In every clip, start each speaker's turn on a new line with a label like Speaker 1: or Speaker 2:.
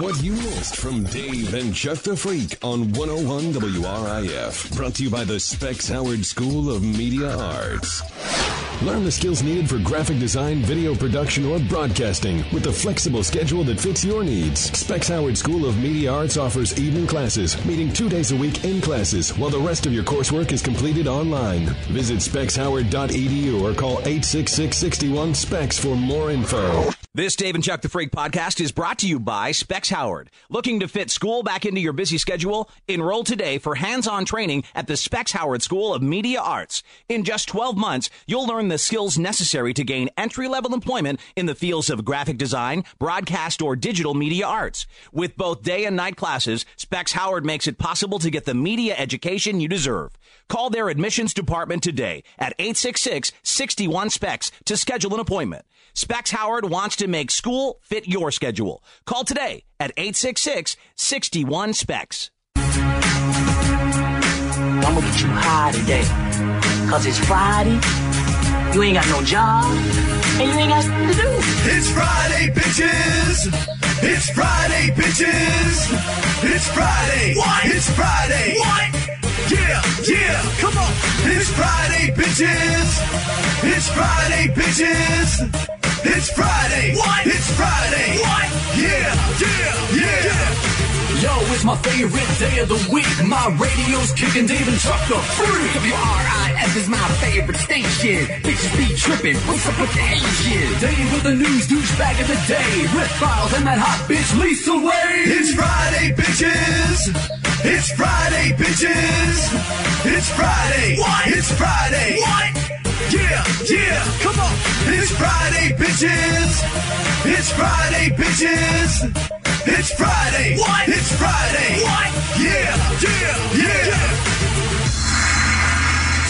Speaker 1: What you missed from Dave and Chuck the Freak on 101 WRIF. Brought to you by the Specs Howard School of Media Arts. Learn the skills needed for graphic design, video production, or broadcasting with a flexible schedule that fits your needs. Specs Howard School of Media Arts offers evening classes, meeting two days a week in classes, while the rest of your coursework is completed online. Visit specshoward.edu E or call 866-61-SPECS for more info.
Speaker 2: This Dave and Chuck the Freak podcast is brought to you by Specs Howard. Looking to fit school back into your busy schedule? Enroll today for hands on training at the Specs Howard School of Media Arts. In just 12 months, you'll learn the skills necessary to gain entry level employment in the fields of graphic design, broadcast, or digital media arts. With both day and night classes, Specs Howard makes it possible to get the media education you deserve. Call their admissions department today at 866 61 Specs E to schedule an appointment. Specs Howard wants to make school fit your schedule. Call today at 866 61 Specs.
Speaker 3: I'm gonna get you high today. Cause it's Friday, you ain't got no job, and you ain't got shit to do.
Speaker 4: It's Friday, bitches. It's Friday, bitches. It's Friday. What? It's Friday. What? Yeah, yeah. Come on. It's Friday, bitches. It's Friday, bitches. It's Friday. What? It's Friday. What? Yeah, yeah, yeah.
Speaker 5: Yo, it's my favorite day of the week. My radio's kicking Dave and Chuck the Freak. WRIF is my favorite station. Bitches be tripping. What's up with the Asian? Dave with the news, douchebag of the day. Rip files and that hot bitch Lisa Wade.
Speaker 4: It's Friday, bitches. It's Friday, bitches. It's Friday. What? It's Friday. What? Yeah, yeah. Come on. It's Friday, bitches. It's Friday, bitches. It's Friday. What? It's Friday. What? Yeah, yeah, yeah.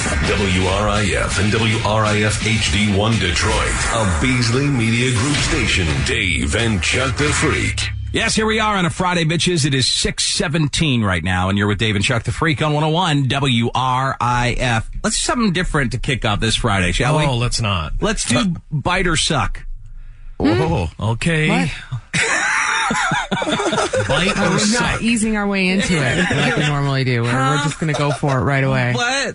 Speaker 1: WRIF and WRIF HD1 Detroit, a Beasley Media Group station. Dave and Chuck the Freak.
Speaker 2: Yes, here we are on a Friday, bitches. It is 617 right now, and you're with Dave and Chuck the Freak on 101 WRIF. Let's do something different to kick off this Friday, shall we?
Speaker 6: Oh, let's not.
Speaker 2: Let's do bite or suck. Hmm.
Speaker 6: Oh, okay. Bite
Speaker 7: Uh,
Speaker 6: or
Speaker 7: we're
Speaker 6: suck.
Speaker 7: not easing our way into it like we normally do. We're, we're just going to go for it right away.
Speaker 2: What?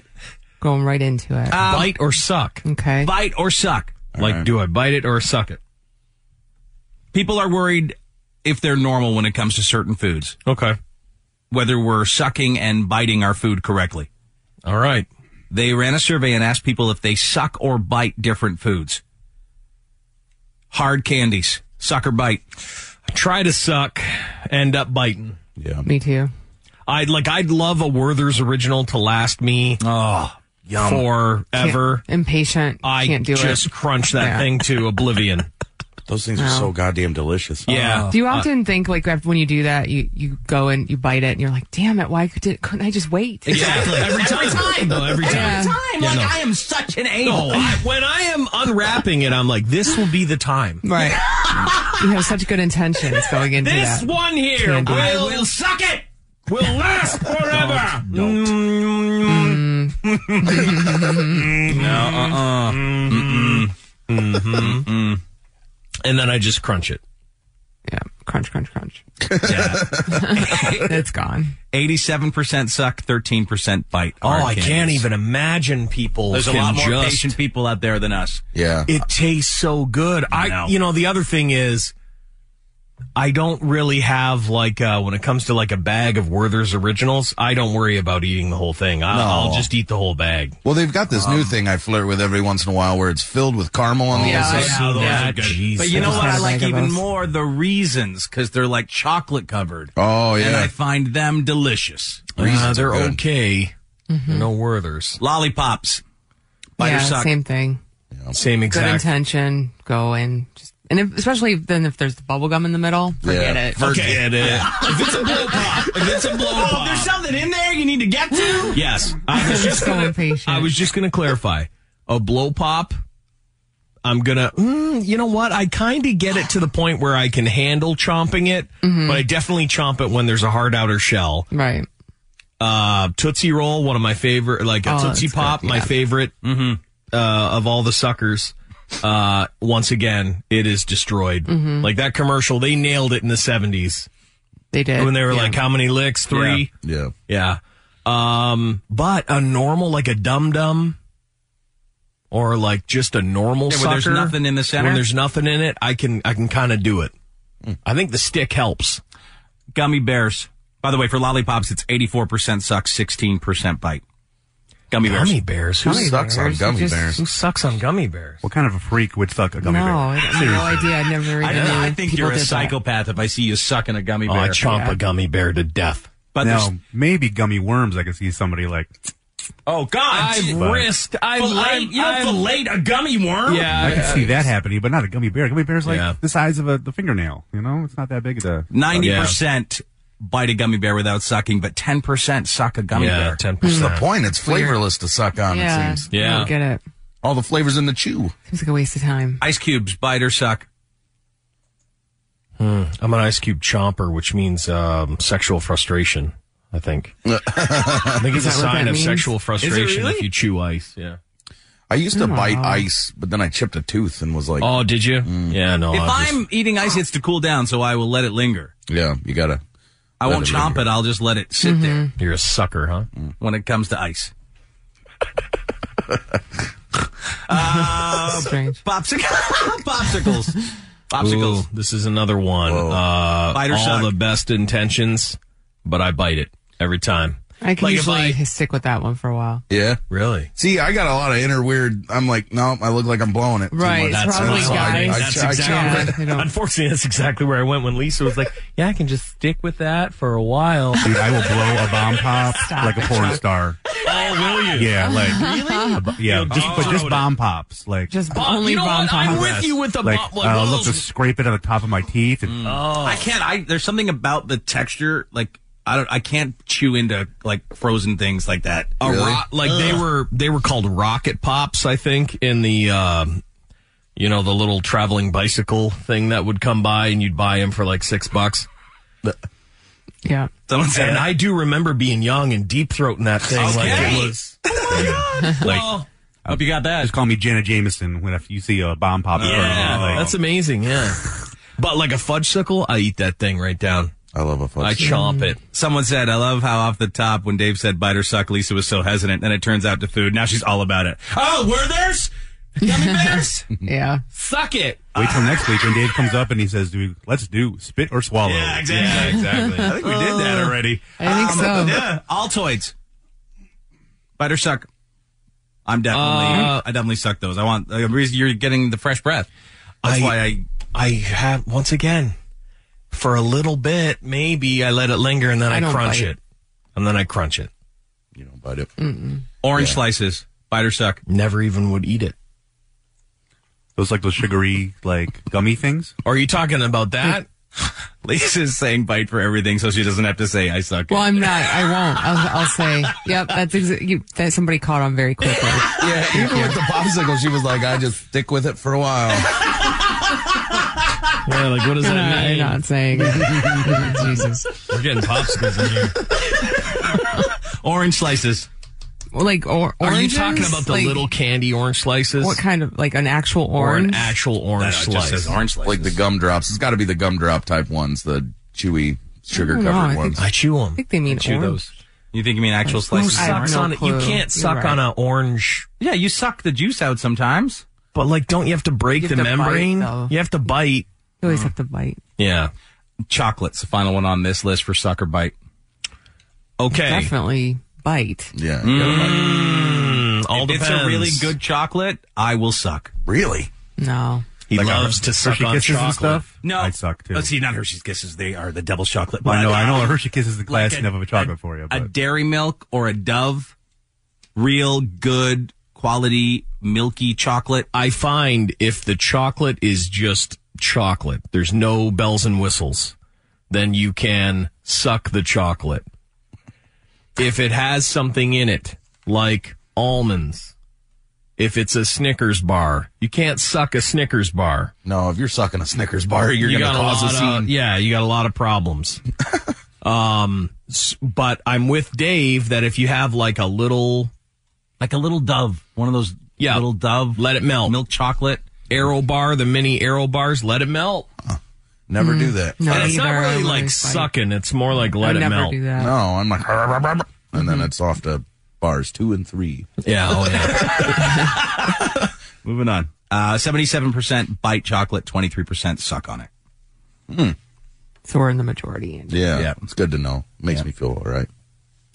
Speaker 7: Going right into it.
Speaker 6: Bite or suck.
Speaker 7: okay.
Speaker 2: Bite or suck.
Speaker 6: Like, do I bite it or suck it?
Speaker 2: People are worried if they're normal when it comes to certain foods,
Speaker 6: Okay.
Speaker 2: whether we're sucking and biting our food correctly.
Speaker 6: All right.
Speaker 2: they ran a survey and asked people if they suck or bite different foods. Hard candies, suck or bite.
Speaker 6: Try to suck, end up biting.
Speaker 7: Me too.
Speaker 6: I'd like. I'd love a Werther's original to last me
Speaker 2: Oh,
Speaker 7: Can't-
Speaker 6: forever.
Speaker 7: impatient.
Speaker 6: I
Speaker 7: can't do
Speaker 6: just
Speaker 7: it.
Speaker 6: crunch that
Speaker 7: Yeah.
Speaker 6: thing to oblivion.
Speaker 8: Those things are so goddamn delicious.
Speaker 6: Yeah. Uh,
Speaker 7: Do you often think like after- when you do that, you, you go and you bite it and you're like, damn it, why did, couldn't I just wait?
Speaker 6: Exactly. Every time. No, every time.
Speaker 2: time,
Speaker 6: Yeah,
Speaker 2: like
Speaker 6: no.
Speaker 2: I am such an a
Speaker 6: No,
Speaker 2: hole.
Speaker 6: I, when I am unwrapping it, I'm like, this will be the time.
Speaker 7: Right. you have such good intentions going into
Speaker 6: This
Speaker 7: that.
Speaker 6: one here
Speaker 7: Candy. I
Speaker 6: will, suck it. Will last forever. Mm. uh-uh.
Speaker 2: Uh
Speaker 8: uh-uh.
Speaker 2: uh
Speaker 6: Mm-hmm. And then I just crunch it.
Speaker 7: Yeah. Crunch, crunch, crunch.
Speaker 6: Yeah.
Speaker 7: It's gone.
Speaker 2: 87% suck, 13% bite.
Speaker 6: Oh,
Speaker 2: Hard
Speaker 6: I can't
Speaker 2: candies.
Speaker 6: even imagine people.
Speaker 2: There's a
Speaker 6: can
Speaker 2: lot more
Speaker 6: just,
Speaker 2: patient people out there than us.
Speaker 8: Yeah.
Speaker 6: It tastes so good. I,
Speaker 2: know.
Speaker 6: you know, the other thing is, I don't really have like uh, when it comes to like a bag of Werther's Originals. I don't worry about eating the whole thing. I, I'll just eat the whole bag.
Speaker 8: Well, they've got this
Speaker 7: Um,
Speaker 8: new thing I flirt with every once in a while where it's filled with caramel on the
Speaker 7: Oh,
Speaker 8: inside.
Speaker 6: So
Speaker 2: those
Speaker 6: that-
Speaker 2: are good.
Speaker 6: jeez.
Speaker 2: But you know
Speaker 7: Just
Speaker 2: what
Speaker 7: had
Speaker 2: I
Speaker 7: a
Speaker 2: like
Speaker 7: bag of
Speaker 2: even
Speaker 7: those.
Speaker 2: more? The raisins, because they're like chocolate covered.
Speaker 8: Oh,
Speaker 2: And
Speaker 8: yeah.
Speaker 2: I find them delicious.
Speaker 6: Uh,
Speaker 8: Reasons
Speaker 6: they're
Speaker 8: are good.
Speaker 6: okay.
Speaker 7: Mm-hmm.
Speaker 6: No Werthers.
Speaker 2: Lollipops. Bite
Speaker 7: yeah.
Speaker 2: or suck.
Speaker 7: Same thing.
Speaker 6: Same
Speaker 7: Good
Speaker 6: exact.
Speaker 7: intention. Go in. Just And if, especially if- then if there's the bubble gum in the middle, forget
Speaker 8: Yeah.
Speaker 7: it.
Speaker 6: Forget it.
Speaker 9: If it's a blow pop, if it's a blow
Speaker 6: Oh,
Speaker 9: pop,
Speaker 6: there's
Speaker 9: something in there you need to get to.
Speaker 6: Yes. I was just
Speaker 7: so
Speaker 6: gonna,
Speaker 7: impatient.
Speaker 6: I was just going to clarify. A blow pop. I'm gonna. Mm, you know what? I kind of get it to the point where I can handle chomping it, but I definitely chomp it when there's a hard outer shell.
Speaker 7: Mm-hmm. right.
Speaker 6: Uh, Tootsie Roll, one of my favorite, like a
Speaker 7: Oh,
Speaker 6: Tootsie
Speaker 7: that's
Speaker 6: Pop,
Speaker 7: good,
Speaker 6: my
Speaker 7: yeah.
Speaker 6: favorite uh, of all the suckers. Uh, once again, it is destroyed. Like that commercial, they nailed it in the 70s
Speaker 7: Mm-hmm. They did.
Speaker 6: when they were
Speaker 7: Yeah.
Speaker 6: like, how many licks? Three.
Speaker 8: Yeah.
Speaker 6: Yeah. Um, but a normal, like a dum dum, or like just a normal
Speaker 2: Yeah,
Speaker 6: sucker.
Speaker 2: where there's nothing in the center?
Speaker 6: When there's nothing in it, I can I can kind of do it. I think the stick helps.
Speaker 2: Gummy bears. By the way, for lollipops, it's 84% suck, 16% bite. Gummy bears.
Speaker 6: Gummy bears. Who,
Speaker 8: Who sucks on
Speaker 7: bears,
Speaker 8: gummy
Speaker 7: you just-
Speaker 8: bears?
Speaker 6: who sucks on gummy bears?
Speaker 9: What kind of a freak would suck a gummy
Speaker 7: no,
Speaker 9: bear?
Speaker 7: I have no idea. I never.
Speaker 2: I,
Speaker 7: even knew
Speaker 2: I think
Speaker 7: people
Speaker 2: you're a
Speaker 7: did that.
Speaker 2: psychopath if I see you sucking a gummy
Speaker 6: Oh,
Speaker 2: bear.
Speaker 6: I chomp a gummy bear to death.
Speaker 2: but
Speaker 9: Now,
Speaker 2: there's-
Speaker 9: maybe gummy worms. I could see somebody like.
Speaker 2: oh God,
Speaker 6: I've risked. I've
Speaker 2: fillet,
Speaker 6: I've-
Speaker 2: you know,
Speaker 6: I've-
Speaker 2: fillet a gummy worm.
Speaker 6: Yeah,
Speaker 9: I could see that happening, but not a gummy bear. Gummy bear's like
Speaker 6: Yeah.
Speaker 9: the size of a the fingernail. You know, it's not that big. Of a, Oh,
Speaker 2: ninety percent bite a gummy bear without sucking, but ten percent suck a gummy
Speaker 6: yeah,
Speaker 2: bear.
Speaker 6: ten
Speaker 8: The
Speaker 6: percent.
Speaker 8: point, it's flavorless to suck on,
Speaker 7: Yeah.
Speaker 8: it seems.
Speaker 6: Yeah.
Speaker 7: I don't get it.
Speaker 8: All the flavors in the chew.
Speaker 7: Seems like a waste of time.
Speaker 2: Ice cubes bite or suck.
Speaker 6: Hmm. I'm an ice cube chomper, which means um, sexual frustration. I think. I think it's a
Speaker 7: Is that what
Speaker 6: sign
Speaker 7: that
Speaker 6: of
Speaker 7: means?
Speaker 6: sexual
Speaker 2: Is it
Speaker 6: frustration
Speaker 2: really?
Speaker 6: if you chew ice. Yeah.
Speaker 8: I used
Speaker 7: Oh,
Speaker 8: to bite ice, but then I chipped a tooth and was like, Mm.
Speaker 6: Oh, did you? Yeah, no.
Speaker 2: If
Speaker 6: I'll just-
Speaker 2: I'm eating ice, it's to cool down, so I will let it linger.
Speaker 8: yeah, you gotta.
Speaker 2: I
Speaker 8: Let
Speaker 2: won't
Speaker 8: it
Speaker 2: chomp
Speaker 8: linger.
Speaker 2: it. I'll just let it sit there
Speaker 7: Mm-hmm.
Speaker 6: you're a sucker, huh?
Speaker 2: when it comes to ice.
Speaker 7: Strange.
Speaker 2: Uh, Popsic- popsicles, popsicles.
Speaker 6: Ooh, this is another one. Uh,
Speaker 2: Bite or
Speaker 6: all
Speaker 2: suck?
Speaker 6: the best intentions, but I bite it every time.
Speaker 7: I can
Speaker 6: Like, if
Speaker 7: usually
Speaker 6: I-
Speaker 7: stick with that one for a while.
Speaker 8: Yeah.
Speaker 6: Really?
Speaker 8: See, I got a lot of inner weird. I'm like, no, I look like I'm blowing it. too
Speaker 7: Right,
Speaker 8: much.
Speaker 7: it's probably
Speaker 8: That's why I-
Speaker 7: guys.
Speaker 8: I-
Speaker 6: That's
Speaker 8: I- I chomp
Speaker 7: Yeah,
Speaker 8: it.
Speaker 7: they don't-
Speaker 6: Unfortunately, that's exactly where I went when Lisa was like, "Yeah, I can just stick with that for a while."
Speaker 9: dude, I will blow a bomb pop like a porn star.
Speaker 6: oh, will you?
Speaker 9: Yeah, like really? Yeah, just
Speaker 4: Oh.
Speaker 9: but just bomb pops, like
Speaker 7: Oh, just
Speaker 6: Oh,
Speaker 7: only
Speaker 6: you know
Speaker 7: bomb
Speaker 6: what? I'm
Speaker 7: pops.
Speaker 6: with you with the
Speaker 9: like
Speaker 6: bo- like,
Speaker 9: I
Speaker 6: one of
Speaker 9: love to
Speaker 6: those-
Speaker 9: scrape it on the top of my teeth. And,
Speaker 2: I can't. I there's something about the texture. Like I don't. I can't chew into like frozen things like that.
Speaker 6: a
Speaker 8: Really?
Speaker 6: ro- like they were they were called rocket pops i think in the um you know the little traveling bicycle thing that would come by and you'd buy them for like six bucks
Speaker 7: Yeah.
Speaker 2: Someone said
Speaker 6: and i do remember being young and deep throating that thing like
Speaker 2: Okay.
Speaker 6: it was
Speaker 9: Oh
Speaker 6: like
Speaker 2: Hope you got that.
Speaker 9: Just call me Jenna Jameson when if you see a bomb pop. in front of me,
Speaker 6: yeah
Speaker 9: like,
Speaker 6: that's amazing yeah but like a fudgesicle i eat that thing right down
Speaker 8: I love a fudge.
Speaker 6: i chomp it
Speaker 2: Mm. Someone said, I love how off the top when Dave said bite or suck, Lisa was so hesitant. Then it turns out to food. Now she's all about it. Oh, were there's gummy bears?
Speaker 7: Yeah.
Speaker 6: suck it
Speaker 9: Wait till next week when Dave comes up and he says, "Dude, let's do spit or swallow."
Speaker 2: yeah, exactly. Oh.
Speaker 9: exactly. I think we did that already.
Speaker 7: I think so.
Speaker 2: Um, Yeah, Altoids. Bite or suck. I'm definitely,
Speaker 6: Uh,
Speaker 2: I definitely suck those. I want, the reason you're getting the fresh breath. That's
Speaker 6: I-
Speaker 2: why I,
Speaker 6: i have once again for a little bit maybe i let it linger and then i,
Speaker 7: don't
Speaker 6: crunch
Speaker 7: bite.
Speaker 6: it and then i crunch it
Speaker 8: You don't bite it.
Speaker 2: orange slices, bite or suck.
Speaker 6: never even would eat it.
Speaker 9: Those like those sugary like gummy things.
Speaker 6: Are you talking about that?
Speaker 2: Lisa's saying bite for everything so she doesn't have to say I suck.
Speaker 7: Well, I'm not. I won't. I'll, I'll say. Yep. That's exa- you, that somebody caught on very quickly.
Speaker 8: Yeah, even with the popsicle, she was like, I just stick with it for a while.
Speaker 6: yeah, like what does
Speaker 7: No, no, you're not saying. Jesus.
Speaker 6: We're getting popsicles in here.
Speaker 2: orange slices.
Speaker 7: Well, Like or
Speaker 6: Are
Speaker 7: oranges?
Speaker 6: you talking about the
Speaker 7: Like,
Speaker 6: little candy orange slices
Speaker 7: What kind of like an actual
Speaker 6: or
Speaker 7: orange?
Speaker 6: an actual orange
Speaker 2: It just
Speaker 6: slice?
Speaker 2: says orange slices.
Speaker 8: like the gumdrops. It's got to be the gumdrop type ones, the chewy, sugar
Speaker 7: I don't know, I
Speaker 8: covered
Speaker 7: think-
Speaker 8: ones.
Speaker 6: I chew them. I
Speaker 7: think they mean
Speaker 6: chew
Speaker 7: orange.
Speaker 6: those.
Speaker 2: you think you mean actual slices?
Speaker 7: I
Speaker 2: of
Speaker 7: have
Speaker 2: orange?
Speaker 6: Sucks
Speaker 7: no
Speaker 6: on it. You
Speaker 7: clue.
Speaker 6: can't
Speaker 7: You're
Speaker 6: suck
Speaker 7: right.
Speaker 6: on an orange.
Speaker 2: Yeah, you suck the juice out sometimes.
Speaker 6: But like, don't you have to break
Speaker 7: You
Speaker 6: the
Speaker 7: have to bite,
Speaker 6: membrane?
Speaker 7: though.
Speaker 6: you have to bite.
Speaker 7: You always have to bite.
Speaker 6: Yeah.
Speaker 2: Chocolate's the final one on this list for sucker bite.
Speaker 6: Okay.
Speaker 7: Definitely bite.
Speaker 8: yeah. you
Speaker 2: Mm.
Speaker 8: gotta bite it.
Speaker 7: Mm,
Speaker 6: All
Speaker 2: if
Speaker 6: depends.
Speaker 2: it's a really good chocolate, I will suck.
Speaker 8: Really?
Speaker 7: No.
Speaker 6: He loves to suck
Speaker 9: Hershey
Speaker 6: on
Speaker 9: kisses
Speaker 6: chocolate.
Speaker 9: and stuff.
Speaker 2: No,
Speaker 9: I suck too.
Speaker 2: Let's see, not Hershey's Kisses. They are the devil's chocolate.
Speaker 9: I know, I know.
Speaker 2: uh,
Speaker 9: A Hershey Kiss is the
Speaker 2: like
Speaker 9: class enough of a chocolate for you.
Speaker 2: A
Speaker 9: But.
Speaker 2: Dairy Milk or a Dove, real good quality milky chocolate.
Speaker 6: I find if the chocolate is just chocolate, there's no bells and whistles, then you can suck the chocolate. If it has something in it, like almonds, if it's a Snickers bar, you can't suck a Snickers bar.
Speaker 10: No, if you're sucking a Snickers bar, you're gonna cause a
Speaker 6: lot of-
Speaker 10: scene.
Speaker 6: yeah, you got a lot of problems. um, s- but I'm with Dave that if you have like a little, like a little dove, one of those yeah, little dove, let it melt, milk chocolate, arrow bar, the mini arrow bars, let it melt.
Speaker 10: Never do that.
Speaker 6: No, And it's Mm. not either. really I'm like always fighting. sucking. It's more like let I it never melt. do that.
Speaker 10: No, I'm like, and then it's off to bars two and three.
Speaker 6: Yeah. Oh, yeah.
Speaker 9: oh,
Speaker 2: Moving on. Uh, 77% bite chocolate, 23% suck on it.
Speaker 7: So we're in the majority. Andy.
Speaker 10: Yeah, it's good to know. Makes me feel all right.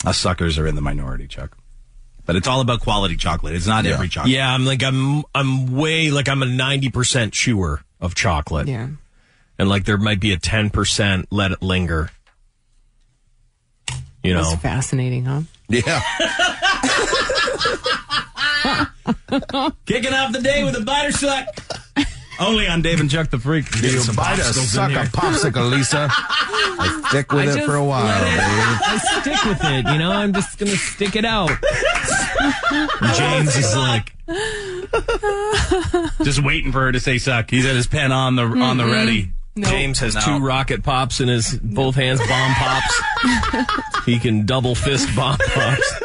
Speaker 2: Us suckers are in the minority, Chuck. But it's all about quality chocolate. It's not every chocolate.
Speaker 6: Yeah, I'm like I'm I'm way like I'm a ninety percent chewer of chocolate.
Speaker 7: Yeah.
Speaker 6: And like there might be a ten percent let it linger. You
Speaker 7: That's
Speaker 6: know.
Speaker 7: fascinating, huh?
Speaker 10: Yeah.
Speaker 6: Kicking off the day with a biter suck.
Speaker 2: Only on Dave and Chuck the Freak.
Speaker 10: Do you bite a suck a popsicle, Lisa? I stick with
Speaker 6: I
Speaker 10: it
Speaker 6: just
Speaker 10: for a while,
Speaker 6: let
Speaker 10: babe.
Speaker 6: I stick with it, you know. I'm just gonna stick it out. James is like,
Speaker 2: Just waiting for her to say suck. He's at his pen on the on the ready.
Speaker 6: James has
Speaker 2: No.
Speaker 6: two rocket pops in his both hands, bomb pops. he can double fist bomb pops.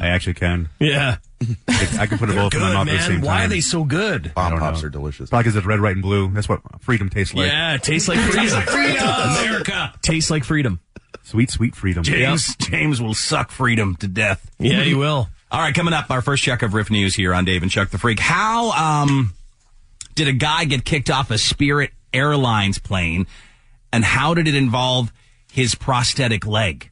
Speaker 9: I actually can.
Speaker 6: Yeah,
Speaker 9: I can put it both in my mouth at the same time.
Speaker 6: Why are they so good?
Speaker 10: Bomb
Speaker 9: don't
Speaker 10: pops
Speaker 9: know.
Speaker 10: are delicious.
Speaker 9: Probably because it's red, white, and blue. That's what freedom tastes like.
Speaker 6: yeah, it tastes like freedom. America tastes like freedom.
Speaker 9: Sweet, sweet freedom.
Speaker 2: James James will suck freedom to death.
Speaker 6: Yeah, you will.
Speaker 2: All right, coming up, our first check of Riff News here on Dave and Chuck the Freak. How um, did a guy get kicked off a Spirit Airlines plane, and how did it involve his prosthetic leg?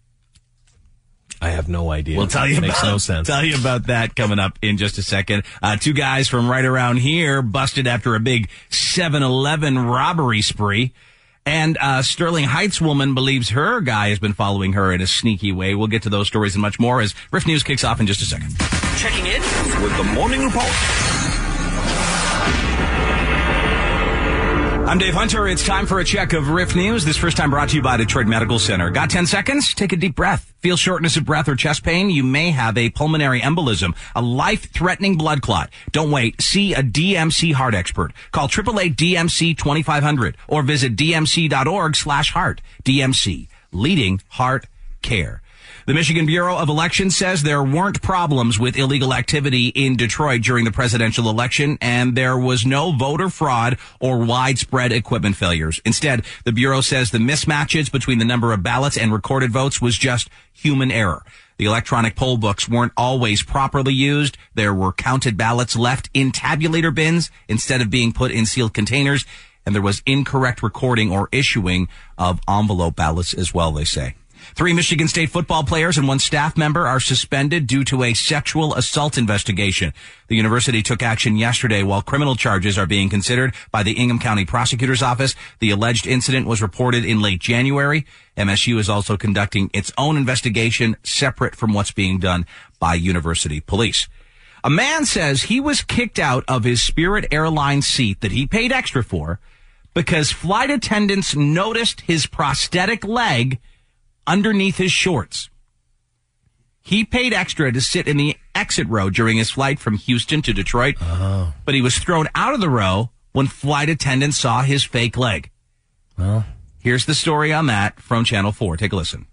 Speaker 6: I have no idea.
Speaker 2: We'll tell you
Speaker 6: Makes
Speaker 2: about,
Speaker 6: no sense.
Speaker 2: Tell you about that coming up in just a second. Uh, two guys from right around here busted after a big 7-Eleven robbery spree. And uh, Sterling Heights woman believes her guy has been following her in a sneaky way. We'll get to those stories and much more as Riff News kicks off in just a second.
Speaker 3: Checking in.
Speaker 1: With the morning report.
Speaker 2: I'm Dave Hunter. It's time for a check of Riff News. This first time brought to you by Detroit Medical Center. Got 10 seconds? Take a deep breath. Feel shortness of breath or chest pain? You may have a pulmonary embolism, a life-threatening blood clot. Don't wait. See a DMC heart expert. Call 888 DMC 2500 or visit dmc.org slash heart. DMC, leading heart care. The Michigan Bureau of Elections says there weren't problems with illegal activity in Detroit during the presidential election, and there was no voter fraud or widespread equipment failures. Instead, the Bureau says the mismatches between the number of ballots and recorded votes was just human error. The electronic poll books weren't always properly used. There were counted ballots left in tabulator bins instead of being put in sealed containers. And there was incorrect recording or issuing of envelope ballots as well, they say. Three Michigan State football players and one staff member are suspended due to a sexual assault investigation. The university took action yesterday while criminal charges are being considered by the Ingham County Prosecutor's Office. The alleged incident was reported in late January. MSU is also conducting its own investigation separate from what's being done by university police. A man says he was kicked out of his Spirit Airlines seat that he paid extra for because flight attendants noticed his prosthetic leg underneath his shorts. He paid extra to sit in the exit row during his flight from Houston to Detroit, but he was thrown out of the row when flight attendants saw his fake leg.
Speaker 6: Well.
Speaker 2: here's the story on that from Channel 4. Take a listen.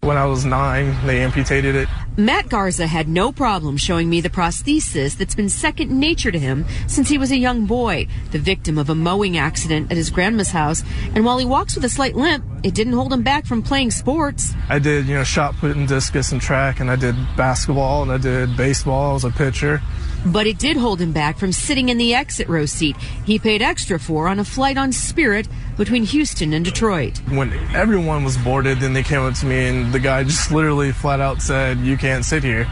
Speaker 11: When I was nine, they amputated it.
Speaker 12: Matt Garza had no problem showing me the prosthesis that's been second nature to him since he was a young boy, the victim of a mowing accident at his grandma's house. And while he walks with a slight limp, it didn't hold him back from playing sports.
Speaker 11: I did, you know, shot put and discus and track, and I did basketball and I did baseball. I was a pitcher.
Speaker 12: But it did hold him back from sitting in the exit row seat he paid extra for on a flight on Spirit between Houston and Detroit.
Speaker 11: When everyone was boarded, then they came up to me, and the guy just literally flat out said, "You can't sit here."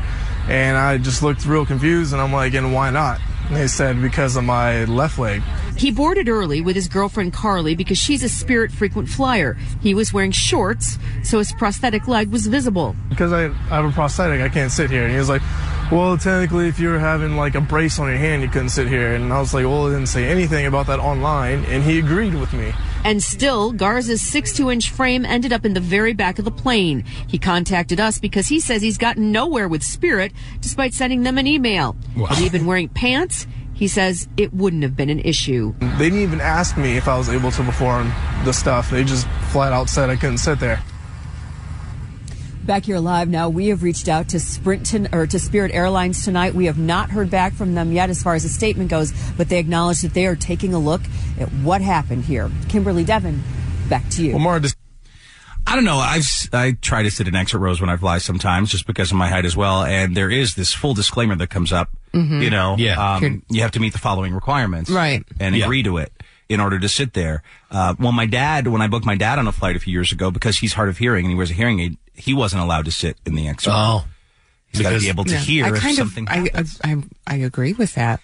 Speaker 11: And I just looked real confused, and I'm like, "And why not?" And they said, "Because of my left leg."
Speaker 12: He boarded early with his girlfriend Carly because she's a Spirit frequent flyer. He was wearing shorts, so his prosthetic leg was visible.
Speaker 11: because I, I have a prosthetic, I can't sit here. And he was like, Well, technically, if you were having like a brace on your hand, you couldn't sit here. And I was like, well, I didn't say anything about that online, and he agreed with me.
Speaker 12: And still, Garza's 6-2 inch frame ended up in the very back of the plane. He contacted us because he says he's gotten nowhere with Spirit despite sending them an email.
Speaker 11: Wow.
Speaker 12: Had he been wearing pants, he says it wouldn't have been an issue.
Speaker 11: They didn't even ask me if I was able to perform the stuff. They just flat out said I couldn't sit there.
Speaker 13: Back here live now, we have reached out to Sprint ton- or to Spirit Airlines tonight. We have not heard back from them yet as far as a statement goes, but they acknowledge that they are taking a look at what happened here. Kimberly Devon, back to you.
Speaker 2: I don't know. I've s- I try to sit in exit rows when I fly sometimes, just because of my height as well. And there is this full disclaimer that comes up.
Speaker 7: Mhm.
Speaker 2: You know,
Speaker 7: Yeah.
Speaker 2: um, you have to meet the following requirements,
Speaker 7: Right.
Speaker 2: And
Speaker 7: Yeah.
Speaker 2: agree to it in order to sit there. Uh, well, my dad, when I booked my dad on a flight a few years ago, because he's hard of hearing and he wears a hearing aid, he wasn't allowed to sit in the exit. row.
Speaker 6: Oh.
Speaker 2: he's got to
Speaker 6: Because-
Speaker 2: be able to
Speaker 7: Yeah.
Speaker 2: hear
Speaker 7: I
Speaker 2: if
Speaker 7: kind
Speaker 2: something.
Speaker 7: of, I, I, I, I agree with that.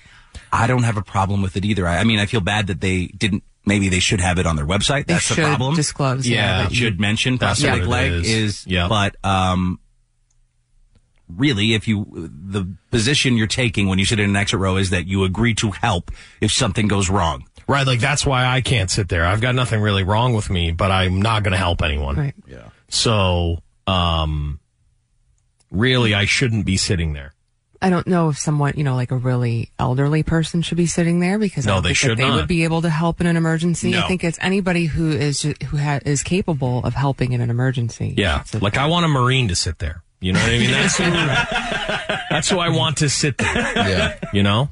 Speaker 2: I don't have a problem with it either. I, I mean, I feel bad that they didn't. Maybe they should have it on their website.
Speaker 7: They
Speaker 2: That's the
Speaker 7: should
Speaker 2: problem.
Speaker 7: disclose, yeah, Yeah. that
Speaker 2: It
Speaker 7: you-
Speaker 2: should mention
Speaker 7: That's
Speaker 2: prosthetic
Speaker 7: what
Speaker 2: leg
Speaker 7: it is.
Speaker 2: is.
Speaker 7: Yeah.
Speaker 2: But um, really, if you the position you're taking when you sit in an exit row is that you agree to help if something goes wrong.
Speaker 6: Right, like that's why I can't sit there. I've got nothing really wrong with me, but I'm not going to help anyone.
Speaker 7: Right.
Speaker 6: Yeah. So, um, really, I shouldn't be sitting there.
Speaker 7: I don't know if someone, you know, like a really elderly person should be sitting there because I
Speaker 6: No,
Speaker 7: don't
Speaker 6: they
Speaker 7: think that
Speaker 6: should
Speaker 7: they
Speaker 6: not.
Speaker 7: would be able to help in an emergency.
Speaker 6: No.
Speaker 7: I think it's anybody who is ju- who ha- is capable of helping in an emergency.
Speaker 6: Yeah. Like I want a Marine to sit there. You know what I mean? That's who, that's who I want to sit there. Yeah. You know?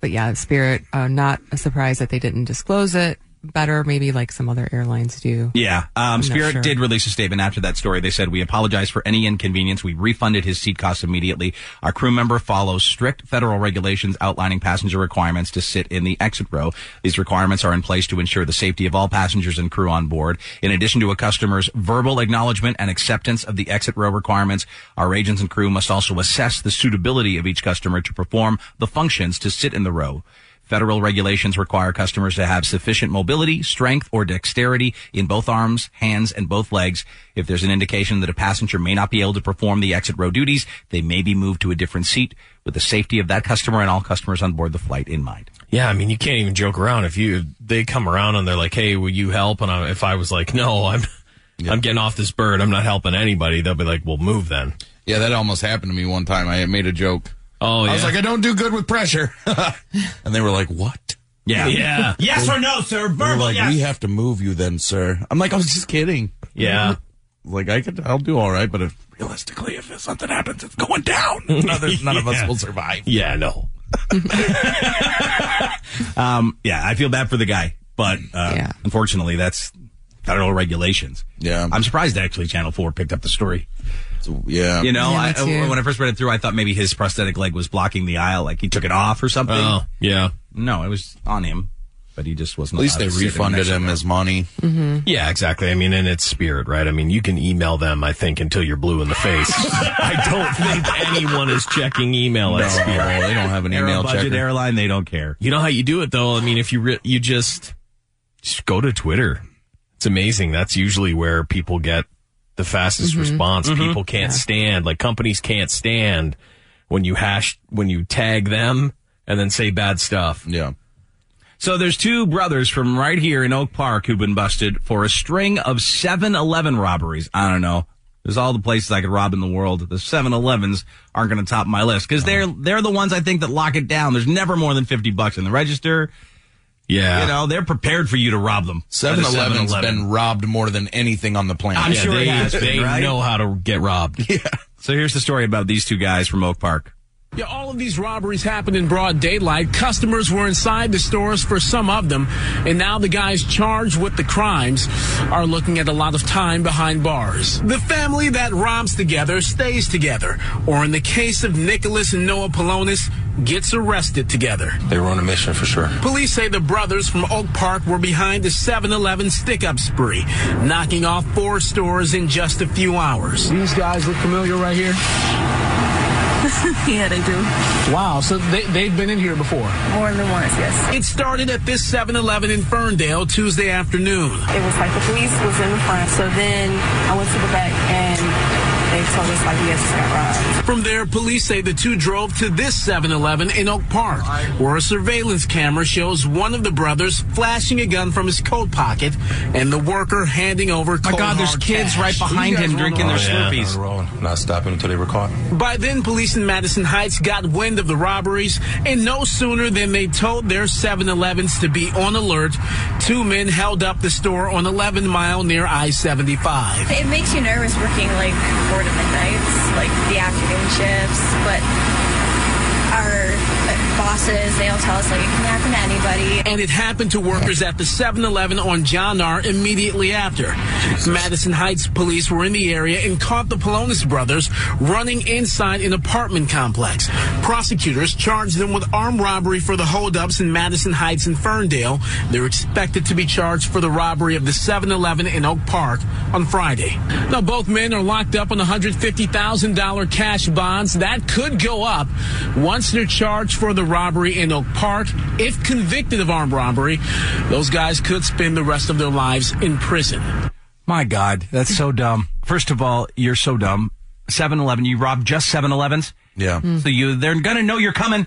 Speaker 7: But yeah, Spirit, uh, not a surprise that they didn't disclose it better, maybe like some other airlines do.
Speaker 2: Yeah.
Speaker 7: I'm
Speaker 2: Um,
Speaker 7: not
Speaker 2: Spirit
Speaker 7: sure.
Speaker 2: did release a statement after that story. They said, We apologize for any inconvenience. We refunded his seat costs immediately. Our crew member follows strict federal regulations outlining passenger requirements to sit in the exit row. These requirements are in place to ensure the safety of all passengers and crew on board. In addition to a customer's verbal acknowledgement and acceptance of the exit row requirements, our agents and crew must also assess the suitability of each customer to perform the functions to sit in the row. Federal regulations require customers to have sufficient mobility, strength, or dexterity in both arms, hands, and both legs. If there's an indication that a passenger may not be able to perform the exit row duties, they may be moved to a different seat with the safety of that customer and all customers on board the flight in mind.
Speaker 6: Yeah. I mean, you can't even joke around. If you, if they come around and they're like, Hey, will you help? And I, if I was like, no, I'm, I'm getting off this bird. I'm not helping anybody. They'll be like, well, move then.
Speaker 10: Yeah, that almost happened to me one time. I made a joke.
Speaker 6: Oh,
Speaker 10: I was
Speaker 6: yeah.
Speaker 10: like, I don't do good with pressure. and they were like, what?
Speaker 6: Yeah. Yeah. Yes or no, sir?
Speaker 10: They were
Speaker 6: Verbal
Speaker 10: like,
Speaker 6: yes.
Speaker 10: We have to move you then, sir. I'm like, I was just kidding.
Speaker 6: Yeah.
Speaker 10: Like, I could, I'll do all right, but if, realistically, if something happens, it's going down. None, of- none of us
Speaker 2: Yeah.
Speaker 10: will survive.
Speaker 6: Yeah, no.
Speaker 2: Um, yeah, I feel bad for the guy, but uh, unfortunately, that's federal regulations.
Speaker 10: Yeah.
Speaker 2: I'm surprised actually Channel 4 picked up the story.
Speaker 10: yeah.
Speaker 2: You know,
Speaker 10: Yeah,
Speaker 2: I,
Speaker 10: me too.
Speaker 2: when I first read it through, I thought maybe his prosthetic leg was blocking the aisle, like he took it off or something.
Speaker 6: Oh, yeah.
Speaker 2: No, it was on him, but he just wasn't.
Speaker 10: At least
Speaker 2: allowed
Speaker 10: they
Speaker 2: to sit in
Speaker 10: refunded
Speaker 2: Mexico.
Speaker 10: him his money.
Speaker 6: Mm-hmm. Yeah, exactly. I mean, and it's spirit, right? I mean, you can email them, I think, until you're blue in the face. I don't think anyone is checking email
Speaker 2: No,
Speaker 6: at spirit.
Speaker 2: they don't have an They're a email budget checker. airline. They don't care.
Speaker 6: You know how you do it, though? I mean, if you, re- you just, just go to Twitter. It's amazing. That's usually where people get the fastest
Speaker 2: Mhm.
Speaker 6: response.
Speaker 2: Mhm.
Speaker 6: People can't
Speaker 2: Yeah.
Speaker 6: stand, like companies can't stand when you hash, when you tag them and then say bad stuff.
Speaker 10: Yeah.
Speaker 2: So there's two brothers from right here in Oak Park who've been busted for a string of 7-Eleven robberies. I don't know. There's all the places I could rob in the world. The 7-Elevens aren't going to top my list because they're they're the ones I think that lock it down. There's never more than 50 bucks in the register.
Speaker 6: Yeah.
Speaker 2: You know, they're prepared for you to rob them.
Speaker 10: 7 Eleven's
Speaker 2: 7-Eleven.
Speaker 10: been robbed more than anything on the planet.
Speaker 2: I'm sure it has been, right?
Speaker 6: how to get robbed.
Speaker 2: Yeah. So here's the story about these two guys from Oak Park.
Speaker 14: Yeah, all of these robberies happened in broad daylight. Customers were inside the stores for some of them, and now the guys charged with the crimes are looking at a lot of time behind bars. The family that robs together stays together, or in the case of Nicholas and Noah Polonis, gets arrested together.
Speaker 15: They were on a mission for sure.
Speaker 14: Police say the brothers from Oak Park were behind the 7 Eleven stick up spree, knocking off four stores in just a few hours. These guys look familiar right here.
Speaker 15: yeah, they do.
Speaker 14: Wow, so they, they've been in here before?
Speaker 15: More than once, yes.
Speaker 14: It started at this 7 Eleven in Ferndale Tuesday afternoon.
Speaker 15: It was like the police was in the front, so then I went to the back and they told us, like, yes, just got robbed.
Speaker 14: From there, police say the two drove to this 7 Eleven in Oak Park, where a surveillance camera shows one of the brothers flashing a gun from his coat pocket and the worker handing over
Speaker 2: My
Speaker 14: cold,
Speaker 2: God, there's
Speaker 14: hard
Speaker 2: kids
Speaker 14: cash.
Speaker 2: right behind him drinking their Slurpees.
Speaker 8: Not stopping until they were caught.
Speaker 14: By then, police in Madison Heights got wind of the robberies, and no sooner than they told their 7 Elevens to be on alert, two men held up the store on 11 Mile near I 75.
Speaker 15: It makes you nervous working like four to midnights, like the afternoon shifts, but our uh, bosses, they'll tell us, like, it can happen to anybody.
Speaker 14: And it happened to workers at the 7 Eleven on John R. immediately after. Madison Heights police were in the area and caught the Polonis brothers running inside an apartment complex. Prosecutors charged them with armed robbery for the holdups in Madison Heights and Ferndale. They're expected to be charged for the robbery of the 7 Eleven in Oak Park on Friday. Now, both men are locked up on $150,000 cash bonds. That could go up once they're charged for the robbery in Oak Park. If convicted of armed robbery, those guys could spend the rest of their lives in prison.
Speaker 2: My God, that's so dumb. First of all, you're so dumb. 7 Eleven, you robbed just 7 Elevens?
Speaker 8: Yeah.
Speaker 2: So you, they're going to know you're coming.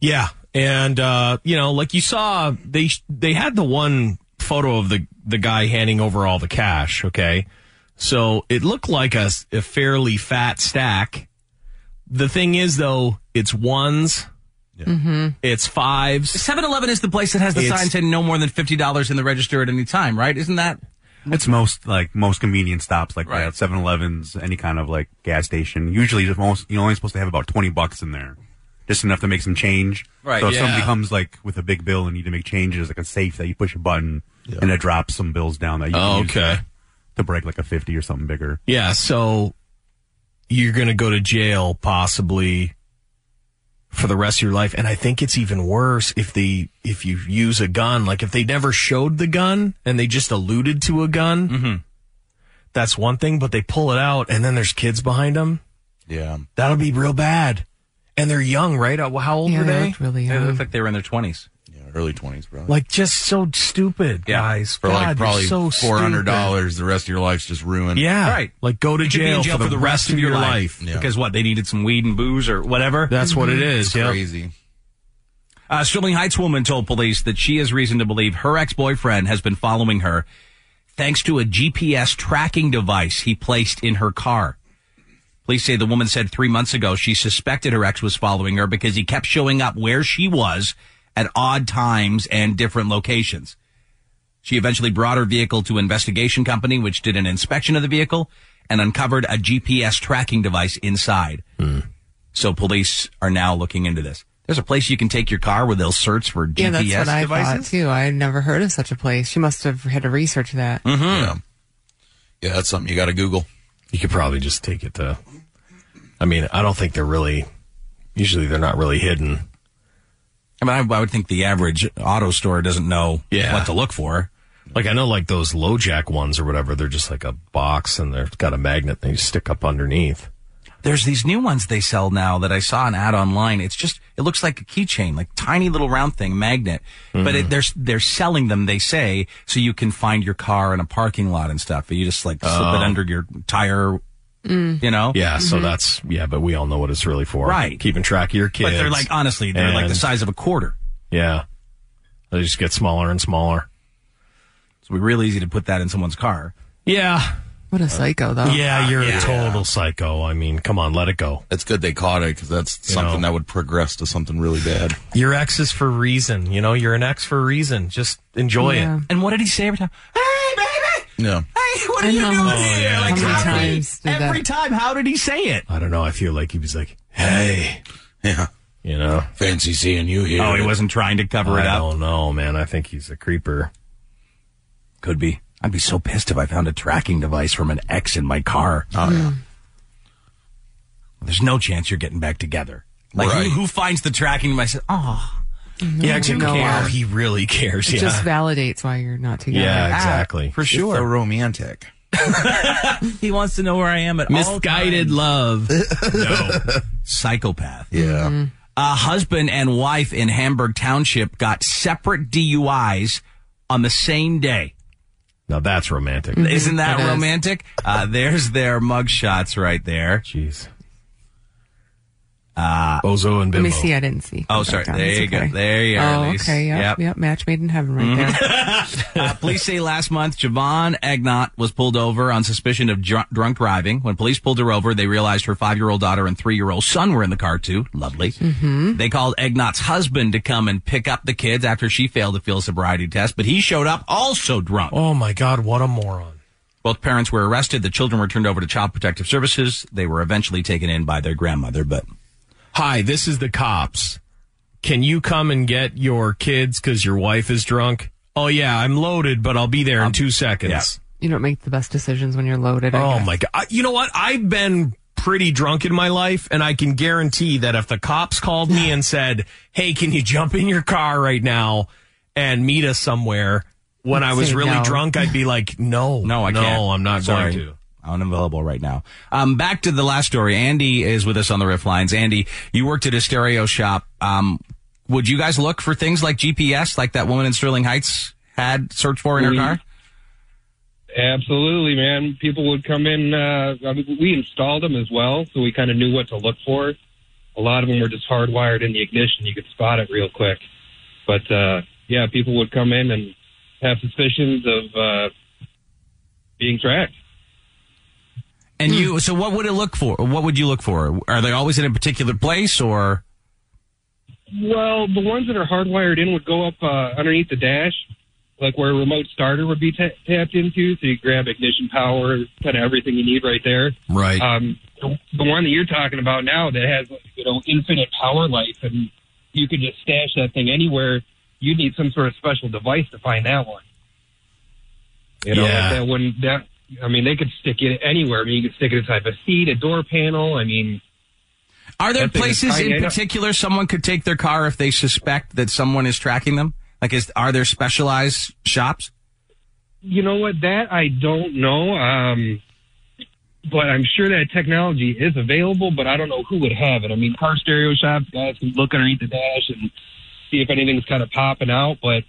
Speaker 6: Yeah, and uh, you know, like you saw, they they had the one photo of the the guy handing over all the cash. Okay, so it looked like a, s- a fairly fat stack. The thing is, though, it's ones,
Speaker 2: Mm-hmm.
Speaker 6: it's fives.
Speaker 2: 7 Eleven is the place that has the
Speaker 6: It's-
Speaker 2: sign saying no more than $50 in the register at any time, right? Isn't that?
Speaker 9: It's most like most convenience stops like that, 7-Elevens, any kind of like gas station. Usually, the most you're only supposed to have about twenty bucks in there, just enough to make some change.
Speaker 2: Right,
Speaker 9: So if
Speaker 2: yeah.
Speaker 9: somebody comes like with a big bill and need to make changes, like a safe that you push a button and it drops some bills down that you
Speaker 6: Oh,
Speaker 9: can use
Speaker 6: okay.
Speaker 9: to- to break like a fifty or something bigger.
Speaker 6: Yeah, so you're going to go to jail possibly for the rest of your life and I think it's even worse if they if you use a gun, like if they never showed the gun and they just alluded to a gun. That's one thing, but they pull it out and then there's kids behind them.
Speaker 8: Yeah.
Speaker 6: That'll be real bad. And they're young, right? Uh, How old were they?
Speaker 2: They looked like they were in their 20s.
Speaker 8: Yeah, early 20s, bro.
Speaker 6: Like just so stupid, guys.
Speaker 8: For
Speaker 6: God,
Speaker 8: like probably
Speaker 6: you're so
Speaker 8: four hundred
Speaker 6: stupid.
Speaker 8: dollars, the rest of your life's just ruined.
Speaker 6: Yeah. Like go to
Speaker 2: You could be
Speaker 6: jail,
Speaker 2: in jail for, the rest, of your life.
Speaker 8: Yeah.
Speaker 2: Because what? They needed some weed and booze or whatever? Mm-hmm.
Speaker 6: That's what it is.
Speaker 2: It's
Speaker 6: yep.
Speaker 8: Crazy.
Speaker 2: A Sterling Heights woman told police that she has reason to believe her ex boyfriend has been following her thanks to a GPS tracking device he placed in her car. Police say the woman said three months ago she suspected her ex was following her because he kept showing up where she was at odd times and different locations. She eventually brought her vehicle to investigation company, which did an inspection of the vehicle and uncovered a GPS tracking device inside.
Speaker 10: Mm.
Speaker 2: So police are now looking into this. There's a place you can take your car where they'll search for
Speaker 7: yeah,
Speaker 2: GPS
Speaker 7: that's what I
Speaker 2: devices.
Speaker 7: thought too. I had never heard of such a place. She must have had to research that.
Speaker 2: Mm-hmm.
Speaker 8: Yeah. Yeah, that's something you got to Google.
Speaker 6: You could probably just take it to. I mean, I don't think they're really. Usually, they're not really hidden.
Speaker 2: I mean, I, I would think the average auto store doesn't know what to look for.
Speaker 6: Like I know, like those low jack ones or whatever. They're just like a box, and they've got a magnet that you stick up underneath.
Speaker 2: There's these new ones they sell now that I saw an ad online. It's just it looks like a keychain, like tiny little round thing, magnet. But
Speaker 7: Mm-hmm.
Speaker 2: it, they're they're selling them. They say so you can find your car in a parking lot and stuff. But you just like slip
Speaker 6: Oh.
Speaker 2: it under your tire.
Speaker 7: Mm.
Speaker 2: You know?
Speaker 6: Yeah. So
Speaker 7: Mm-hmm.
Speaker 2: Mhm.
Speaker 6: that's yeah, but we all know what it's really for,
Speaker 2: Right.
Speaker 6: Keeping track of your kids.
Speaker 2: But they're like honestly, they're like the
Speaker 6: and-
Speaker 2: size of a quarter.
Speaker 6: Yeah. They just get smaller and smaller.
Speaker 2: It's real easy to put that in someone's car. Uh,
Speaker 6: Yeah.
Speaker 7: What a psycho, though.
Speaker 6: Yeah, you're a total psycho. I mean, come on, let it go.
Speaker 8: It's good they caught it because that's
Speaker 6: You
Speaker 8: something
Speaker 6: know.
Speaker 8: that would progress to something really bad.
Speaker 6: Your ex is for a reason. You know, you're an ex for a reason. Just enjoy
Speaker 8: Yeah.
Speaker 6: it.
Speaker 2: And what did he say every time? Oh,
Speaker 8: Yeah.
Speaker 2: Hey, what
Speaker 7: are you
Speaker 6: doing here? Like,
Speaker 7: how many
Speaker 6: how did he-
Speaker 7: times did that?
Speaker 2: every time, how did he say it?
Speaker 6: I don't know. I feel like he was like, hey.
Speaker 8: Yeah.
Speaker 6: You know?
Speaker 8: Fancy seeing you here.
Speaker 2: Oh, he wasn't trying to cover it
Speaker 6: I
Speaker 2: up.
Speaker 6: don't know, man. I think he's a creeper.
Speaker 2: Could be. I'd be so pissed if I found a tracking device from an ex in my car. Oh, yeah. There's no chance you're getting back together. Like, who-
Speaker 6: Right.
Speaker 2: who, finds the tracking device? Oh,
Speaker 6: Yeah, except
Speaker 7: No.
Speaker 2: uh,
Speaker 6: wow, he really cares.
Speaker 7: It
Speaker 6: Yeah.
Speaker 7: just validates why you're not together.
Speaker 6: Yeah, exactly.
Speaker 8: It's so romantic.
Speaker 16: he wants to know where I am at
Speaker 6: Misguided love.
Speaker 2: no. Psychopath.
Speaker 8: Yeah.
Speaker 7: Mm-hmm.
Speaker 2: A husband and wife in Hamburg Township got separate DUIs on the same day. Mm-hmm.
Speaker 6: Now that's romantic.
Speaker 2: Isn't that
Speaker 6: It is.
Speaker 2: romantic? Uh, there's their mugshots right there. Jeez. Uh,
Speaker 6: Bozo and
Speaker 7: Let me see. I didn't see.
Speaker 2: Oh, sorry.
Speaker 7: Down.
Speaker 2: There
Speaker 7: It's
Speaker 2: you go. There you are,
Speaker 7: Oh,
Speaker 2: Elise.
Speaker 7: okay. Yep,
Speaker 2: Yep.
Speaker 7: yep. Match made in heaven
Speaker 6: Mm-hmm.
Speaker 7: right there.
Speaker 2: Uh, police say last month Javon Egnot was pulled over on suspicion of dr- drunk driving. When police pulled her over, they realized her five-year-old daughter and three-year-old son were in the car too. Lovely.
Speaker 17: Hmm.
Speaker 2: Mm-hmm. They called Egnot's husband to come and pick up the kids after she failed the field sobriety test, but he showed up also drunk.
Speaker 6: Oh my God, what a moron.
Speaker 2: Both parents were arrested. The children were turned over to Child Protective Services. They were eventually taken in by their grandmother, but
Speaker 6: Hi, this is the cops. Can you come and get your kids because your wife is drunk? Oh yeah, I'm loaded, but I'll be there in two seconds.
Speaker 7: You don't make the best decisions when you're loaded. I
Speaker 6: Oh
Speaker 7: guess.
Speaker 6: my God. I- You know what? I've been pretty drunk in my life and I can guarantee that if the cops called me and said, Hey, can you jump in your car right now and meet us somewhere? When I was
Speaker 2: Say
Speaker 6: really
Speaker 2: no.
Speaker 6: drunk, I'd be like, no,
Speaker 2: No, I can't.
Speaker 6: No, I'm not
Speaker 2: Sorry.
Speaker 6: going to.
Speaker 2: I'm available right now. Um, back to the last story. Andy is with us on the riff lines. Andy, you worked at a stereo shop. Um, would you guys look for things like GPS, like that woman in Sterling Heights had searched for in her
Speaker 18: We-
Speaker 2: car?
Speaker 18: Absolutely, man. People would come in. Uh, I mean, we installed them as well, so we kind of knew what to look for. A lot of them were just hardwired in the ignition. You could spot it real quick. But uh, yeah, people would come in and have suspicions of uh, being tracked. Hmm.
Speaker 2: And you, so what would it look for? What would you look for? Are they always in a particular place or?
Speaker 18: Well, the ones that are hardwired in would go up uh, underneath the dash, like where a remote starter would be ta tapped into. So you grab ignition power, kind of everything you need right there.
Speaker 4: Right.
Speaker 18: Um, the, the one that you're talking about now that has you know infinite power life, and you could just stash that thing anywhere. You'd need some sort of special device to find that one. You know,
Speaker 4: Yeah.
Speaker 18: that one that I mean, they could stick it anywhere. I mean, you could stick it inside a seat, a door panel. I mean,
Speaker 2: Are there
Speaker 18: that thing is
Speaker 2: places
Speaker 18: tiny. I
Speaker 2: in
Speaker 18: don't-
Speaker 2: particular someone could take their car if they suspect that someone is tracking them? Like, is, are there specialized shops?
Speaker 18: You know what? That I don't know. Um, but I'm sure that technology is available, but I don't know who would have it. I mean, car stereo shops, guys can look underneath the dash and see if anything's kind of popping out. But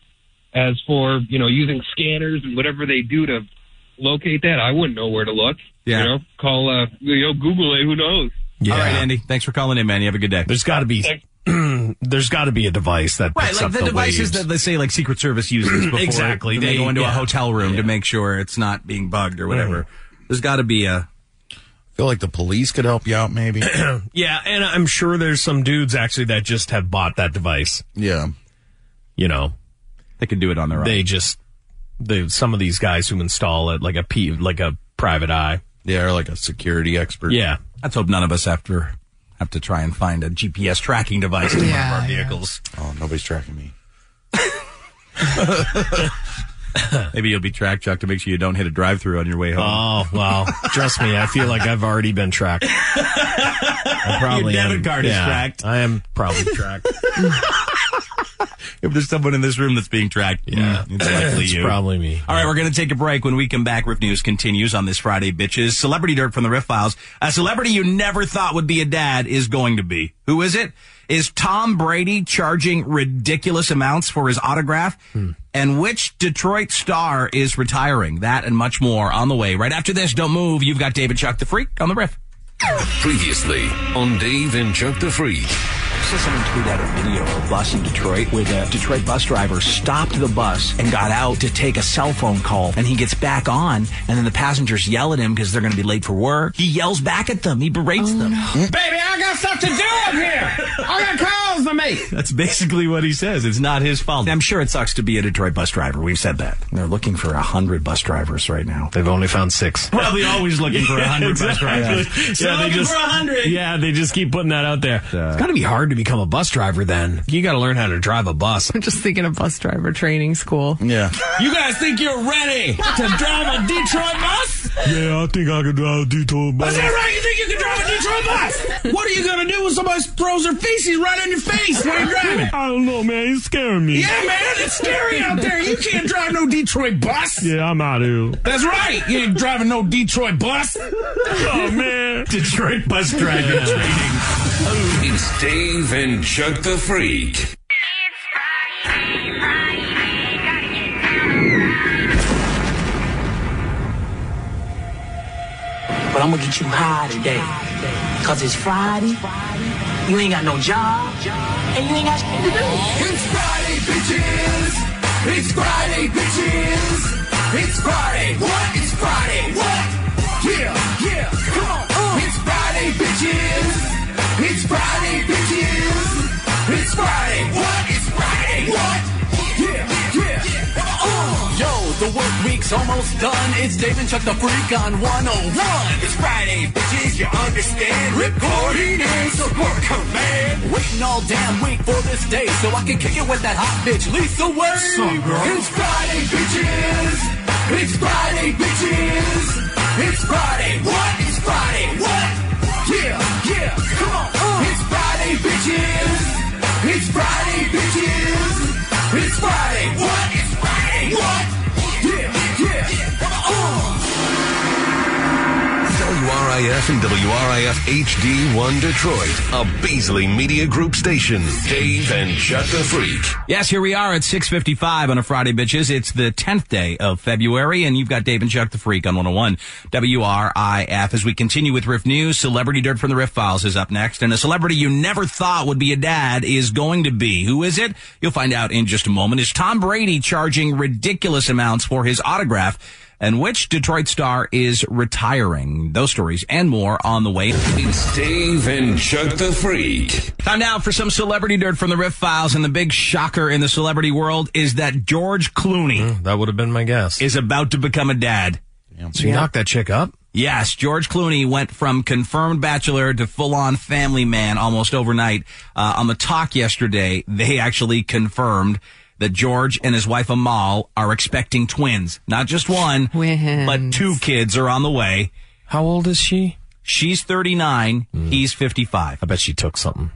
Speaker 18: as for, you know, using scanners and whatever they do to locate that, I wouldn't know where to look.
Speaker 2: Yeah.
Speaker 18: You know, call, uh, you know, Google it. Who knows?
Speaker 2: All right, Andy. Thanks for calling in, man. You have a good day.
Speaker 6: There's got to be there's got to be a device that
Speaker 2: right,
Speaker 6: picks
Speaker 2: like
Speaker 6: up
Speaker 2: the,
Speaker 6: the
Speaker 2: devices
Speaker 6: waves.
Speaker 2: that they say like Secret Service uses before
Speaker 6: Exactly.
Speaker 2: when they,
Speaker 6: They-
Speaker 2: go into a
Speaker 6: yeah. Mm.
Speaker 2: hotel room to make sure it's not being bugged or whatever. There's got to be a.
Speaker 8: I feel like the police could help you out, maybe.
Speaker 6: yeah, and I'm sure there's some dudes actually that just have bought that device.
Speaker 8: Yeah.
Speaker 6: You know,
Speaker 2: they can do it on their own.
Speaker 6: They just they some of these guys who install it like a p like a private eye.
Speaker 8: Yeah, or like a security expert.
Speaker 6: Yeah.
Speaker 2: Let's hope none of us after have to try and find a GPS tracking device in one of our vehicles.
Speaker 8: Oh, nobody's tracking me.
Speaker 2: Maybe you'll be tracked, Chuck, to make sure you don't hit a drive-through on your way home.
Speaker 6: Oh wow! Trust me, I feel like I've already been tracked. I probably
Speaker 2: Your debit
Speaker 6: am,
Speaker 2: card is
Speaker 6: yeah,
Speaker 2: tracked.
Speaker 6: I am probably tracked.
Speaker 2: if there's someone in this room that's being tracked, yeah, it's likely
Speaker 6: It's
Speaker 2: you.
Speaker 6: probably me.
Speaker 2: All right, we're going to take a break. When we come back, Riff News continues on this Friday, bitches. Celebrity dirt from the Riff Files. A celebrity you never thought would be a dad is going to be. Who is it? Is Tom Brady charging ridiculous amounts for his autograph?
Speaker 6: Hmm.
Speaker 2: And which Detroit star is retiring? That and much more on the way. Right after this, don't move. You've got David Chuck the Freak on the Riff.
Speaker 1: Previously on Dave and Chuck the Freak.
Speaker 2: Someone tweeted out a video of a bus in Detroit where the Detroit bus driver stopped the bus and got out to take a cell phone call. And he gets back on, and then the passengers yell at him because they're going to be late for work. He yells back at them. He berates them.
Speaker 4: Baby, I got stuff to do up here. I got calls to make.
Speaker 2: That's basically what he says. It's not his fault. I'm sure it sucks to be a Detroit bus driver. We've said that. They're looking for a hundred bus drivers right now.
Speaker 6: They've only found six.
Speaker 2: Probably always looking for a hundred bus drivers.
Speaker 6: Yeah, they just, Yeah, they just keep putting that out there. it's got to be hard to become a bus driver then. You got to learn how to drive a bus.
Speaker 7: I'm just thinking of bus driver training school.
Speaker 8: Yeah.
Speaker 6: You guys think you're ready to drive a Detroit bus?
Speaker 16: Yeah, I think I could drive a detour
Speaker 4: Is
Speaker 16: bus.
Speaker 4: that right? You think you can drive a Detroit bus? What are you gonna do when somebody throws their feces right in your face while you're driving?
Speaker 16: I don't know, man. He's scaring me.
Speaker 4: Yeah, man, it's scary out there. You can't drive no Detroit bus.
Speaker 16: Yeah, I'm out of here.
Speaker 4: That's right. You ain't driving no Detroit bus. Oh man, Detroit bus
Speaker 16: driver
Speaker 4: training.
Speaker 1: It's Dave and Chuck the Freak.
Speaker 3: But I'm gonna get you high today. Cause it's Friday. You ain't got no job. And you ain't got shit to do.
Speaker 4: It's Friday, bitches. It's Friday, bitches. It's Friday. What? It's Friday. What? Yeah, yeah. Come on.
Speaker 3: Uh.
Speaker 4: It's Friday, bitches. It's Friday, bitches. It's Friday. What? It's Friday. What? Yeah, yeah.
Speaker 19: Uh, yo, the work week's almost done. It's Dave and Chuck the Freak on 101. It's Friday, bitches, you understand. Recording is support command. Waiting all damn week for this day so I can kick it with that hot bitch, Lisa Wade.
Speaker 4: It's Friday, bitches. It's Friday, bitches. It's Friday. What? It's Friday. What? Yeah, yeah. Come on. It's Friday, bitches. It's Friday, bitches. It's Friday. What? It's Friday. What? Yeah, yeah. Come on.
Speaker 1: WRIF and WRIF HD1 Detroit, a Beasley Media Group station. Dave and Chuck the Freak.
Speaker 2: Yes, here we are at 6.55 on a Friday, bitches. It's the 10th day of February, and you've got Dave and Chuck the Freak on 101 WRIF. As we continue with Riff News, Celebrity Dirt from the Riff Files is up next, and a celebrity you never thought would be a dad is going to be. Who is it? You'll find out in just a moment. Is Tom Brady charging ridiculous amounts for his autograph? And which Detroit star is retiring? Those stories and more on the way.
Speaker 1: It's Dave and Chuck the Freak.
Speaker 2: Time now for some celebrity dirt from the Riff Files, and the big shocker in the celebrity world is that George Clooney. Hmm, that would have been my guess. Is about to become a dad.
Speaker 6: So you Yeah. knocked
Speaker 2: that chick up? Yes, George Clooney went from confirmed bachelor to full-on family man almost overnight. Uh, on the talk yesterday, they actually confirmed that George and his wife Amal are expecting twins. Not just one, but two kids are on the way. How old is she? She's 39, he's 55. I bet she took something.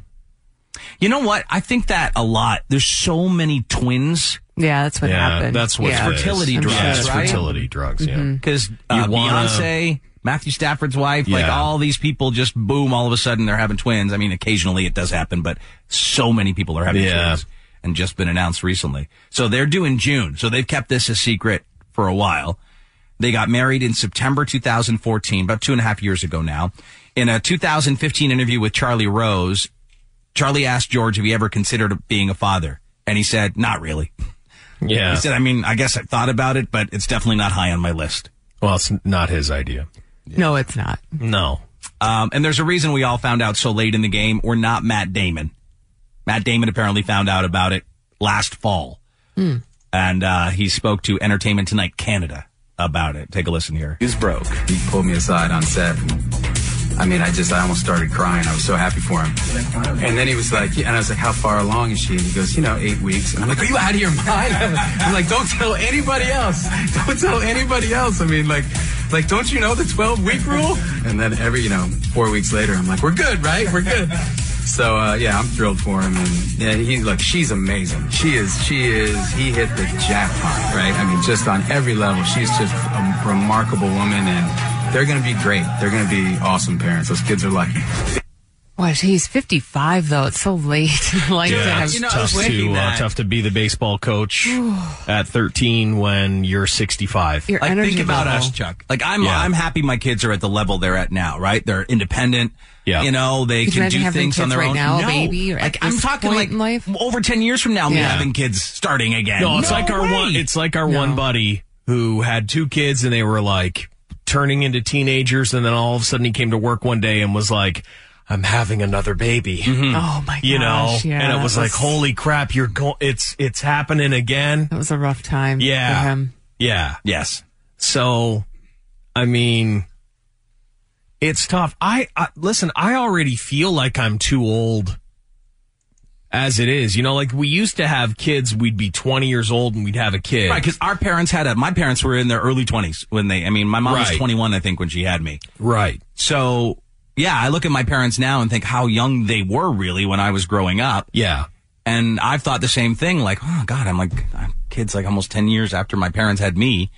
Speaker 2: You know what? I think that a lot. There's so many twins.
Speaker 7: Yeah, that's what happened. Yeah.
Speaker 2: fertility
Speaker 7: I'm
Speaker 2: drugs,
Speaker 7: sure.
Speaker 2: right?
Speaker 7: drugs, yeah. Mhm.
Speaker 2: Because uh,
Speaker 7: You wanna-
Speaker 2: Beyonce, Matthew Stafford's wife, like
Speaker 7: Yeah.
Speaker 2: all these people, just boom, all of a sudden they're having twins. I mean, occasionally it does happen, but so many people are having
Speaker 6: Yeah.
Speaker 2: twins, and just been announced recently. So they're due in June. So they've kept this a secret for a while. They got married in September 2014, about two and a half years ago now. In a 2015 interview with Charlie Rose, Charlie asked George if he ever considered being a father, and he said, "Not really."
Speaker 6: Yeah.
Speaker 2: He said, I mean, I guess I thought about it, but it's definitely not high on my list. Well, it's not his idea.
Speaker 7: No, it's not.
Speaker 2: No. Um, and there's a reason we all found out so late in the game. We're not Matt Damon. Matt Damon apparently found out about it last fall.
Speaker 4: Hmm.
Speaker 2: And uh, he spoke to Entertainment Tonight Canada about it. Take a listen here.
Speaker 20: He's broke. He pulled me aside on set. I mean, I just, I almost started crying. I was so happy for him. And then he was like, and I was like, how far along is she? And he goes, you know, eight weeks. And I'm like, are you out of your mind? I'm like, don't tell anybody else. Don't tell anybody else. I mean, like, like, don't you know the 12 week rule? And then every, you know, four weeks later, I'm like, we're good, right? We're good. So, uh, yeah, I'm thrilled for him. And yeah, he, look, she's amazing. She is, she is, he hit the jackpot, right? I mean, just on every level. She's just a remarkable woman and they're going to be great. They're going to be awesome parents. Those kids are lucky.
Speaker 7: Wow, he's 55 though. It's so late. in life to have
Speaker 6: it's tough to uh, tough to be the baseball coach at 13 when you're 65.
Speaker 7: Your
Speaker 2: like think about us, Chuck. Like I'm,
Speaker 6: Yeah.
Speaker 2: I'm happy my kids are at the level they're at now. Right? They're independent. Yeah. You know, they
Speaker 7: Could you
Speaker 2: can
Speaker 7: imagine
Speaker 2: do
Speaker 7: having
Speaker 2: things on
Speaker 7: kids
Speaker 2: their
Speaker 7: right
Speaker 2: own.
Speaker 7: now,
Speaker 2: no.
Speaker 7: baby, or at
Speaker 2: like I'm
Speaker 7: this
Speaker 2: talking
Speaker 7: point
Speaker 2: like over ten years from now, me
Speaker 6: Yeah.
Speaker 2: having kids starting again.
Speaker 6: No, it's like our
Speaker 2: way.
Speaker 6: one. It's like our one buddy who had two kids, and they were like turning into teenagers, and then all of a sudden he came to work one day and was like, "I'm having another baby."
Speaker 7: Oh my
Speaker 6: You know,
Speaker 7: gosh, yeah,
Speaker 6: and it
Speaker 7: that
Speaker 6: was, like,
Speaker 7: was-
Speaker 6: "Holy crap! You're going. It's it's happening again."
Speaker 7: That was a rough time.
Speaker 6: Yeah.
Speaker 7: For him.
Speaker 6: Yeah.
Speaker 2: Yes.
Speaker 6: So, I mean, it's tough. I, I listen. I already feel like I'm too old as it is. You know, like we used to have kids, we'd be 20 years old and we'd have a kid.
Speaker 2: Right, because our parents had a. My parents were in their early twenties when they. I mean, my mom was
Speaker 6: Right.
Speaker 2: twenty one, I think, when she had me.
Speaker 6: Right.
Speaker 2: So yeah, I look at my parents now and think how young they were really when I was growing up.
Speaker 6: Yeah.
Speaker 2: And I've thought the same thing. Like, oh God, I'm like, I'm kids like almost ten years after my parents had me.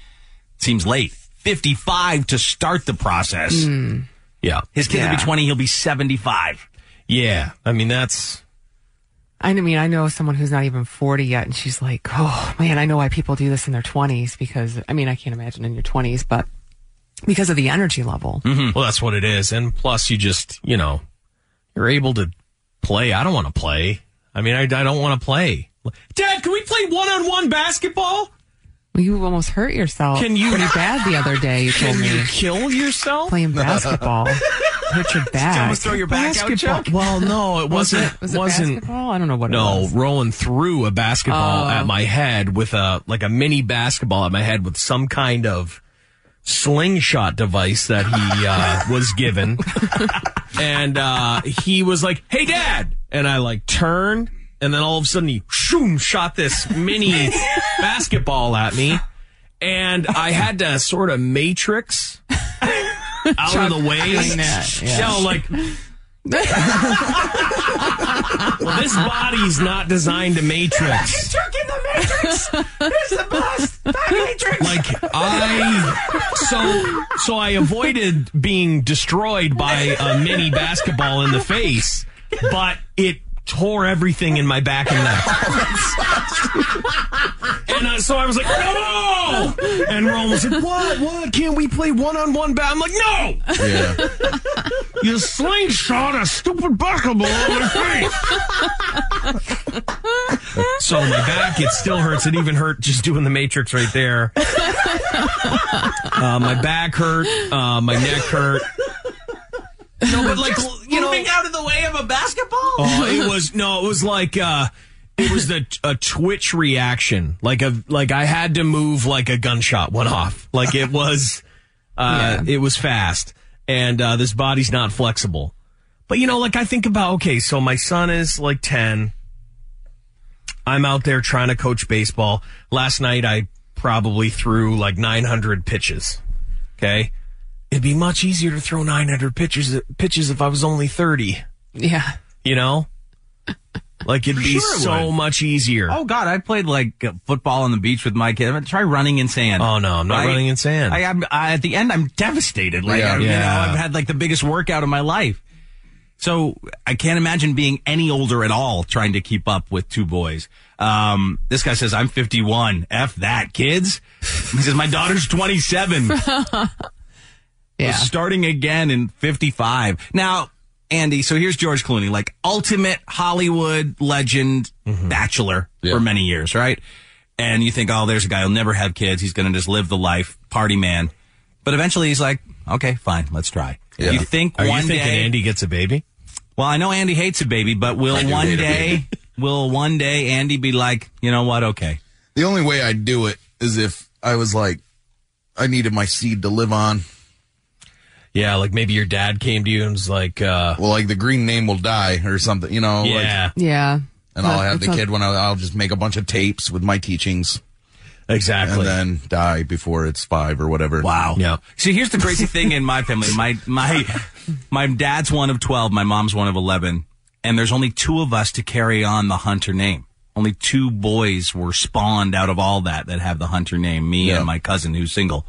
Speaker 2: Seems late. Fifty five to start the process.
Speaker 7: Hmm.
Speaker 6: Mm. Yeah.
Speaker 2: His kid will be
Speaker 6: Yeah.
Speaker 2: twenty. He'll be seventy five.
Speaker 6: Yeah. I mean, that's.
Speaker 7: I mean, I know someone who's not even 40 yet, and she's like, oh, man, I know why people do this in their 20s because, I mean, I can't imagine in your 20s, but because of the energy level.
Speaker 2: Mm-hmm.
Speaker 6: Well, that's what it is. And plus, you just, you know, you're able to play. I don't want to play. I mean, I, I don't want to play. Dad, can we play one on one basketball?
Speaker 7: Well, you almost hurt yourself
Speaker 6: Can you-
Speaker 7: pretty bad the other day, you told
Speaker 6: Can
Speaker 7: me.
Speaker 6: you kill yourself?
Speaker 7: Playing basketball. hurt your back.
Speaker 6: almost throw your back out, Chuck? Well, no, it
Speaker 7: Was
Speaker 6: wasn't-
Speaker 7: Was it
Speaker 6: wasn't-
Speaker 7: basketball? I don't know what it
Speaker 6: no,
Speaker 7: was.
Speaker 6: Rowan threw a basketball
Speaker 7: Oh.
Speaker 6: at my head with a like a mini basketball at my head with some kind of slingshot device that he uh, was given, and uh, he was like, "Hey, Dad!" and I like turn, and then all of a sudden he shoom shot this mini basketball at me, and I had to sort of matrix out
Speaker 4: Chuck,
Speaker 6: of the way.
Speaker 4: doing that, yeah.
Speaker 6: So, like well, this body's not designed to matrix.
Speaker 4: in the Matrix. It's the best. Matrix.
Speaker 6: Like I so so I avoided being destroyed by a mini basketball in the face, but it tore everything in my back and neck. And uh, so I was like, "No!" And Rome was like, "What? What? Can't we play one-on-one?" Ba-? I'm like, "No!"
Speaker 4: Yeah.
Speaker 6: You slingshot a stupid basketball on my face. so my back, it still hurts. It even hurt just doing the matrix right there. Uh, my back hurt. Uh, my neck hurt. No, but like you know,
Speaker 2: out of the way of a basketball.
Speaker 6: Oh, it was no, it was like uh it was the a twitch reaction. Like a like I had to move like a gunshot went off. Like it was uh it was fast. And uh this body's not flexible. But you know, like I think about okay, so my son is like 10. I'm out there trying to coach baseball. Last night I probably threw like 900 pitches. Okay? It'd be much easier to throw 900 pitches pitches if I was only 30
Speaker 7: Yeah.
Speaker 6: you know like it'd be
Speaker 2: Sure it
Speaker 6: so
Speaker 2: would.
Speaker 6: much easier
Speaker 2: Oh God, I played like uh, football on the beach with my kid. I'm gonna Try running in sand. Oh
Speaker 6: no, I'm not running in sand.
Speaker 2: I, I'm, I, at the end, I'm devastated. Like
Speaker 6: Yeah.
Speaker 2: I, you
Speaker 6: Yeah.
Speaker 2: know, I've had like the biggest workout of my life. So I can't imagine being any older at all trying to keep up with two boys. Um, this guy says I'm 51. F that, kids. He says my daughter's 27.
Speaker 7: Yeah.
Speaker 2: Starting again in 55. Now, Andy, so here's George Clooney, like ultimate Hollywood legend
Speaker 6: Mm-hmm.
Speaker 2: bachelor for many years, right? And you think, oh, there's a guy who'll never have kids. He's going to just live the life, party man. But eventually he's like, okay, fine, let's try.
Speaker 6: Yeah.
Speaker 2: You think
Speaker 6: Are you
Speaker 2: one
Speaker 6: thinking
Speaker 2: day.
Speaker 6: Andy gets a baby?
Speaker 2: Well, I know Andy hates a baby, but will
Speaker 8: I do hate
Speaker 2: one
Speaker 8: a
Speaker 2: day,
Speaker 8: baby.
Speaker 2: will one day Andy be like, you know what? Okay.
Speaker 8: The only way I'd do it is if I was like, I needed my seed to live on.
Speaker 6: Yeah, like maybe your dad came to you and was like, uh,
Speaker 8: "Well, like the green name will die" or something, you know?
Speaker 6: Yeah.
Speaker 8: Like,
Speaker 7: Yeah.
Speaker 8: and I'll have the
Speaker 7: That's a-
Speaker 8: kid when I, I'll just make a bunch of tapes with my teachings,
Speaker 6: exactly,
Speaker 8: and then die before it's five or whatever.
Speaker 2: Wow.
Speaker 6: Yeah.
Speaker 2: See, here's the crazy thing in my family. My my my dad's one of twelve. My mom's one of eleven, and there's only two of us to carry on the hunter name. Only two boys were spawned out of all that that have the hunter name. Me
Speaker 8: Yeah.
Speaker 2: and my cousin who's single.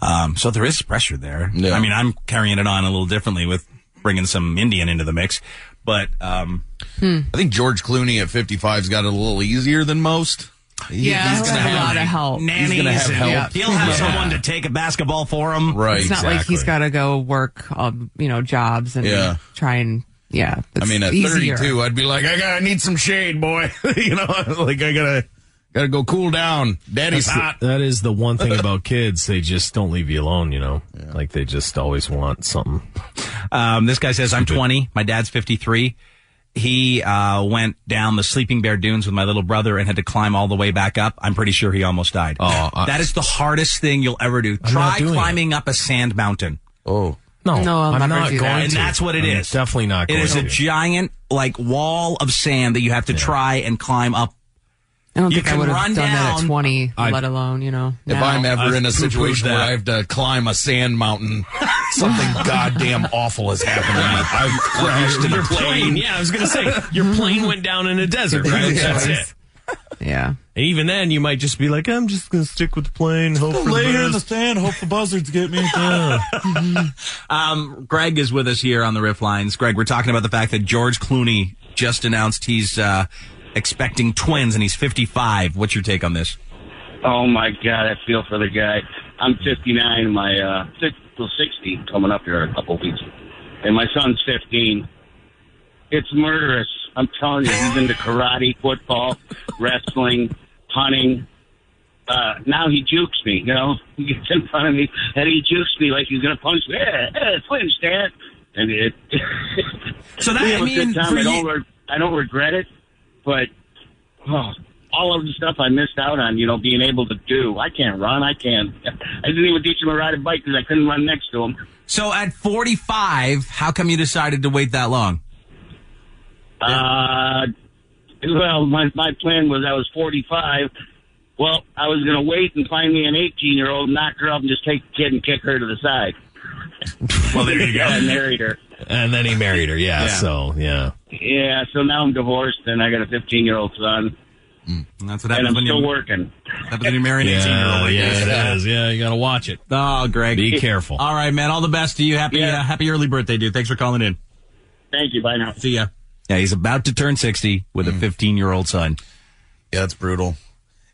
Speaker 2: Um, so there is pressure there.
Speaker 8: Yeah.
Speaker 2: I mean, I'm carrying it on a little differently with bringing some Indian into the mix, but um,
Speaker 7: Hmm.
Speaker 8: I think George Clooney at 55's got it a little easier than most. He-
Speaker 7: Yeah,
Speaker 8: he's
Speaker 7: he'll
Speaker 8: gonna
Speaker 7: have a
Speaker 8: have
Speaker 7: lot of help.
Speaker 8: He's gonna
Speaker 2: nannies
Speaker 8: have
Speaker 2: and-
Speaker 8: help.
Speaker 2: yeah, He'll have
Speaker 7: Yeah.
Speaker 2: someone to take a basketball for him.
Speaker 8: Right.
Speaker 7: It's not like he's got to go work, um, you know, jobs and
Speaker 8: Yeah.
Speaker 7: try and, yeah.
Speaker 8: I
Speaker 7: it's
Speaker 8: mean, at
Speaker 7: easier.
Speaker 8: 32, I'd be like, I got, to need some shade, boy. you know, like I gotta, gotta go cool down. Daddy's
Speaker 6: That's the-
Speaker 8: hot.
Speaker 6: that is the one thing about kids. They just don't leave you alone, you know? Like they just always want something.
Speaker 2: Um, this guy says, I'm 20. My dad's 53. He uh, went down the Sleeping Bear Dunes with my little brother and had to climb all the way back up. I'm pretty sure he almost died.
Speaker 6: Oh, I-
Speaker 2: that is the hardest thing you'll ever do.
Speaker 6: I'm
Speaker 2: Try
Speaker 6: not doing
Speaker 2: climbing up a sand mountain.
Speaker 8: Oh.
Speaker 6: No,
Speaker 2: No, I'll
Speaker 6: I'm
Speaker 2: never
Speaker 6: not
Speaker 2: do that.
Speaker 6: going to.
Speaker 2: And that's what it
Speaker 6: it is.
Speaker 2: is.
Speaker 6: Definitely not
Speaker 2: It
Speaker 6: going
Speaker 2: is
Speaker 6: to.
Speaker 2: a giant like wall of sand that you have to try and climb up.
Speaker 7: I don't
Speaker 2: You
Speaker 7: think I
Speaker 2: can
Speaker 7: would have
Speaker 2: run
Speaker 7: done that
Speaker 2: down-
Speaker 7: at 20,
Speaker 2: I-
Speaker 7: let alone, you know.
Speaker 8: If
Speaker 7: now.
Speaker 8: I'm ever in a
Speaker 6: I've poo-pooed
Speaker 8: situation where
Speaker 6: that.
Speaker 8: I have to climb a sand mountain, something goddamn awful has happened to me. I've crashed in
Speaker 6: your
Speaker 8: a plane.
Speaker 6: Yeah, I was going to say your plane went down in a desert. Right?
Speaker 8: Yeah.
Speaker 6: That's it.
Speaker 7: Yeah.
Speaker 6: And even then, you might just be like, I'm just going to stick with the plane. Hope for
Speaker 16: Lay here in
Speaker 6: the
Speaker 16: the
Speaker 6: best.
Speaker 16: sand, hope the buzzards get me.
Speaker 2: Um, Greg is with us here on the Riff Lines. Greg, we're talking about the fact that George Clooney just announced he's uh, expecting twins and he's 55. What's your take on this?
Speaker 21: Oh my God, I feel for the guy. I'm 59. My uh, six till 60 coming up here in a couple weeks, and my son's 15. It's murderous. I'm telling you, he's into karate, football, wrestling, hunting. Uh, now he jukes me. You know, he gets in front of me and he jukes me like he's gonna punch me. Yeah, yeah, twins, Dad. And it.
Speaker 2: so that
Speaker 21: we have
Speaker 2: I
Speaker 21: a
Speaker 2: mean,
Speaker 21: good time.
Speaker 2: for
Speaker 21: I don't,
Speaker 2: ye-
Speaker 21: re- I don't regret it, but oh, all of the stuff I missed out on, you know, being able to do. I can't run. I can't. I didn't even teach him to ride a bike because I couldn't run next to him.
Speaker 2: So at 45, how come you decided to wait that long?
Speaker 21: Uh, well, my, my plan was I was 45. Well, I was going to wait and find me an 18 year old, knock her up, and just take the kid and kick her to the side.
Speaker 6: Well, there you go.
Speaker 21: I married her.
Speaker 6: And then he married her. Yeah.
Speaker 21: Yeah.
Speaker 6: So, yeah.
Speaker 21: Yeah, so now I'm divorced and I got a 15 year old son.
Speaker 2: That's
Speaker 21: Mm. and I'm still working.
Speaker 2: Happens when you marry an
Speaker 6: Yeah,
Speaker 2: 18 year old.
Speaker 6: yeah, it is. Yeah, you got to watch it.
Speaker 2: Oh, Greg.
Speaker 6: Be careful.
Speaker 2: All right, man. All the best to you. Happy uh, happy early birthday, dude. Thanks for calling in.
Speaker 21: Thank you. Bye now.
Speaker 2: See ya. Yeah, he's about to turn 60 with a 15 year old son.
Speaker 8: Mm. Yeah, that's brutal.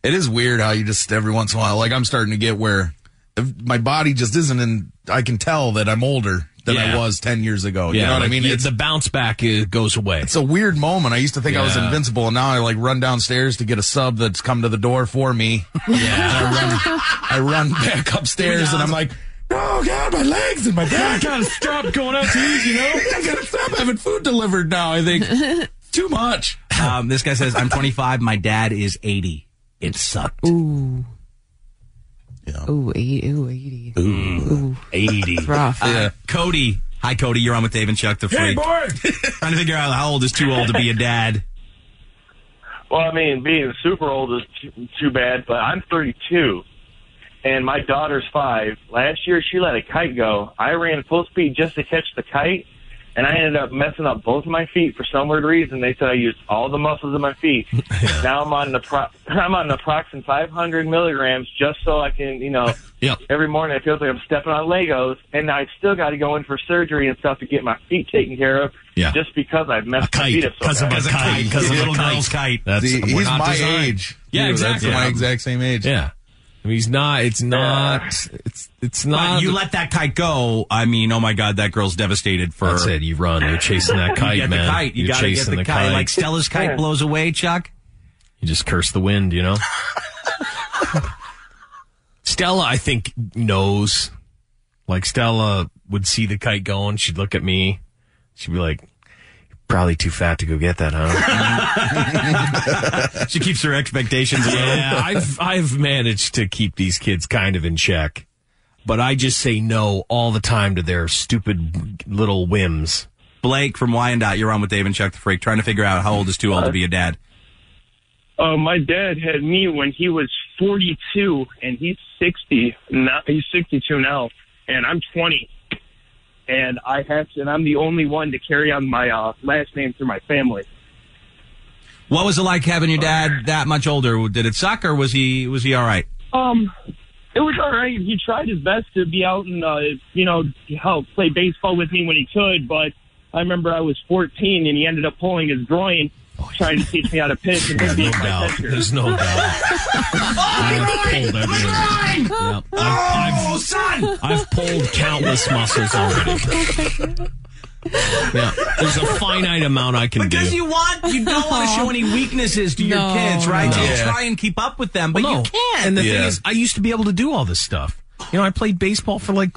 Speaker 8: It is weird how you just every once in a while, like I'm starting to get where if my body just isn't in. I can tell that I'm older than
Speaker 6: Yeah.
Speaker 8: I was ten years ago. Oh, you know what I
Speaker 6: like,
Speaker 8: mean?
Speaker 6: you-
Speaker 8: It's
Speaker 6: the bounce back is, goes away.
Speaker 8: it's a weird moment. I used to think I was
Speaker 6: Yeah.
Speaker 8: invincible, and now I like run downstairs to get a sub that's come to the door for me. Yeah, I run, I run back upstairs, and I'm like, oh god, my legs and my back.
Speaker 6: gotta stop going out to eat. You know,
Speaker 8: I gotta stop having food delivered now. I think too much.
Speaker 2: Um, this guy says, I'm 25. My dad is 80. It sucked.
Speaker 7: Ooh. Ooh, eight, ooh, 80.
Speaker 2: Ooh. 80.
Speaker 7: It's rough.
Speaker 2: Uh, Cody. Hi, Cody. You're on with Dave and Chuck the Freak. Trying to figure out how old is too old to be a dad.
Speaker 22: Well, I mean, being super old is too, too bad, but I'm 32, and my daughter's five. Last year, she let a kite go. I ran full speed just to catch the kite, and I ended up messing up both of my feet for some weird reason. They said I used all the muscles in my feet. now I'm on the pro- I'm on naproxen 500 milligrams just so I can, you know, every morning it feels like I'm stepping on Legos, and I still got to go in for surgery and stuff to get my feet taken care of.
Speaker 6: Yeah.
Speaker 22: Just because I messed my feet up so
Speaker 6: Because of
Speaker 22: bad.
Speaker 6: a kite. Because of a little girl's kite. That's,
Speaker 8: See,
Speaker 6: we're
Speaker 8: he's
Speaker 6: not
Speaker 8: my
Speaker 6: designed.
Speaker 8: age.
Speaker 6: Yeah,
Speaker 8: too. That's
Speaker 6: exactly.
Speaker 8: my
Speaker 6: Yeah.
Speaker 8: exact same age.
Speaker 6: Yeah. I mean, he's not, it's not, it's, it's not.
Speaker 2: But you let that kite go. I mean, oh my God, that girl's devastated for.
Speaker 6: That's it. You run. You're chasing that kite,
Speaker 2: you get
Speaker 6: man.
Speaker 2: The kite. You
Speaker 6: You're
Speaker 2: gotta get
Speaker 6: chasing
Speaker 2: the,
Speaker 6: the
Speaker 2: kite.
Speaker 6: kite.
Speaker 2: Like Stella's kite blows away, Chuck.
Speaker 6: You just curse the wind, you know? Stella, I think, knows. Like, Stella would see the kite going. She'd look at me. She'd be like, You're probably too fat to go get that, huh?
Speaker 2: she keeps her expectations
Speaker 6: low.
Speaker 2: low.
Speaker 6: Yeah, I've, I've managed to keep these kids kind of in check, but I just say no all the time to their stupid little whims.
Speaker 2: Blake from Wyandotte, you're on with Dave and Chuck the Freak, trying to figure out how old is too old to be a dad.
Speaker 22: Uh, my dad had me when he was 42, and he's 60 now. He's 62 now, and I'm 20. And I have, to, and I'm the only one to carry on my uh, last name through my family.
Speaker 2: What was it like having your dad that much older? Did it suck, or was he was he all right?
Speaker 22: Um, it was all right. He tried his best to be out and uh, you know help play baseball with me when he could, but I remember I was 14 and he ended up pulling his groin trying to teach me how to pitch. And no doubt.
Speaker 6: There's no doubt.
Speaker 4: Oh, son!
Speaker 6: I've pulled countless muscles already. Yeah, there's a finite amount I can
Speaker 2: Because
Speaker 6: do.
Speaker 2: you want you don't want to show any weaknesses to your
Speaker 6: No,
Speaker 2: kids, right?
Speaker 6: no.
Speaker 2: You
Speaker 6: Yeah.
Speaker 2: try and keep up with them, but
Speaker 6: Well, no.
Speaker 2: you can't.
Speaker 6: And the thing is, I used to be able to do all this stuff. You know, I played baseball for like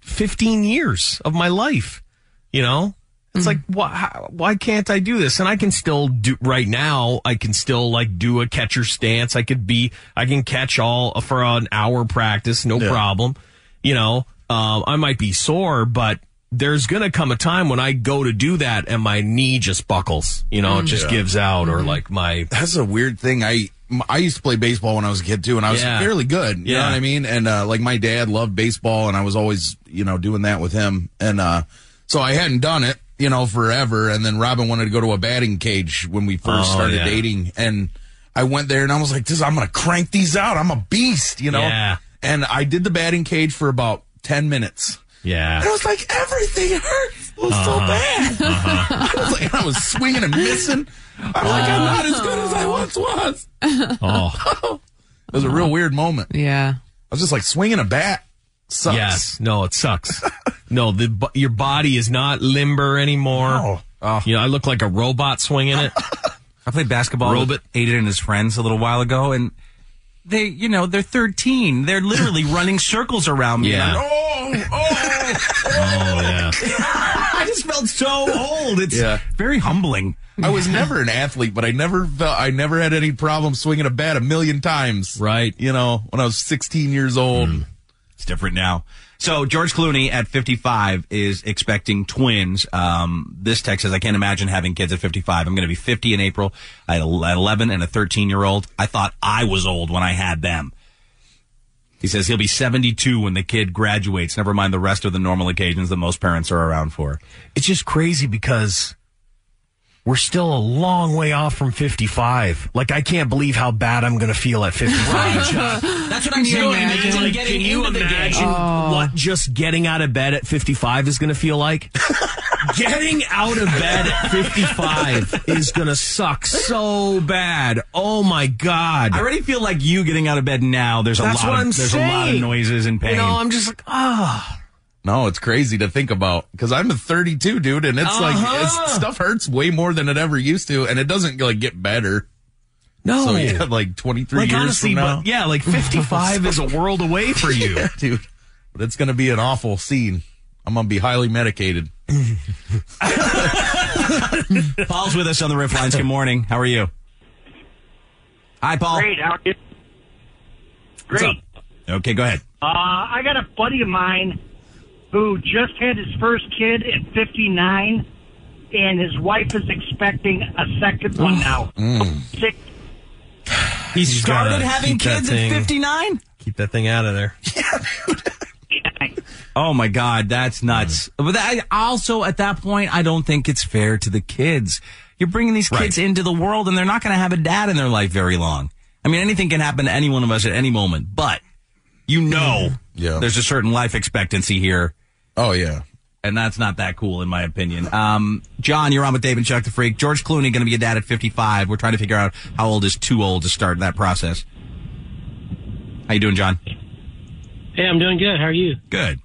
Speaker 6: 15 years of my life. You know,
Speaker 2: Hmm.
Speaker 6: it's like why how, why can't I do this? And I can still do right now. I can still like do a catcher stance. I could be I can catch all for an hour practice, no problem. You know, um, I might be sore, but there's going to come a time when I go to do that and my knee just buckles, you know, it just
Speaker 8: Yeah.
Speaker 6: gives out or like my.
Speaker 8: That's a weird thing. I m- I used to play baseball when I was a kid too, and I was
Speaker 6: Yeah.
Speaker 8: fairly good. You know
Speaker 6: Yeah.
Speaker 8: what I mean? And uh, like my dad loved baseball, and I was always you know doing that with him. And uh, so I hadn't done it you know forever. And then Robin wanted to go to a batting cage when we first
Speaker 6: Oh,
Speaker 8: started
Speaker 6: yeah.
Speaker 8: dating, and I went there and I was like, "This, I'm gonna crank these out. I'm a beast," you know.
Speaker 6: Yeah.
Speaker 8: And I did the batting cage for about ten minutes.
Speaker 6: Yeah.
Speaker 8: And I was like, everything hurts. It was so
Speaker 4: Uh-huh.
Speaker 8: bad. I was like, I was swinging and missing. I'm like, I'm not as good as I once was.
Speaker 6: Oh.
Speaker 8: it was a real weird moment.
Speaker 7: Yeah. I
Speaker 8: was just like swinging a bat. Sucks.
Speaker 6: Yes. No, it sucks. no, the bo- your body is not limber anymore. Oh. You know, I look like a robot swinging it.
Speaker 2: I played basketball
Speaker 6: Robot.
Speaker 2: with Aiden and his friends a little while ago, and they, you know, they're 13. They're literally running circles around me.
Speaker 4: Yeah.
Speaker 2: And I'm,
Speaker 8: Oh, oh,
Speaker 2: oh,
Speaker 6: yeah.
Speaker 2: I just felt so old. It's very humbling.
Speaker 8: I was never an athlete, but I never felt I never had any problem swinging a bat a million times.
Speaker 6: Right.
Speaker 8: You know, when I was 16 years old.
Speaker 2: Mm. It's different now. So George Clooney at 55 is expecting twins. Um, this text says, I can't imagine having kids at 55. I'm going to be 50 in April. I had a- an 11 and a 13 year old. I thought I was old when I had them. He says he'll be 72 when the kid graduates. Never mind the rest of the normal occasions that most parents are around for.
Speaker 6: It's just crazy because we're still a long way off from 55. Like, I can't believe how bad I'm going to feel at 55.
Speaker 2: That's what I'm
Speaker 6: Can you
Speaker 2: saying.
Speaker 6: imagine,
Speaker 2: Imagine
Speaker 6: like,
Speaker 2: getting
Speaker 6: can you
Speaker 2: into the game.
Speaker 6: imagine what just getting out of bed at 55 is going to feel like? getting out of bed at 55 is going to suck so bad. Oh my God.
Speaker 2: I already feel like you getting out of bed now. There's a
Speaker 6: That's
Speaker 2: lot
Speaker 6: what
Speaker 2: of,
Speaker 6: I'm
Speaker 2: there's a lot of
Speaker 6: saying.
Speaker 2: noises and pain.
Speaker 6: You know, I'm just like, ah.
Speaker 8: No, it's crazy to think about because I'm a 32 dude, and it's like
Speaker 6: Uh-huh.
Speaker 8: it's, stuff hurts way more than it ever used to, and it doesn't like get better.
Speaker 6: No.
Speaker 8: so yeah, like 23
Speaker 6: Like,
Speaker 8: years
Speaker 6: honestly,
Speaker 8: from now.
Speaker 6: but- yeah, like 55 is a world away for you,
Speaker 8: Yeah, dude. But it's gonna be an awful scene. I'm gonna be highly medicated.
Speaker 2: Paul's with us on the Riff Lines. Good morning. How are you? Hi, Paul.
Speaker 23: Great. How are you?
Speaker 2: What's
Speaker 23: Great.
Speaker 2: up? Okay, go ahead.
Speaker 23: Uh, I got a buddy of mine who just had his first kid at 59, and his wife is expecting a second one
Speaker 2: Oh.
Speaker 23: now.
Speaker 6: Mm.
Speaker 23: Six.
Speaker 6: He
Speaker 23: started having kids at
Speaker 2: 59?
Speaker 6: Keep that thing out of there.
Speaker 2: Oh my God, that's nuts. But that, I also, at that point, I don't think it's fair to the kids. You're bringing these kids into the world, and they're not going to have a dad in their life very long. I mean, anything can happen to any one of us at any moment, but you know,
Speaker 8: Yeah.
Speaker 2: there's a certain life expectancy here.
Speaker 8: Oh yeah.
Speaker 2: And that's not that cool, in my opinion. Um, John, you're on with Dave and Chuck the Freak. George Clooney going to be a dad at 55. We're trying to figure out how old is too old to start that process. How you doing, John?
Speaker 17: Hey, I'm doing good. How are you?
Speaker 2: Good.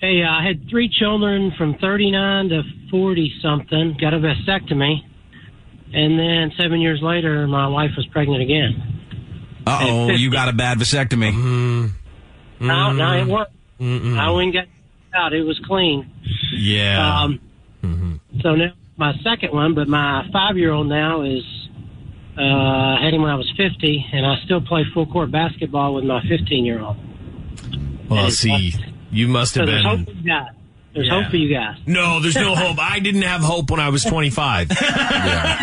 Speaker 17: Hey, uh, I had three children from 39 to 40 something. Got a vasectomy, and then seven years later, my wife was pregnant again.
Speaker 2: Uh oh, you got a bad vasectomy.
Speaker 6: Mm-hmm.
Speaker 17: No, no, it worked. I went and got out. It was clean.
Speaker 2: Yeah.
Speaker 17: Um,
Speaker 6: Mm-hmm.
Speaker 17: So now my second one, but my five-year-old now is. Uh, I had him when I was 50, and I still play full court basketball with my 15-year-old.
Speaker 6: Well, see, you must
Speaker 17: So
Speaker 6: have
Speaker 17: there's
Speaker 6: been.
Speaker 17: hope for you guys. There's
Speaker 6: Yeah.
Speaker 17: hope for you guys.
Speaker 6: No, there's no hope. I didn't have hope when I was 25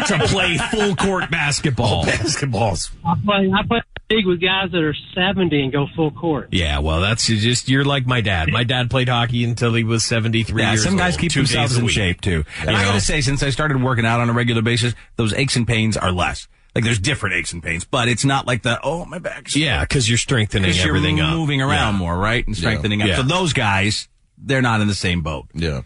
Speaker 6: to play full court basketball.
Speaker 8: basketballs.
Speaker 17: I play I play league with guys that are seventy and go full court.
Speaker 6: Yeah, well, that's just you're like my dad. My dad played hockey until he was 73
Speaker 2: Yeah,
Speaker 6: years
Speaker 2: some guys
Speaker 6: old,
Speaker 2: keep
Speaker 6: two days
Speaker 2: themselves
Speaker 6: a
Speaker 2: in
Speaker 6: week.
Speaker 2: shape too. And I
Speaker 6: You know?
Speaker 2: gotta say, since I started working out on a regular basis, those aches and pains are less. Like there's different aches and pains, but it's not like the oh my back's
Speaker 6: Yeah, because you're strengthening
Speaker 2: 'Cause you're
Speaker 6: everything up,
Speaker 2: moving around
Speaker 6: Yeah.
Speaker 2: more, right, and strengthening up.
Speaker 6: Yeah.
Speaker 2: So those guys, they're not in the same boat.
Speaker 8: Yeah.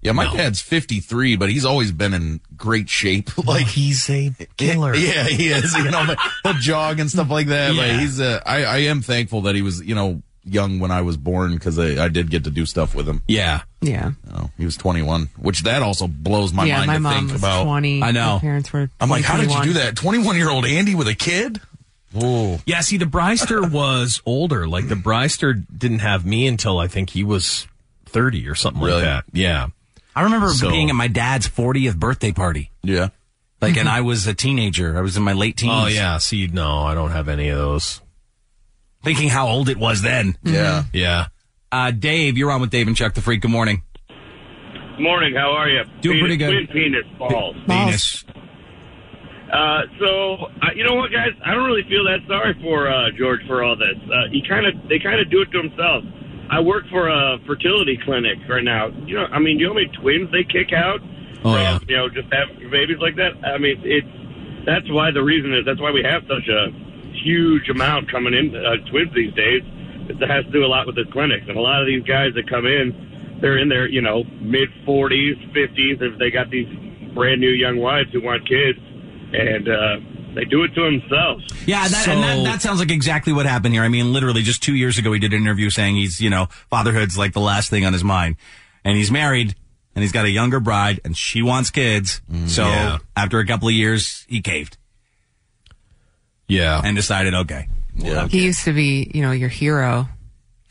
Speaker 8: Yeah, my dad's 53, but he's always been in great shape. Like
Speaker 6: he's a killer.
Speaker 8: Yeah, he is. You know, but he'll jog and stuff like that. But
Speaker 6: Yeah.
Speaker 8: he's. Uh, I I am thankful that he was you know young when I was born because I, I did get to do stuff with him.
Speaker 6: Yeah.
Speaker 7: Yeah.
Speaker 8: Oh, he was 21, which that also blows my mind
Speaker 7: yeah, my
Speaker 8: to
Speaker 7: mom
Speaker 8: think
Speaker 7: was
Speaker 8: about.
Speaker 7: 20. My parents were.
Speaker 8: I'm like, how did you
Speaker 7: 21.
Speaker 8: do that? 21 year old Andy with a kid. Oh.
Speaker 6: Yeah, see, the Bryster was older. Like, the Bryster didn't have me until I think he was 30 or something like that. Yeah.
Speaker 2: I remember
Speaker 6: So-
Speaker 2: being at my dad's 40th birthday party.
Speaker 8: Yeah.
Speaker 2: Like, and I was a teenager. I was in my late teens.
Speaker 6: Oh, yeah. See, no, I don't have any of those.
Speaker 2: Thinking how old it was then.
Speaker 8: Yeah.
Speaker 6: Yeah.
Speaker 2: Uh, Dave, you're on with Dave and Chuck the Freak. Good morning.
Speaker 11: Morning, how are you?
Speaker 2: Doing pretty good.
Speaker 11: Twin penis balls.
Speaker 2: Venus.
Speaker 11: Uh, so uh, you know what, guys? I don't really feel that sorry for uh, George for all this. Uh, he kind of they kind of do it to themselves. I work for a fertility clinic right now. You know, I mean, you know how many twins they kick out?
Speaker 2: Oh,
Speaker 11: from,
Speaker 2: yeah.
Speaker 11: You know, just having babies like that. I mean, it's that's why the reason is that's why we have such a huge amount coming in uh, twins these days. It has to do a lot with the clinics, and a lot of these guys that come in, they're in their you know mid forties, fifties, if they got these brand new young wives who want kids, and uh, they do it to themselves.
Speaker 2: Yeah, that, and that, that sounds like exactly what happened here. I mean, literally, just two years ago, he did an interview saying he's, you know, fatherhood's like the last thing on his mind. And he's married, and he's got a younger bride, and she wants kids. so
Speaker 6: Yeah.
Speaker 2: after a couple of years, he caved.
Speaker 8: Yeah.
Speaker 2: And decided, okay. Yeah.
Speaker 7: He used to be, you know, your hero,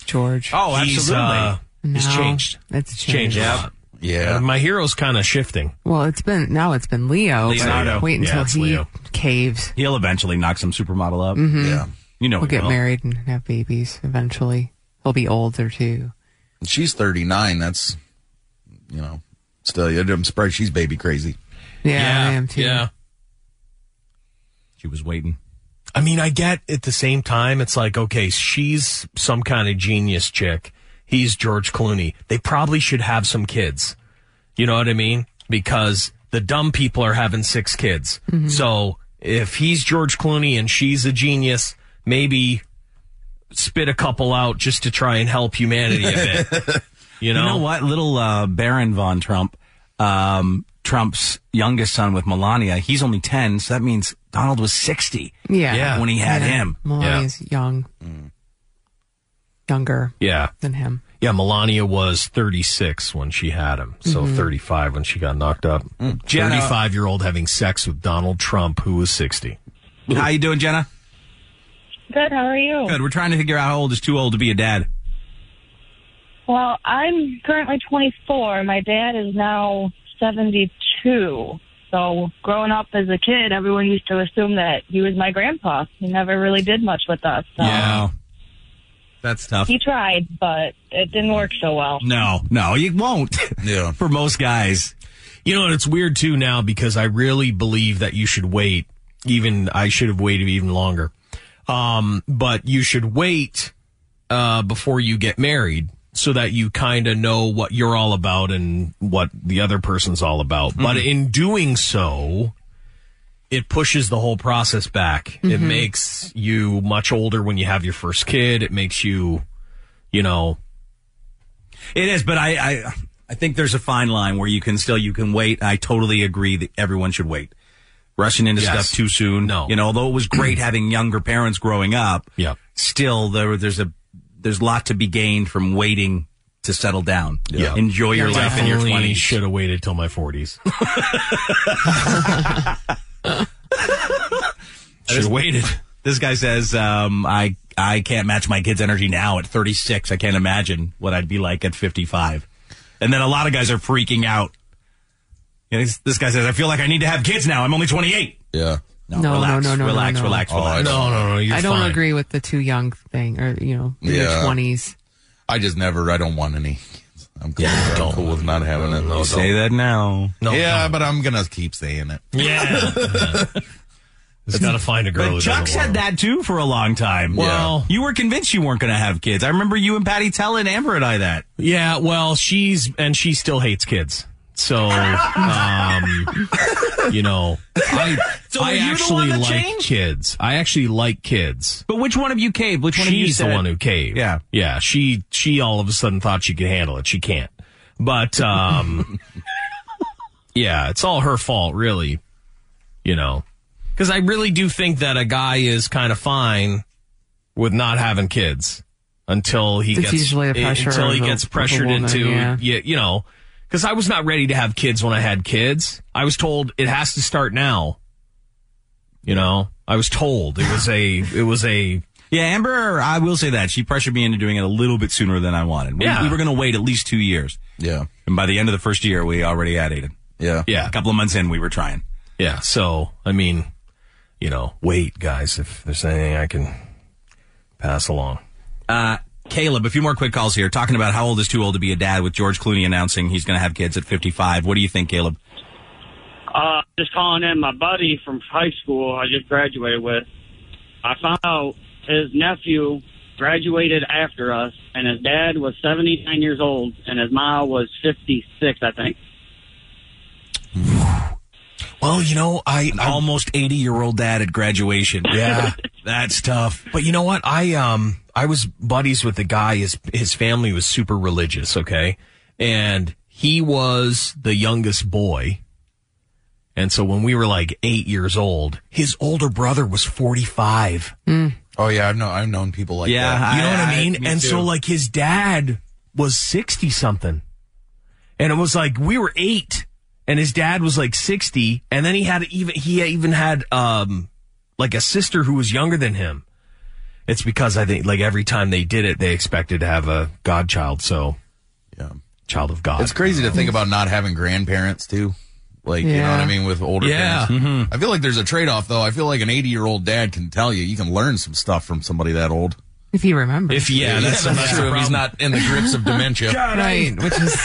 Speaker 7: George.
Speaker 6: Oh, He's, absolutely. uh, he's changed.
Speaker 7: It's
Speaker 6: It's
Speaker 7: changed.
Speaker 6: changed a lot. Yeah. my hero's kind of shifting.
Speaker 7: Well, it's been now it's been Leo. but
Speaker 2: Leonardo.
Speaker 7: Wait
Speaker 2: Yeah,
Speaker 7: until
Speaker 2: it's
Speaker 7: he
Speaker 2: Leo.
Speaker 7: caves.
Speaker 2: He'll eventually knock some supermodel up.
Speaker 7: Mhm.
Speaker 2: Yeah. You know,
Speaker 7: He'll
Speaker 2: he
Speaker 7: get
Speaker 2: will.
Speaker 7: married and have babies eventually. He'll be older too.
Speaker 8: She's 39. That's, you know, still, I'm surprised she's baby crazy.
Speaker 7: Yeah, I am too.
Speaker 6: Yeah.
Speaker 2: She was waiting.
Speaker 6: I mean, I get at the same time, it's like, okay, she's some kind of genius chick. He's George Clooney. They probably should have some kids. You know what I mean? Because the dumb people are having six kids. So if he's George Clooney and she's a genius, maybe spit a couple out just to try and help humanity a bit. You know?
Speaker 2: what? Little uh, Baron von Trump, um, Trump's youngest son with Melania, he's only 10, so that means Donald was 60
Speaker 7: Yeah.
Speaker 2: when he had
Speaker 7: Yeah.
Speaker 2: him. Mm.
Speaker 7: Melania's young. Younger
Speaker 6: Yeah.
Speaker 7: than him.
Speaker 6: Yeah, Melania was 36 when she had him, so
Speaker 7: Mhm.
Speaker 6: 35 when she got knocked up.
Speaker 2: Mm. Jenna-
Speaker 6: 35 year old having sex with Donald Trump, who was 60.
Speaker 2: How you doing, Jenna?
Speaker 12: Good. How are you?
Speaker 2: Good. We're trying to figure out how old is too old to be a dad.
Speaker 12: Well, I'm currently 24. My dad is now 72. So, growing up as a kid, everyone used to assume that he was my grandpa. He never really did much with us. So
Speaker 2: Yeah. That's tough.
Speaker 12: He tried, but it didn't work so well.
Speaker 2: No, no, you won't.
Speaker 8: Yeah.
Speaker 6: For
Speaker 2: most guys.
Speaker 6: You know, and it's weird too now because I really believe that you should wait. Even I should have waited even longer. Um, but you should wait uh before you get married so that you kind of know what you're all about and what the other person's all about. But
Speaker 2: Mhm.
Speaker 6: in doing so, it pushes the whole process back.
Speaker 2: Mhm.
Speaker 6: It makes you much older when you have your first kid. It makes you, you know,
Speaker 2: It is, but I, I, I think there's a fine line where you can still you can wait. I totally agree that everyone should wait. Rushing into
Speaker 6: Yes.
Speaker 2: stuff too soon. No, you know, although it was great having younger parents growing up.
Speaker 6: Yeah,
Speaker 2: still there there's a there's a lot to be gained from waiting to settle down.
Speaker 6: Yeah.
Speaker 2: enjoy your
Speaker 6: Yeah,
Speaker 2: life in your
Speaker 6: definitely
Speaker 2: twenties.
Speaker 6: Should have waited till my forties.
Speaker 2: Should have waited. This guy says, um, I, I can't match my kid's energy now at 36. I can't imagine what I'd be like at 55. And then a lot of guys are freaking out. You know, this- this guy says, I feel like I need to have kids now. I'm only 28.
Speaker 8: Yeah. Oh,
Speaker 2: No, relax, relax, relax, relax.
Speaker 7: I don't agree with the too young thing, or you know, in your
Speaker 8: Yeah.
Speaker 7: twenties.
Speaker 8: I just never, I don't want any. I'm cool, I'm cool with not having it.
Speaker 2: You say that now.
Speaker 8: yeah, but I'm going to keep saying it.
Speaker 6: Yeah. Just gotta find a girl.
Speaker 2: But
Speaker 6: who
Speaker 2: Chuck
Speaker 6: doesn't want
Speaker 2: said that too for a long time.
Speaker 6: Well-
Speaker 2: you were convinced you weren't going to have kids. I remember you and Patty telling Amber and I that.
Speaker 6: it. Yeah, well, she's and she still hates kids. So, um, you know, I
Speaker 2: So were
Speaker 6: I
Speaker 2: you the one
Speaker 6: actually
Speaker 2: that
Speaker 6: like
Speaker 2: changed?
Speaker 6: kids. I actually like kids.
Speaker 2: But which one of you caved? Which one of you
Speaker 6: She's
Speaker 2: said-
Speaker 6: the one who caved.
Speaker 2: Yeah.
Speaker 6: yeah. She she all of a sudden thought she could handle it. She can't. But um, yeah, it's all her fault, really. You know, because I really do think that a guy is kind of fine with not having kids until he
Speaker 7: It's
Speaker 6: gets
Speaker 7: usually the
Speaker 6: eh,
Speaker 7: pressure
Speaker 6: until he
Speaker 7: of a-
Speaker 6: gets
Speaker 7: of a
Speaker 6: pressured
Speaker 7: woman,
Speaker 6: into
Speaker 7: yeah.
Speaker 6: yeah, you know. Because I was not ready to have kids when I had kids. I was told it has to start now. You know, I was told it was a it was a
Speaker 2: Yeah, Amber, I will say that she pressured me into doing it a little bit sooner than I wanted. We,
Speaker 6: Yeah.
Speaker 2: we were going to wait at least two years.
Speaker 8: Yeah,
Speaker 2: and by the end of the first year, we already had Aiden.
Speaker 8: Yeah,
Speaker 2: yeah. A couple of months in, we were trying.
Speaker 6: Yeah, so I mean, you know, wait, guys, if there's anything I can pass along.
Speaker 2: Uh, Caleb, a few more quick calls here, talking about how old is too old to be a dad with George Clooney announcing he's going to have kids at 55. What do you think, Caleb?
Speaker 10: Uh, just calling in my buddy from high school I just graduated with. I found out his nephew graduated after us, and his dad was 79 years old, and his mom was 56, I think.
Speaker 2: Well, you know, I almost 80 year old dad at graduation.
Speaker 6: Yeah.
Speaker 2: That's tough.
Speaker 6: But you know what? I um I was buddies with the guy. His his family was super religious, okay? And he was the youngest boy. And so when we were like eight years old, his older brother was forty five.
Speaker 8: Oh yeah, I've known I've known people like
Speaker 6: yeah,
Speaker 8: that.
Speaker 6: you know what I mean. and so like his dad was sixty something, and it was like we were eight, and his dad was like sixty, and then he had even he even had um like a sister who was younger than him. It's because I think like every time they did it, they expected to have a godchild. So
Speaker 8: yeah,
Speaker 6: child of God.
Speaker 8: It's crazy to think about not having grandparents too. Like you know
Speaker 6: Yeah.
Speaker 8: what I mean with older
Speaker 6: Yeah. Mm-hmm.
Speaker 8: parents. I feel like there's a trade off though. I feel like an 80 year old dad can tell you you can learn some stuff from somebody that old.
Speaker 7: If you remember.
Speaker 8: If- yeah, that's- that's true. If he's not in the grips of dementia. God, I-
Speaker 7: right, which is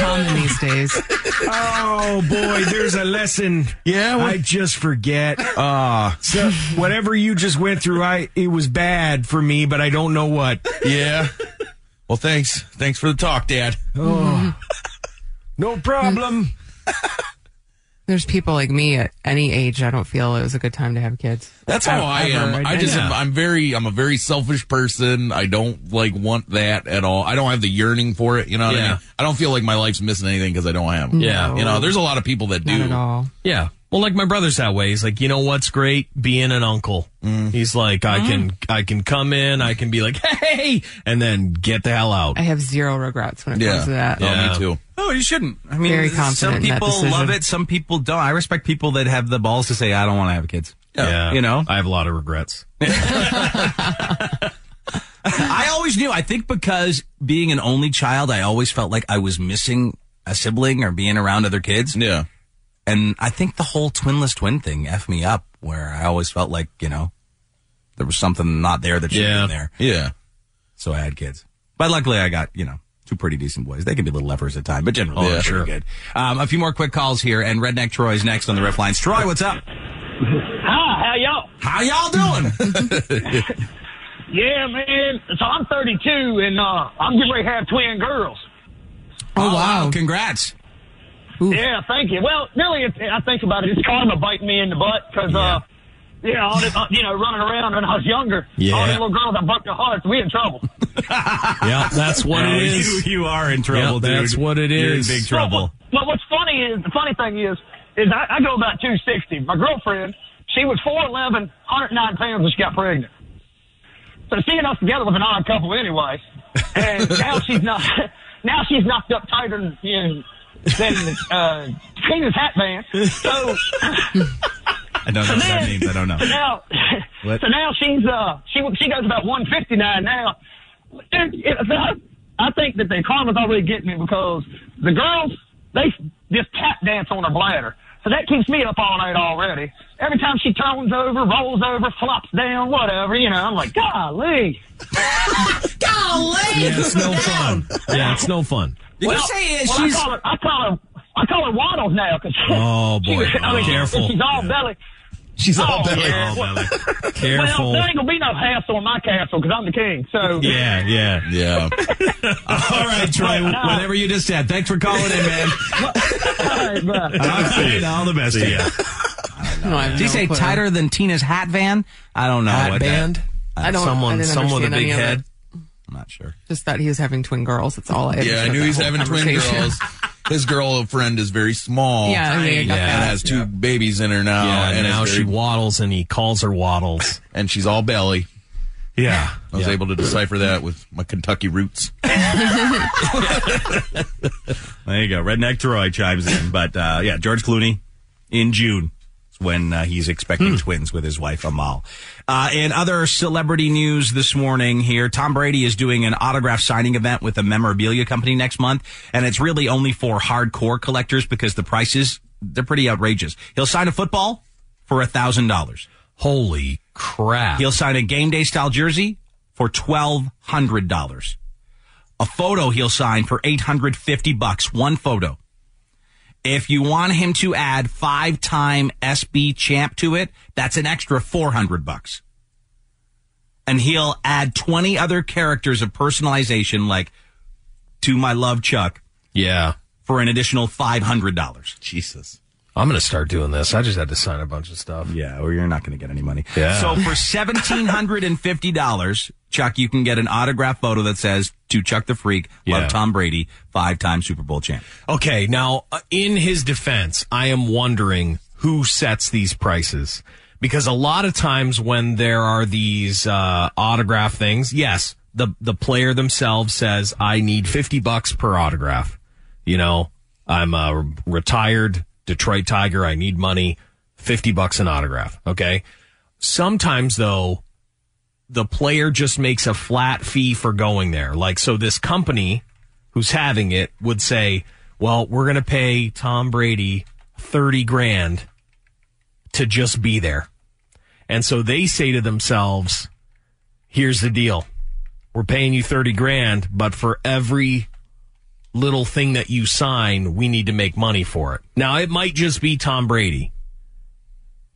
Speaker 7: common these days.
Speaker 6: Oh boy, there's a lesson. Yeah, I just forget. Ah, so whatever you just went through, I it was bad for me, but I don't know what.
Speaker 8: Yeah. Well, thanks. Thanks for the talk, Dad.
Speaker 6: Oh, no problem.
Speaker 7: There's people like me at any age. I don't feel it was a good time to have kids.
Speaker 8: That's how I am.
Speaker 7: Ever.
Speaker 8: I just am, I'm very I'm a very selfish person. I don't like want that at all. I don't have the yearning for it. You know what I
Speaker 6: Yeah.
Speaker 8: mean? I don't feel like my life's missing anything because I don't have. it.
Speaker 6: Yeah.
Speaker 8: You know, there's a lot of people that do.
Speaker 6: Yeah. Well, like my brother's that way. He's like, you know what's great? Being an uncle.
Speaker 2: Mm.
Speaker 6: He's like, I
Speaker 2: Mm-hmm.
Speaker 6: can, I can come in, I can be like, hey, and then get the hell out.
Speaker 7: I have zero regrets when it comes to that.
Speaker 8: too.
Speaker 2: Oh, you shouldn't. I mean,
Speaker 7: Very
Speaker 2: some
Speaker 7: confident in that
Speaker 2: people
Speaker 7: decision.
Speaker 2: love it, some people don't. I respect people that have the balls to say, I don't want to have kids.
Speaker 6: Yeah.
Speaker 2: You know?
Speaker 6: I have a lot of regrets.
Speaker 2: I always knew. I think because being an only child, I always felt like I was missing a sibling or being around other kids.
Speaker 8: Yeah.
Speaker 2: And I think the whole twinless twin thing effed me up where I always felt like, you know, there was something not there that should have
Speaker 8: Yeah.
Speaker 2: been there.
Speaker 8: Yeah.
Speaker 2: So I had kids. But luckily I got, you know, two pretty decent boys. They can be little leffers at times, but generally
Speaker 6: Oh,
Speaker 2: they're
Speaker 6: sure.
Speaker 2: pretty good. Um, a few more quick calls here and Redneck Troy's next on the riff lines. Troy, what's up?
Speaker 13: Hi, how y'all?
Speaker 2: How y'all doing?
Speaker 13: yeah, man. So I'm 32, and uh, I'm getting ready to have twin girls.
Speaker 2: Oh, wow. Congrats.
Speaker 13: Yeah, thank you. Well, really, it, I think about it. It's karma biting me in the butt because, uh, you know, all the, uh, you know, running around when I was younger, all
Speaker 6: Yeah.
Speaker 13: the little girls, I bucked their hearts. We in trouble.
Speaker 6: yeah, that's what
Speaker 2: No,
Speaker 6: it is.
Speaker 2: You, you are in trouble,
Speaker 6: Yeah,
Speaker 2: dude.
Speaker 6: that's what it
Speaker 2: You're in
Speaker 6: is.
Speaker 2: big trouble.
Speaker 13: But what's funny is the funny thing is, is I, I go about 260. My girlfriend, she was 4'11", 109 pounds when she got pregnant. So seeing us together was an odd couple anyway. And now she's not. Now she's knocked up tighter than you know, than uh, Tina's hat band. So
Speaker 2: I don't know what that means. I don't know.
Speaker 13: so now,
Speaker 2: What?
Speaker 13: so now she's uh she she goes about one fifty nine now. Dude, it- I, I think that the karma's already getting me because the girls they just tap dance on her bladder, so that keeps me up all night already. Every time she turns over, rolls over, flops down, whatever, you know, I'm like, golly, golly,
Speaker 6: Yeah, it's no fun. Yeah, it's no fun.
Speaker 13: Well, well, I call her, I call her, I call her Waddles now because
Speaker 6: Oh, boy.
Speaker 13: I mean,
Speaker 6: Careful.
Speaker 13: she's all belly.
Speaker 6: She's all
Speaker 13: Oh,
Speaker 6: belly.
Speaker 13: yeah.
Speaker 6: All belly.
Speaker 13: Well,
Speaker 6: Careful.
Speaker 13: there ain't gonna be no hassle in my castle because I'm the king. So
Speaker 6: Yeah, yeah,
Speaker 8: yeah.
Speaker 2: All right, Troy. Whatever you just said. Thanks for calling in, man.
Speaker 6: All right, all the best to you.
Speaker 2: Did he say tighter than Tina's hat van? I don't know.
Speaker 6: Hat
Speaker 2: what that-
Speaker 6: band?
Speaker 7: I don't- Someone- I didn't someone with a understand big any of head? it.
Speaker 2: I'm not sure.
Speaker 7: Just thought he was having twin girls. That's all I. ever
Speaker 8: Yeah, I
Speaker 7: said
Speaker 8: knew
Speaker 7: that
Speaker 8: he's
Speaker 7: whole
Speaker 8: having twin
Speaker 7: conversation.
Speaker 8: girls. His girl friend is very small.
Speaker 7: Yeah, I mean, I got
Speaker 8: and
Speaker 7: that.
Speaker 8: has two babies in her now.
Speaker 6: Yeah,
Speaker 8: and
Speaker 6: now
Speaker 8: is
Speaker 6: she waddles and he calls her waddles.
Speaker 8: and she's all belly.
Speaker 6: Yeah.
Speaker 8: I was able to decipher that with my Kentucky roots.
Speaker 2: There you go. Redneck Troy chimes in. But uh, yeah, George Clooney in June is when uh, he's expecting twins with his wife Amal. Uh, in other celebrity news this morning here, Tom Brady is doing an autograph signing event with a memorabilia company next month. And it's really only for hardcore collectors because the prices, they're pretty outrageous. He'll sign a football for a $1,000.
Speaker 6: Holy crap.
Speaker 2: He'll sign a game day style jersey for $1,200. A photo he'll sign for 850 bucks, one photo. If you want him to add five time SB champ to it, that's an extra 400 bucks. And he'll add 20 other characters of personalization, like to my love, Chuck.
Speaker 6: Yeah.
Speaker 2: For an additional $500. Jesus.
Speaker 6: I'm going to start doing this. I just had to sign a bunch of stuff.
Speaker 2: Yeah, or you're not going to get any money.
Speaker 6: Yeah.
Speaker 2: So for seventeen hundred and fifty dollars, Chuck, you can get an autograph photo that says "To Chuck the Freak,
Speaker 6: Yeah.
Speaker 2: love Tom Brady, five-time Super Bowl champ."
Speaker 6: Okay, now uh, in his defense, I am wondering who sets these prices because a lot of times when there are these uh, autograph things, yes, the the player themselves says, "I need fifty bucks per autograph." You know, I'm a retired Detroit Tiger. I need money, fifty bucks an autograph. Okay. Sometimes though, the player just makes a flat fee for going there. Like, so this company who's having it would say, well, we're going to pay Tom Brady 30 grand to just be there. And so they say to themselves, here's the deal. We're paying you 30 grand, but for every little thing that you sign, we need to make money for it. Now, it might just be Tom Brady,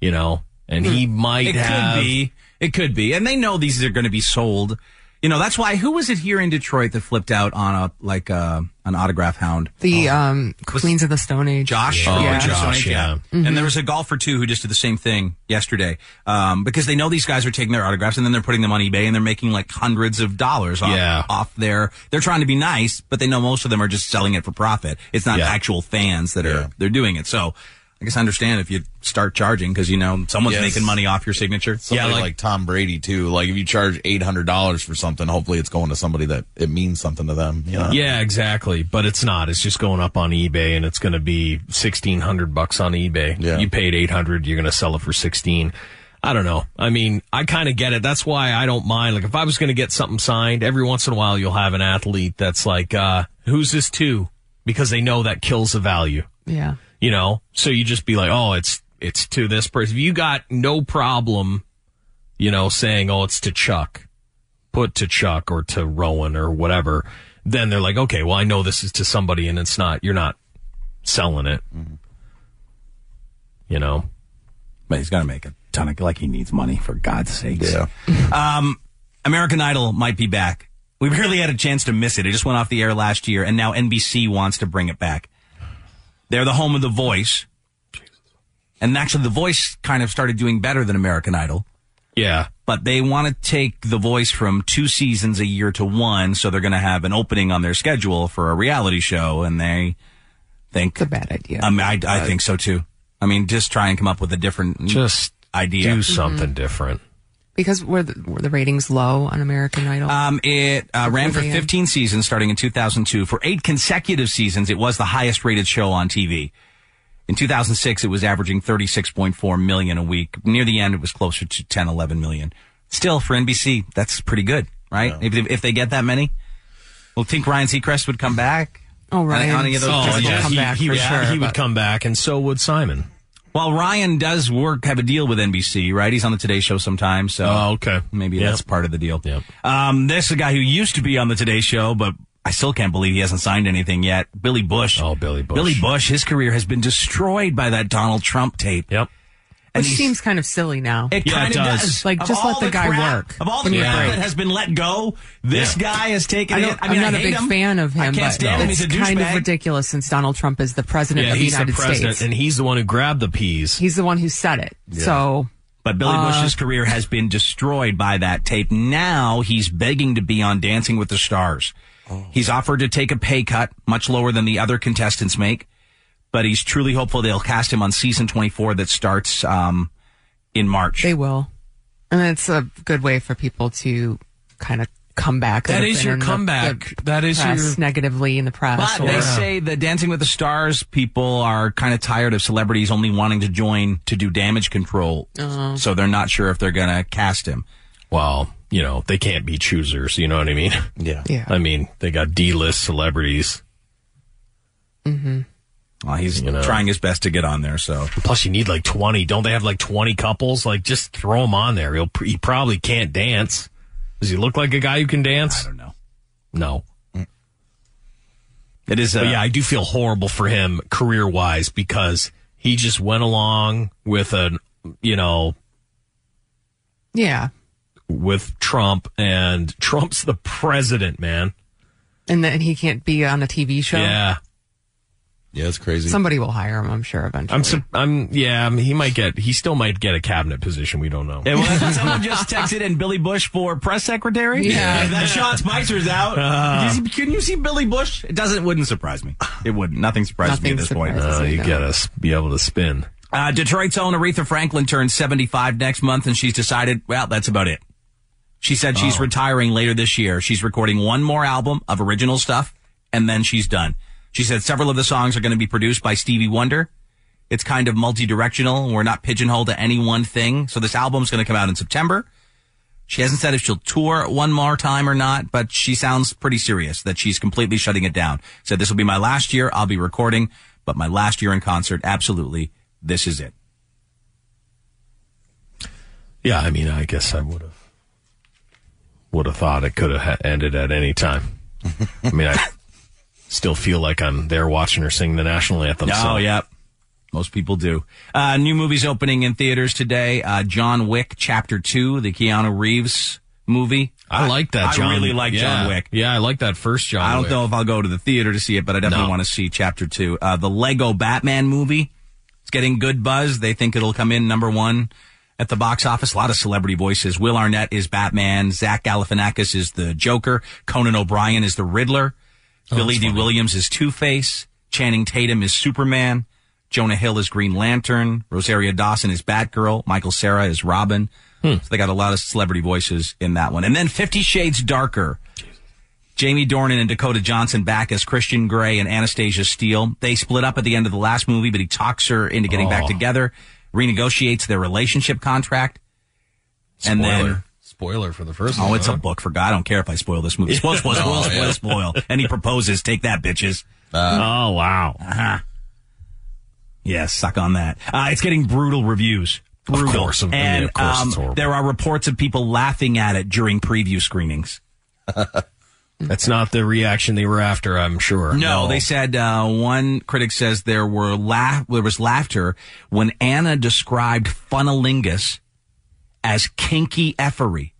Speaker 6: you know, and he might
Speaker 2: Hmm. it
Speaker 6: have.
Speaker 2: could be. It could be, and they know these are going to be sold. You know, that's why. Who was it here in Detroit that flipped out on a like uh, an autograph hound?
Speaker 7: The um, Queens of the Stone Age.
Speaker 2: Oh, Josh.
Speaker 7: Yeah.
Speaker 2: Richard Sonic,
Speaker 7: Mhm.
Speaker 2: And there was a golfer too who just did the same thing yesterday um, because they know these guys are taking their autographs and then they're putting them on eBay and they're making like hundreds of dollars off,
Speaker 6: Yeah.
Speaker 2: off their. They're trying to be nice, but they know most of them are just selling it for profit. It's not
Speaker 6: Yeah.
Speaker 2: actual fans that are they're doing it. So. I guess I understand if you start charging because you know someone's
Speaker 8: Yes.
Speaker 2: making money off your signature.
Speaker 8: Somebody like, Tom Brady too. Like if you charge eight hundred dollars for something, hopefully it's going to somebody that it means something to them. You know?
Speaker 6: Yeah, exactly. But it's not. It's just going up on eBay, and it's going to be sixteen hundred bucks on eBay. You paid eight hundred. You're going to sell it for sixteen. I don't know. I mean, I kind of get it. That's why I don't mind. Like, if I was going to get something signed, every once in a while you'll have an athlete that's like, uh, "Who's this to?" Because they know that kills the value.
Speaker 7: Yeah.
Speaker 6: You know, so you just be like, "Oh, it's it's to this person." If you got no problem, you know, saying, "Oh, it's to Chuck," put to Chuck or to Rowan or whatever, then they're like, okay, well, I know this is to somebody and it's not, you're not selling it. You know?
Speaker 2: But he's going to make a ton of, like, he needs money, for God's sakes. Yeah. um, American Idol might be back. We barely had a chance to miss it. It just went off the air last year, and now NBC wants to bring it back. They're the home of The Voice. And actually, The Voice kind of started doing better than American Idol.
Speaker 6: Yeah.
Speaker 2: But they want to take The Voice from two seasons a year to one, so they're going to have an opening on their schedule for a reality show, and they think. It's a
Speaker 7: bad idea.
Speaker 2: I, mean, I, I think so too. I mean, just try and come up with a different
Speaker 6: just
Speaker 2: idea.
Speaker 6: do something different.
Speaker 7: Because were the, were the ratings low on American Idol?
Speaker 2: Um, it uh, ran for
Speaker 7: Brilliant.
Speaker 2: 15 seasons starting in 2002. For eight consecutive seasons, it was the highest rated show on TV. In 2006, it was averaging 36.4 million a week. Near the end, it was closer to 10, 11 million. Still, for NBC, that's pretty good, right? If, if, if they get that many, well, think Ryan Seacrest would come back.
Speaker 7: Oh, Ryan
Speaker 2: On any of those
Speaker 6: Oh,
Speaker 2: shows?
Speaker 6: yeah, he- he would- he would come back, and so would Simon.
Speaker 2: Well, Ryan does work, have a deal with NBC, right? He's on the Today Show sometimes, so
Speaker 6: Oh, okay.
Speaker 2: maybe
Speaker 6: Yep.
Speaker 2: that's part of the deal. Um, this is a guy who used to be on the Today Show, but I still can't believe he hasn't signed anything yet. Billy Bush. Oh, Billy Bush. Billy Bush. His career has been destroyed by that Donald Trump tape.
Speaker 6: Yep.
Speaker 7: Which seems kind of silly now.
Speaker 2: It kind of does.
Speaker 7: Like,
Speaker 2: Of
Speaker 7: just let
Speaker 2: all
Speaker 7: the, guy
Speaker 2: crap-
Speaker 7: work.
Speaker 2: Of all the
Speaker 7: Give me a
Speaker 2: crap
Speaker 7: break.
Speaker 2: that has been let go, this
Speaker 7: Yeah.
Speaker 2: guy has taken
Speaker 7: I
Speaker 2: it.
Speaker 7: don't-
Speaker 2: I mean,
Speaker 7: I'm not
Speaker 2: I
Speaker 7: a
Speaker 2: hate
Speaker 7: big
Speaker 2: him.
Speaker 7: fan of him.
Speaker 2: I can't
Speaker 7: but
Speaker 2: stand him. He's a
Speaker 7: it's kind of
Speaker 2: douchebag.
Speaker 7: ridiculous since Donald Trump is the president
Speaker 6: Yeah,
Speaker 7: of the
Speaker 6: he's the
Speaker 7: United
Speaker 6: president,
Speaker 7: States.
Speaker 6: and he's the one who grabbed the peas.
Speaker 7: He's the one who said it.
Speaker 2: Yeah.
Speaker 7: So,
Speaker 2: But Billy
Speaker 7: Uh,
Speaker 2: Bush's career has been destroyed by that tape. Now he's begging to be on Dancing with the Stars. He's offered to take a pay cut, much lower than the other contestants make, but he's truly hopeful they'll cast him on season 24 that starts um, in March.
Speaker 7: They will. And it's a good way for people to kind of come back.
Speaker 2: That
Speaker 7: have
Speaker 2: is
Speaker 7: been
Speaker 2: your
Speaker 7: in the-
Speaker 2: comeback.
Speaker 7: the
Speaker 2: That is
Speaker 7: press
Speaker 2: your-
Speaker 7: negatively in the press.
Speaker 2: But
Speaker 7: or-
Speaker 2: they say the Dancing with the Stars people are kind of tired of celebrities only wanting to join to do damage control.
Speaker 7: Oh.
Speaker 2: So they're not sure if they're going to cast him.
Speaker 6: Well, you know, they can't be choosers. You know what I mean?
Speaker 8: Yeah.
Speaker 7: Yeah.
Speaker 6: I mean, they got D list celebrities.
Speaker 7: Mhm.
Speaker 2: Well, he's
Speaker 6: You know.
Speaker 2: trying his best to get on there. So
Speaker 6: Plus, you need like 20. Don't they have like 20 couples? Like, just throw him on there. He'll, pr- he probably can't dance. Does he look like a guy who can dance? I don't
Speaker 2: know.
Speaker 6: No. It is. yeah, I do feel horrible for him career wise because he just went along with an, you know,
Speaker 7: Yeah.
Speaker 6: with Trump, and Trump's the president, man.
Speaker 7: And then he can't be on a TV show.
Speaker 6: Yeah.
Speaker 8: Yeah, it's crazy.
Speaker 7: Somebody will hire him, I'm sure, eventually.
Speaker 6: I'm, sup- I'm, yeah, I mean, he might get, he still might get a cabinet position. We don't know.
Speaker 2: Yeah, well, someone just texted in Billy Bush for press secretary.
Speaker 6: Yeah.
Speaker 2: If that Sean Spicer's out. Did
Speaker 6: Uh.
Speaker 2: you see- couldn't you see Billy Bush? It doesn't. Wouldn't surprise me. It wouldn't. Nothing surprises me at this point.
Speaker 6: No, Uh, you gotta s- be able to spin.
Speaker 2: Uh, Detroit's own Aretha Franklin turns 75 next month, and she's decided, well, that's about it. She said she's retiring later this year. She's recording one more album of original stuff, and then she's done. She said several of the songs are going to be produced by Stevie Wonder. It's kind of multi-directional. We're not pigeonholed to any one thing. So this album's going to come out in September. She hasn't said if she'll tour one more time or not, but she sounds pretty serious that she's completely shutting it down. Said this will be my last year. I'll be recording, but my last year in concert. Absolutely. This is it.
Speaker 6: Yeah, I mean, I guess I would have would have thought it could have ha- ended at any time. I mean, I still feel like I'm there watching her sing the national anthem. so-
Speaker 2: Oh, yeah. Most people do. Uh, new movies opening in theaters today. Uh, John Wick Chapter 2, the Keanu Reeves movie.
Speaker 6: I like that.
Speaker 2: I
Speaker 6: John.
Speaker 2: really like
Speaker 6: yeah.
Speaker 2: John Wick.
Speaker 6: Yeah, I like that first John.
Speaker 2: I don't
Speaker 6: Wick.
Speaker 2: know if I'll go to the theater to see it, but I definitely
Speaker 6: No.
Speaker 2: want to see Chapter 2. Uh, the Lego Batman movie. It's getting good buzz. They think it'll come in number one at the box office. A lot of celebrity voices. Will Arnett is Batman. Zach Galifianakis is the Joker. Conan O'Brien is the Riddler.
Speaker 6: Oh,
Speaker 2: Billy D.
Speaker 6: that's
Speaker 2: Williams is Two Face. Channing Tatum is Superman. Jonah Hill is Green Lantern. Rosaria Dawson is Batgirl. Michael Sarah is Robin.
Speaker 6: Hmm.
Speaker 2: So they got a lot of celebrity voices in that one. And then Fifty Shades Darker. Jamie Dornan and Dakota Johnson back as Christian Grey and Anastasia Steele. They split up at the end of the last movie, but he talks her into getting back
Speaker 6: Oh.
Speaker 2: together, renegotiates their relationship contract, and then
Speaker 6: Spoiler. spoiler for the first.
Speaker 2: oh,
Speaker 6: one,
Speaker 2: it's
Speaker 6: huh?
Speaker 2: a book for God. I don't care if I spoil this movie. Spoil, spoil, spoil,
Speaker 6: Oh,
Speaker 2: spoil,
Speaker 6: yeah.
Speaker 2: spoil. And he proposes. Take that, bitches.
Speaker 6: oh wow.
Speaker 2: Uh-huh. Yeah, suck on that. Uh, it's getting brutal reviews. Brutal.
Speaker 6: course, of- yeah,
Speaker 2: and
Speaker 6: of course,
Speaker 2: um,
Speaker 6: it's horrible.
Speaker 2: there are reports of people laughing at it during preview screenings.
Speaker 6: That's not the reaction they were after. I'm sure.
Speaker 2: No, they said uh, one critic says there were laugh there was laughter when Anna described funnelingus as kinky effery.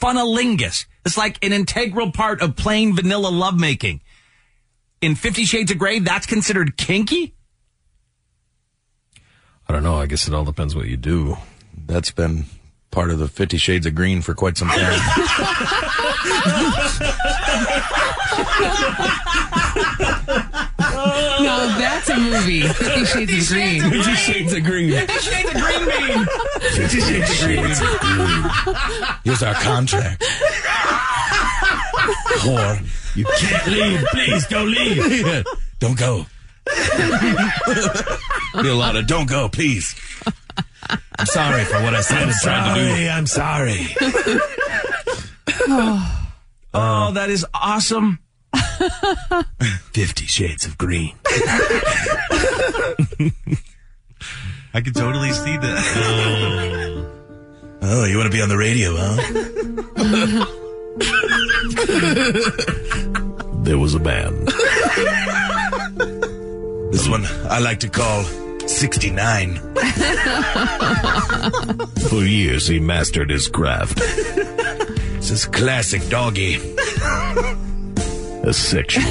Speaker 2: Funnelingus. It's like an integral part of plain vanilla lovemaking. In Fifty Shades of Grey, that's considered kinky.
Speaker 8: I don't know. I guess it all depends what you do. That's been part of the Fifty Shades of Green for quite some time.
Speaker 7: no, that's a movie. Fifty Shades of Green. Fifty Shades of Green.
Speaker 2: Fifty Shades of Green bean.
Speaker 8: Fifty Shades of Green. Here's our contract. Whore, you can't leave. Please don't leave. Don't go. Be a lot of don't go, please. I'm sorry for what I said. I'm sorry. I'm sorry.
Speaker 2: oh,
Speaker 8: Uh,
Speaker 2: that is awesome.
Speaker 8: Fifty Shades of Green.
Speaker 9: I could totally see that.
Speaker 8: Oh, you want to be on the radio, huh? There was a band. This one I like to call 69. For years, he mastered his craft. This is classic doggy. A sexual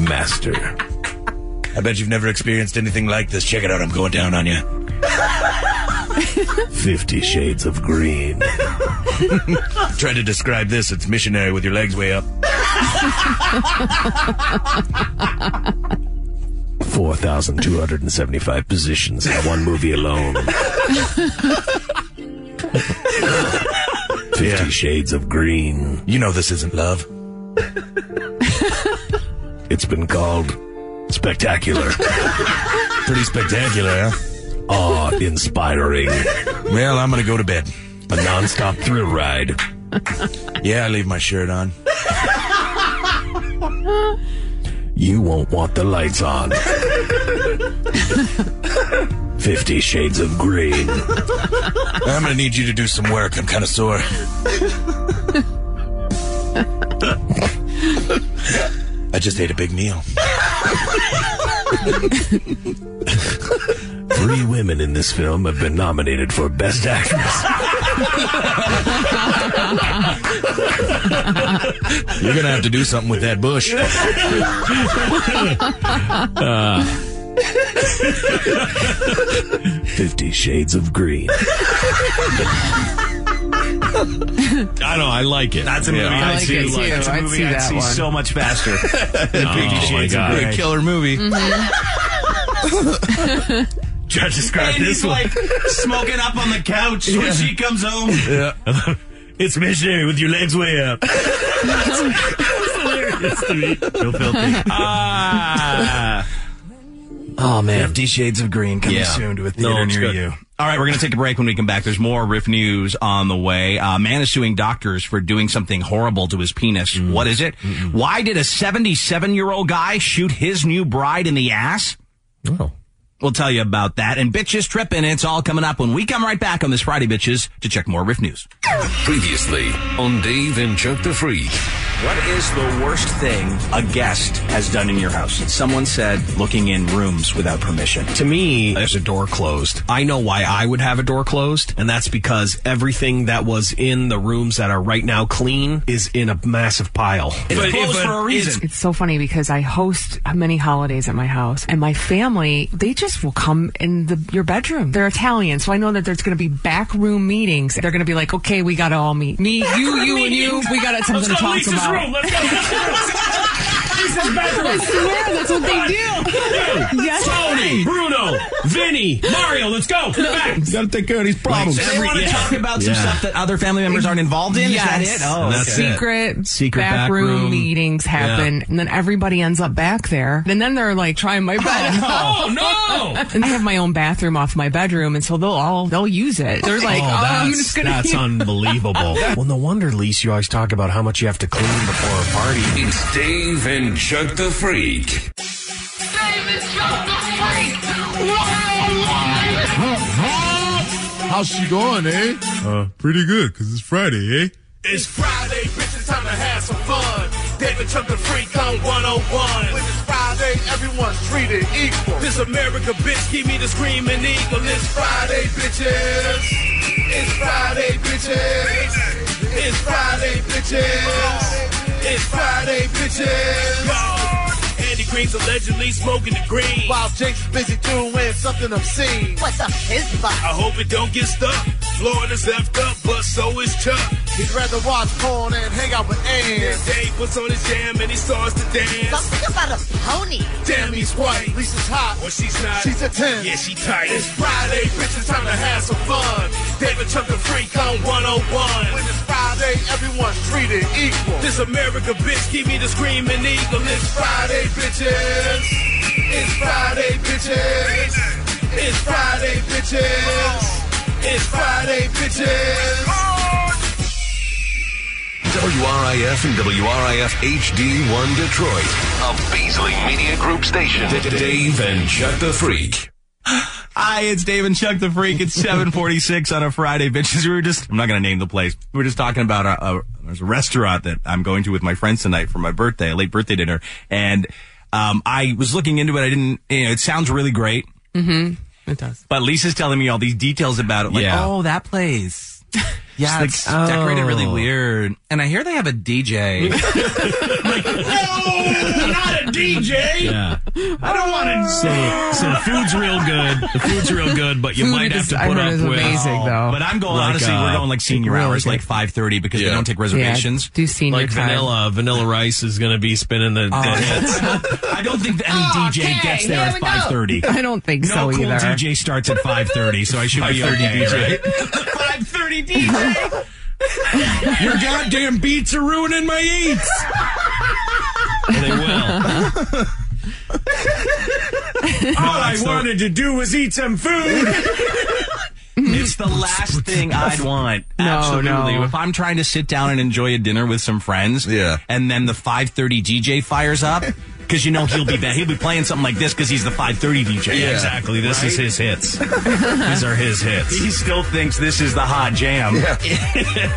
Speaker 8: master. I bet you've never experienced anything like this. Check it out, I'm going down on you. Fifty Shades of Green. Try to describe this. It's missionary with your legs way up.
Speaker 1: 4,275 positions in one movie alone.
Speaker 8: 50 Shades of Green. You know this isn't love. it's been called spectacular. Pretty spectacular, huh? Awe inspiring. Well, I'm going to go to bed. A nonstop thrill ride. yeah, I leave my shirt on. You won't want the lights on. Fifty Shades of Grey. I'm gonna need you to do some work. I'm kind of sore. I just ate a big meal. Three women in this film have been nominated for Best Actress. You're gonna have to do something with that bush. Uh,
Speaker 4: Uh,
Speaker 8: Fifty Shades of Green.
Speaker 6: I know. I like it. That's
Speaker 2: a movie
Speaker 6: I
Speaker 2: I'd see
Speaker 6: do
Speaker 2: too.
Speaker 6: like it.
Speaker 2: It's a I'd movie see I'd that see one. so much faster than
Speaker 6: oh,
Speaker 2: Fifty Shades of
Speaker 6: my
Speaker 2: Grey.
Speaker 6: God.
Speaker 2: Killer movie.
Speaker 6: Judge described
Speaker 2: and
Speaker 6: this
Speaker 2: he's
Speaker 6: one.
Speaker 2: like smoking up on the couch when
Speaker 6: Yeah.
Speaker 2: she comes home.
Speaker 6: Yeah. it's missionary with your legs way up.
Speaker 4: Ah.
Speaker 2: oh man, Fifty Shades of Green
Speaker 6: coming soon to a theater near you.
Speaker 2: All right, we're going to take a break. When we come back, there's more riff news on the way. Uh, man is suing doctors for doing something horrible to his penis.
Speaker 6: Mm.
Speaker 2: What is it? Why did a 77 year old guy shoot his new bride in the ass?
Speaker 6: Oh.
Speaker 2: We'll tell you about that. And bitches tripping. It's all coming up when we come right back on this Friday, bitches, to check more riff news.
Speaker 1: Previously on Dave and Chuck the Freak.
Speaker 2: What is the worst thing a guest has done in your house? Someone said looking in rooms without permission.
Speaker 6: To me, there's a door closed. I know why I would have a door closed, and that's because everything that was in the rooms that are right now clean is in a massive pile.
Speaker 7: It's, it's so funny because I host many holidays at my house, and my family they just will come in the, your bedroom. They're Italian, so I know that there's going to be back room meetings. They're going to be like, okay, we got to all meet, me, you, you, and you. We got something to talk about.
Speaker 4: Let's go. Lisa's bedroom.
Speaker 7: I swear, that's what they
Speaker 4: do.
Speaker 7: Yes.
Speaker 6: Tony, Bruno, Vinny, Mario, let's go to the back. You gotta take care of these
Speaker 2: problems. Like, they wanna talk about some stuff that other family members aren't involved in? Is that
Speaker 7: Yes.
Speaker 2: it? Oh, And that's okay. it.
Speaker 7: secret,
Speaker 2: Secret back
Speaker 7: backroom
Speaker 2: room.
Speaker 7: meetings happen,
Speaker 2: Yeah.
Speaker 7: and then everybody ends up back there. And then they're like trying my bed.
Speaker 4: Oh, no.
Speaker 7: and I have my own bathroom off my bedroom, and so they'll all they'll use it. They're like, oh, I'm
Speaker 6: that's-
Speaker 7: just gonna.
Speaker 6: That's unbelievable. well, no wonder, Lise, you always talk about how much you have to clean before a party.
Speaker 1: It's Dave and Chuck the Freak.
Speaker 14: How's she going, eh?
Speaker 15: Uh, pretty good, because it's Friday, eh?
Speaker 4: It's Friday, bitch. It's time to have some fun. David Chuck the Freak on 101. When it's Friday, everyone's treated equal. This America, bitch, give me the screaming eagle. It's Friday, bitches. It's Friday, bitches. It's Friday, bitches. It's Friday, bitches. Andy Green's allegedly smoking the green. While Jake's busy doing something obscene. What's up his butt? I hope it don't get stuck. Florida's left up, but so is Chuck. He'd rather watch porn and hang out with ants. Then Dave puts on his jam and he starts to dance. Don't think about a pony. Damn, he's white. Lisa's hot. Well, she's not. She's a 10. Yeah, she tight. It's Friday, bitch. It's time to have some fun. David Chuck the Freak on 101. When it's Friday, everyone's treated equal. This America, bitch, give me the screaming eagle. It's Friday, bitches. It's Friday, bitches. It's Friday, bitches. It's Friday, bitches.
Speaker 2: Oh,
Speaker 1: WRIF and WRIF HD1 Detroit, a Beasley Media Group station. D- Dave and Chuck the Freak.
Speaker 2: Hi, it's Dave and Chuck the Freak. It's 746 on a Friday, bitches. We were just, I'm not going to name the place. We were just talking about a, a, there's a restaurant that I'm going to with my friends tonight for my birthday, a late birthday dinner. And, um, I was looking into it. I didn't, you know, it sounds really great,
Speaker 7: Mm-hmm. It does.
Speaker 2: but Lisa's telling me all these details about it. Like,
Speaker 15: Yeah.
Speaker 2: oh, that place. Yeah,
Speaker 15: like,
Speaker 2: it's decorated really
Speaker 15: oh.
Speaker 2: weird.
Speaker 15: And I hear they have a DJ.
Speaker 4: No, not a DJ.
Speaker 6: Yeah.
Speaker 4: I don't want to.
Speaker 6: So, so the food's real good. The food's real good, but you
Speaker 2: Food
Speaker 6: might have
Speaker 2: is-
Speaker 6: to
Speaker 2: I
Speaker 6: put
Speaker 2: heard
Speaker 6: up
Speaker 2: is
Speaker 6: with.
Speaker 2: amazing, though. Oh, But I'm going- honestly, we're going, like, senior hours, like
Speaker 6: 5:30
Speaker 2: because they don't take reservations.
Speaker 7: do senior Oh.
Speaker 6: like
Speaker 2: time.
Speaker 6: vanilla, vanilla rice is going to be spinning the. the hits.
Speaker 2: I don't think any
Speaker 4: Oh,
Speaker 2: DJ gets there
Speaker 7: here
Speaker 2: at
Speaker 7: we go.
Speaker 2: 5:30.
Speaker 7: I don't think
Speaker 2: no
Speaker 7: so
Speaker 2: cool
Speaker 7: either.
Speaker 2: DJ starts at 5:30, so I should be
Speaker 6: 5:30
Speaker 2: okay,
Speaker 6: DJ.
Speaker 2: right?
Speaker 4: 5:30 DJ.
Speaker 6: Your goddamn beats are ruining my eats. they will. All Oh, I wanted to do was eat some food.
Speaker 2: It's the last thing I'd want.
Speaker 6: No,
Speaker 2: Absolutely.
Speaker 6: no.
Speaker 2: If I'm trying to sit down and enjoy a dinner with some friends, yeah. and then the 5:30 DJ fires up, because you know he'll be back. He'll be playing something like this because he's the 5:30 DJ.
Speaker 6: Yeah.
Speaker 2: exactly. This is
Speaker 6: Right?
Speaker 2: his hits. These are his hits. He still thinks this is the hot jam.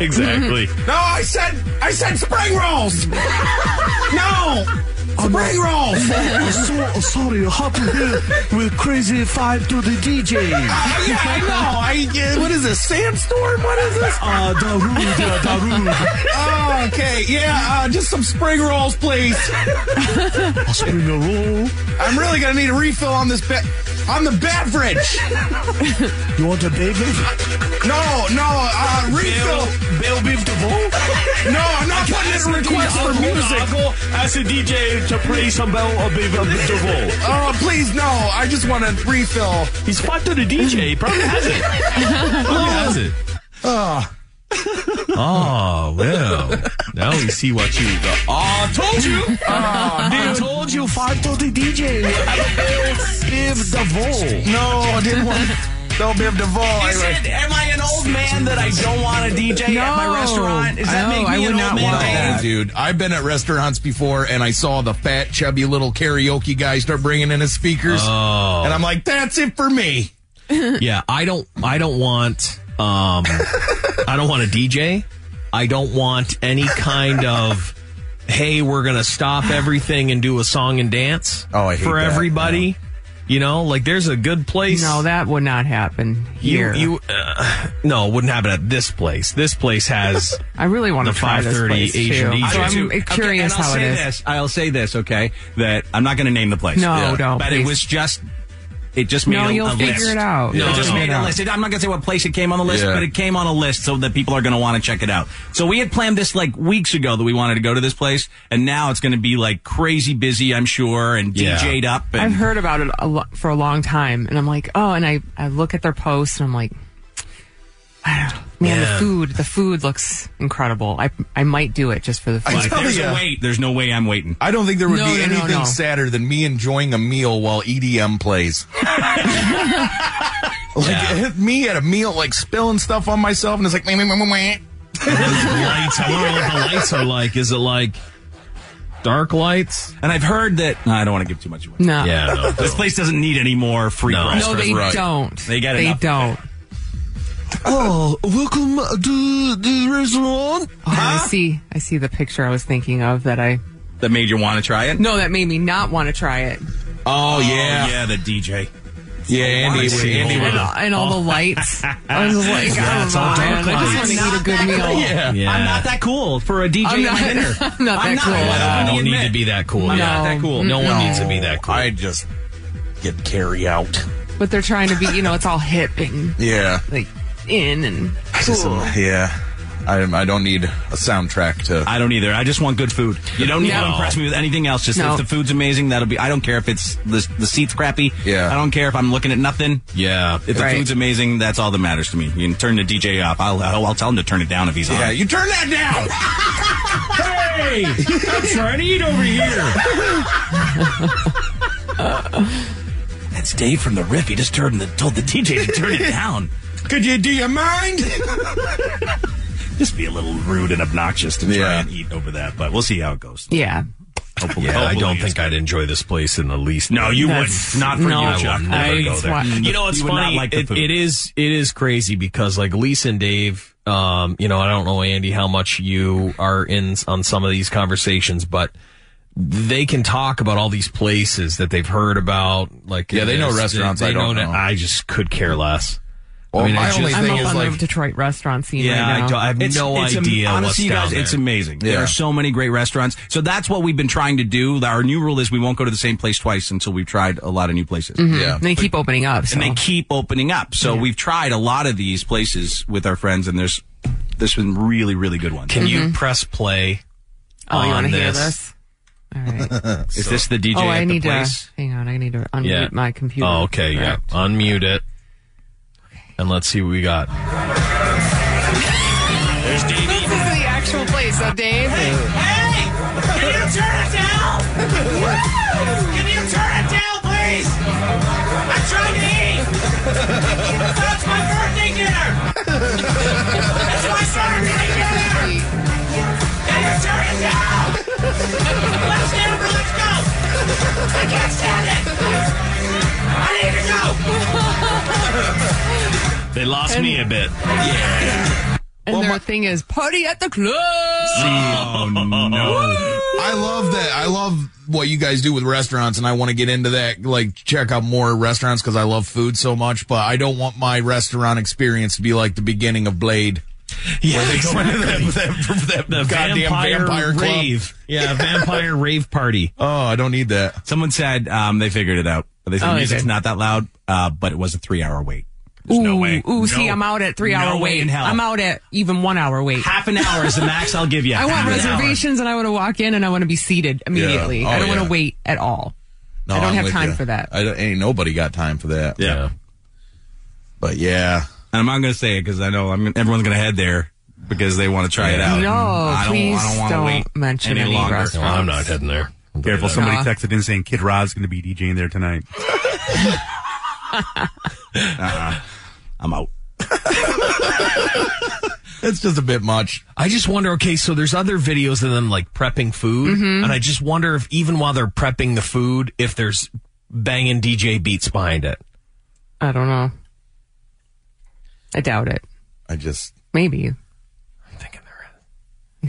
Speaker 2: exactly.
Speaker 4: No, I said I said spring rolls. no. Spring rolls.
Speaker 19: sorry, hop here with crazy five to the DJ.
Speaker 4: Uh, yeah, I know. I, uh, what is this? Sandstorm? What is this? Uh, Darude,
Speaker 19: uh, Darude.
Speaker 4: oh, okay. Yeah, uh, just some spring rolls, please.
Speaker 19: I'll spring a roll.
Speaker 4: I'm really gonna need a refill on this bet. On the beverage.
Speaker 19: You want a baby?
Speaker 4: No, no, uh, refill. Bill Beef DeVoe? No, I'm not putting in a request for music.
Speaker 19: Ask the DJ to play some bell
Speaker 6: uh,
Speaker 19: or baby of the wall.
Speaker 4: Oh, please, no. I just want a refill.
Speaker 6: He's spot to the DJ. He probably has it. Probably has it.
Speaker 4: Oh.
Speaker 6: Oh, well. Now we see what you got. Oh, told you.
Speaker 4: I
Speaker 19: told you, five to the DJ. Biv DeVoe.
Speaker 4: No, I didn't want. No, Biv
Speaker 7: Oh,
Speaker 4: DeVoe.
Speaker 2: Is it, am I an old man that I don't want a DJ at my restaurant? Does that
Speaker 8: no,
Speaker 2: make me
Speaker 8: I would
Speaker 2: an
Speaker 8: not
Speaker 2: old man?
Speaker 8: want
Speaker 2: Dave?
Speaker 8: that, dude. I've been at restaurants before, and I saw the fat, chubby little karaoke guy start bringing in his speakers,
Speaker 6: Oh.
Speaker 8: and I'm like, "That's it for me."
Speaker 6: yeah, I don't I don't want um I don't want a DJ. I don't want any kind of hey, we're going to stop everything and do a song and dance oh,
Speaker 7: hate
Speaker 6: for
Speaker 7: that,
Speaker 6: everybody. You know, like there's a good place.
Speaker 7: No, that would not happen
Speaker 6: You,
Speaker 7: here.
Speaker 6: you uh, no, it wouldn't happen at this place. This place has
Speaker 7: I really want to
Speaker 6: the
Speaker 7: try this
Speaker 6: 5:30
Speaker 7: place too.
Speaker 6: Asian DJ.
Speaker 7: So I'm
Speaker 2: Okay,
Speaker 7: curious
Speaker 2: and I'll
Speaker 7: how it
Speaker 2: say
Speaker 7: is.
Speaker 2: This, I'll say this, okay? That I'm not going to name the place.
Speaker 7: No, Yeah. don't,
Speaker 2: But it
Speaker 7: please.
Speaker 2: was just. It just made
Speaker 7: No,
Speaker 2: a,
Speaker 7: you'll
Speaker 2: a
Speaker 7: figure
Speaker 2: list.
Speaker 7: it out.
Speaker 2: No,
Speaker 7: You'll
Speaker 2: it just
Speaker 7: figure
Speaker 2: made
Speaker 7: it
Speaker 2: a
Speaker 7: out.
Speaker 2: list. It- I'm not gonna say what place it came on the list,
Speaker 7: Yeah.
Speaker 2: but it came on a list so that people are gonna want to check it out. So we had planned this like weeks ago that we wanted to go to this place, and now it's gonna be like crazy busy, I'm sure, and
Speaker 7: Yeah.
Speaker 2: DJ'd up. And
Speaker 7: I've heard about it a lo- for a long time, and I'm like, oh, and I, I look at their posts, and I'm like, I don't know. man,
Speaker 2: Yeah.
Speaker 7: the food, the food looks incredible. I, I might do it just for the food.
Speaker 2: Like, there's a wait. There's no way I'm waiting.
Speaker 8: I don't think there would
Speaker 7: No,
Speaker 8: be
Speaker 7: no, no,
Speaker 8: anything
Speaker 7: no.
Speaker 8: sadder than me enjoying a meal while EDM plays. like it hit me at a meal, like spilling stuff on myself, and it's like, meh, meh, meh, meh, meh.
Speaker 6: lights. I wonder what the lights are like. Is it like dark lights?
Speaker 2: And I've heard that no, I don't want to give too much away.
Speaker 7: No.
Speaker 6: Yeah, no,
Speaker 2: this place doesn't need any more free.
Speaker 6: No.
Speaker 2: press.
Speaker 6: No, they Right. don't.
Speaker 2: They got
Speaker 7: They
Speaker 2: enough.
Speaker 7: don't.
Speaker 19: Oh, welcome to the restaurant.
Speaker 7: I see, I see the picture I was thinking of that I.
Speaker 2: That made you want to try it?
Speaker 7: No, that made me not want to try it.
Speaker 2: Oh yeah, yeah, the DJ.
Speaker 8: Yeah, Andy,
Speaker 2: would- Andy would-
Speaker 7: and, all- and all the lights. I was like,
Speaker 2: Yeah,
Speaker 7: I
Speaker 2: it's
Speaker 7: don't
Speaker 2: all
Speaker 7: know,
Speaker 2: dark
Speaker 7: man. I just want
Speaker 2: lights.
Speaker 7: to eat a good meal.
Speaker 2: Yeah. I'm not that cool for a DJ
Speaker 7: I'm not-
Speaker 2: and dinner.
Speaker 7: I'm not that cool.
Speaker 2: let
Speaker 7: I
Speaker 2: me
Speaker 6: don't need
Speaker 2: admit.
Speaker 6: to be that cool.
Speaker 2: I'm
Speaker 6: Yeah.
Speaker 2: not that cool.
Speaker 6: No one needs to be that cool.
Speaker 8: I just get carry out.
Speaker 7: But they're trying to be, you know, it's all hip and
Speaker 8: Yeah.
Speaker 7: like in and cool.
Speaker 8: Yeah. I, I don't need a soundtrack to.
Speaker 2: I don't either. I just want good food. You don't need to
Speaker 8: No.
Speaker 2: impress me with anything else. Just
Speaker 8: No.
Speaker 2: if the food's amazing, that'll be. I don't care if it's the the seats crappy. Yeah. I don't care if I'm looking at nothing.
Speaker 6: Yeah.
Speaker 2: If the
Speaker 8: Right.
Speaker 2: food's amazing, that's all that matters to me. You can turn the DJ off. I'll I'll, I'll tell him to turn it down if he's on.
Speaker 8: Yeah, you turn that down.
Speaker 6: hey, I'm trying to eat over here.
Speaker 2: That's Dave from the Riff. He just turned the, told the DJ to turn it down.
Speaker 8: Could you do you mind?
Speaker 2: Just be a little rude and obnoxious to try and eat over that, but we'll see how it goes.
Speaker 7: Yeah.
Speaker 2: Hopefully,
Speaker 6: Yeah, I
Speaker 2: hopefully
Speaker 6: don't
Speaker 2: it's
Speaker 6: think I'd enjoy this place in the least.
Speaker 2: No, you
Speaker 6: That's-
Speaker 2: wouldn't. Not for
Speaker 6: no,
Speaker 2: you, Chuck.
Speaker 6: I would
Speaker 2: I-
Speaker 6: never go
Speaker 2: it's
Speaker 6: there.
Speaker 2: fine.
Speaker 6: You know, it's
Speaker 2: You would not
Speaker 6: funny.
Speaker 2: like the
Speaker 6: it,
Speaker 2: food.
Speaker 6: it is. It is crazy because like Lisa and Dave. Um, you know, I don't know Andy how much you are in s- on some of these conversations, but they can talk about all these places that they've heard about. Like,
Speaker 8: Yeah, they know
Speaker 6: it's-
Speaker 8: restaurants I don't
Speaker 6: that-
Speaker 8: know.
Speaker 6: I just could care less.
Speaker 8: Well,
Speaker 6: I mean, I
Speaker 8: my only
Speaker 6: just-
Speaker 7: I'm up on the Detroit restaurant scene
Speaker 2: Yeah,
Speaker 7: right now.
Speaker 2: I, don't, I have no idea.
Speaker 6: what's
Speaker 2: honestly, you
Speaker 6: down
Speaker 2: guys,
Speaker 6: there.
Speaker 2: it's amazing. There
Speaker 6: Yeah.
Speaker 2: are so many great restaurants. So that's what we've been trying to do. Our new rule is we won't go to the same place twice until we've tried a lot of new places.
Speaker 7: Mhm. And they keep opening up. So.
Speaker 2: And they keep opening up. So we've tried a lot of these places with our friends, and there's there's been really really good ones.
Speaker 6: Can you press play?
Speaker 7: Mm-hmm. oh, you
Speaker 2: on
Speaker 7: want to hear
Speaker 2: this.
Speaker 7: this? All right.
Speaker 2: Is this the DJ
Speaker 7: oh,
Speaker 2: at
Speaker 7: I
Speaker 2: the
Speaker 7: need
Speaker 2: place?
Speaker 7: to. Hang on, I need to unmute
Speaker 6: yeah.
Speaker 7: my computer.
Speaker 6: Oh, okay, yeah. Unmute it. And let's see what we got. There's Dave.
Speaker 7: This is the actual place, so Dave.
Speaker 4: Can you turn it down? Can you turn it down, please? I'm trying to eat. That's my birthday dinner. That's my Saturday dinner. Can you turn it down? Let's get it, let's go.
Speaker 6: They lost
Speaker 7: And-
Speaker 6: me a bit.
Speaker 7: And their thing is party at the club.
Speaker 8: Oh, no. I love that. I love what you guys do with restaurants, and I want to get into that. Like, check out more restaurants because I love food so much, but I don't want my restaurant experience to be like the beginning of Blade.
Speaker 6: Yeah,
Speaker 8: where they go into that, that, that
Speaker 6: The
Speaker 8: goddamn vampire, club.
Speaker 6: rave. Yeah, vampire rave party.
Speaker 8: Oh, I don't need that.
Speaker 2: Someone said um, they figured it out. They said
Speaker 7: Oh,
Speaker 2: the
Speaker 7: they
Speaker 2: music's
Speaker 7: did.
Speaker 2: not that loud, uh, but it was a three-hour wait.
Speaker 7: ooh, ooh, see,
Speaker 2: No.
Speaker 7: I'm out at three
Speaker 2: No
Speaker 7: hour
Speaker 2: way
Speaker 7: wait.
Speaker 2: in hell.
Speaker 7: I'm out at even one hour wait.
Speaker 2: Half an hour is the max I'll give you.
Speaker 7: I want
Speaker 2: Half an hour.
Speaker 7: reservations, and I want to walk in, and I want to be seated immediately.
Speaker 8: Yeah. Oh,
Speaker 7: I don't want
Speaker 8: yeah.
Speaker 7: to wait at all.
Speaker 8: No,
Speaker 7: I don't
Speaker 8: I'm
Speaker 7: have
Speaker 8: with
Speaker 7: time
Speaker 8: ya.
Speaker 7: for that.
Speaker 8: I don't, ain't nobody got time for that.
Speaker 2: Yeah.
Speaker 8: But yeah,
Speaker 2: and I'm not going to say it because I know I'm, everyone's going to head there because they want to try it out.
Speaker 7: No,
Speaker 2: I don't,
Speaker 7: Oh, please
Speaker 2: I don't, wanna
Speaker 7: don't
Speaker 2: wait
Speaker 7: mention any
Speaker 2: longer.
Speaker 7: restaurants. No, I'm not heading
Speaker 6: there.
Speaker 9: Careful,
Speaker 2: that.
Speaker 9: somebody
Speaker 2: Nah.
Speaker 9: texted in saying Kid Rod's going to be DJing there tonight.
Speaker 2: uh-uh. I'm out.
Speaker 8: It's just a bit much.
Speaker 6: I just wonder. Okay, so there's other videos of them like prepping food,
Speaker 7: Mm-hmm.
Speaker 24: Mhm.
Speaker 6: and I just wonder if even while they're prepping the food, if there's banging DJ beats behind it.
Speaker 7: I don't know. I doubt it.
Speaker 8: I just
Speaker 7: Maybe. I'm thinking there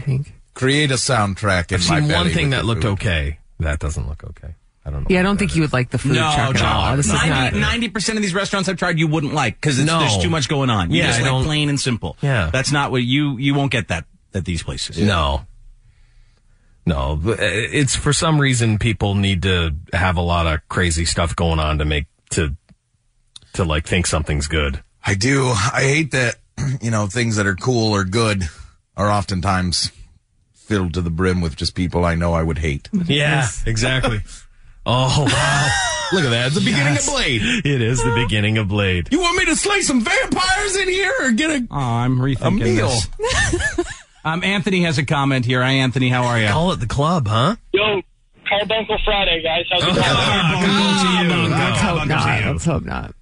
Speaker 7: is. You think?
Speaker 8: create a soundtrack. In
Speaker 6: I've seen
Speaker 8: my
Speaker 6: one
Speaker 8: belly
Speaker 6: thing
Speaker 8: with
Speaker 6: that
Speaker 8: the
Speaker 6: looked
Speaker 8: food.
Speaker 6: okay. That doesn't look okay. I don't know.
Speaker 7: Yeah, I don't think you would like the food.
Speaker 2: No,
Speaker 7: Chuck, at all. This is not.
Speaker 2: Ninety percent of these restaurants I've tried, you wouldn't like because
Speaker 6: No.
Speaker 2: there's too much going on. You
Speaker 6: Yeah,
Speaker 2: just
Speaker 6: I
Speaker 2: like
Speaker 6: don't-
Speaker 2: plain and simple.
Speaker 6: Yeah.
Speaker 2: that's not what you you won't get that at these places.
Speaker 6: No. No, but uh, it's for some reason people need to have a lot of crazy stuff going on to make to to like think something's good.
Speaker 8: I do. I hate that, you know, things that are cool or good are oftentimes filled to the brim with just people I know I would hate.
Speaker 6: Yeah, exactly. Oh wow!
Speaker 8: Look at that. It's the beginning of
Speaker 6: Blade. It is the beginning of Blade.
Speaker 8: You want me to slay some vampires in here or get a
Speaker 2: Oh, I'm rethinking
Speaker 6: meal.
Speaker 2: this. um, Anthony has a comment here. Hi, Anthony. How are you? Call
Speaker 6: it the club, huh?
Speaker 25: Yo, Carbuncle Friday, guys. How's it going?
Speaker 7: Let's hope not. Let's hope not.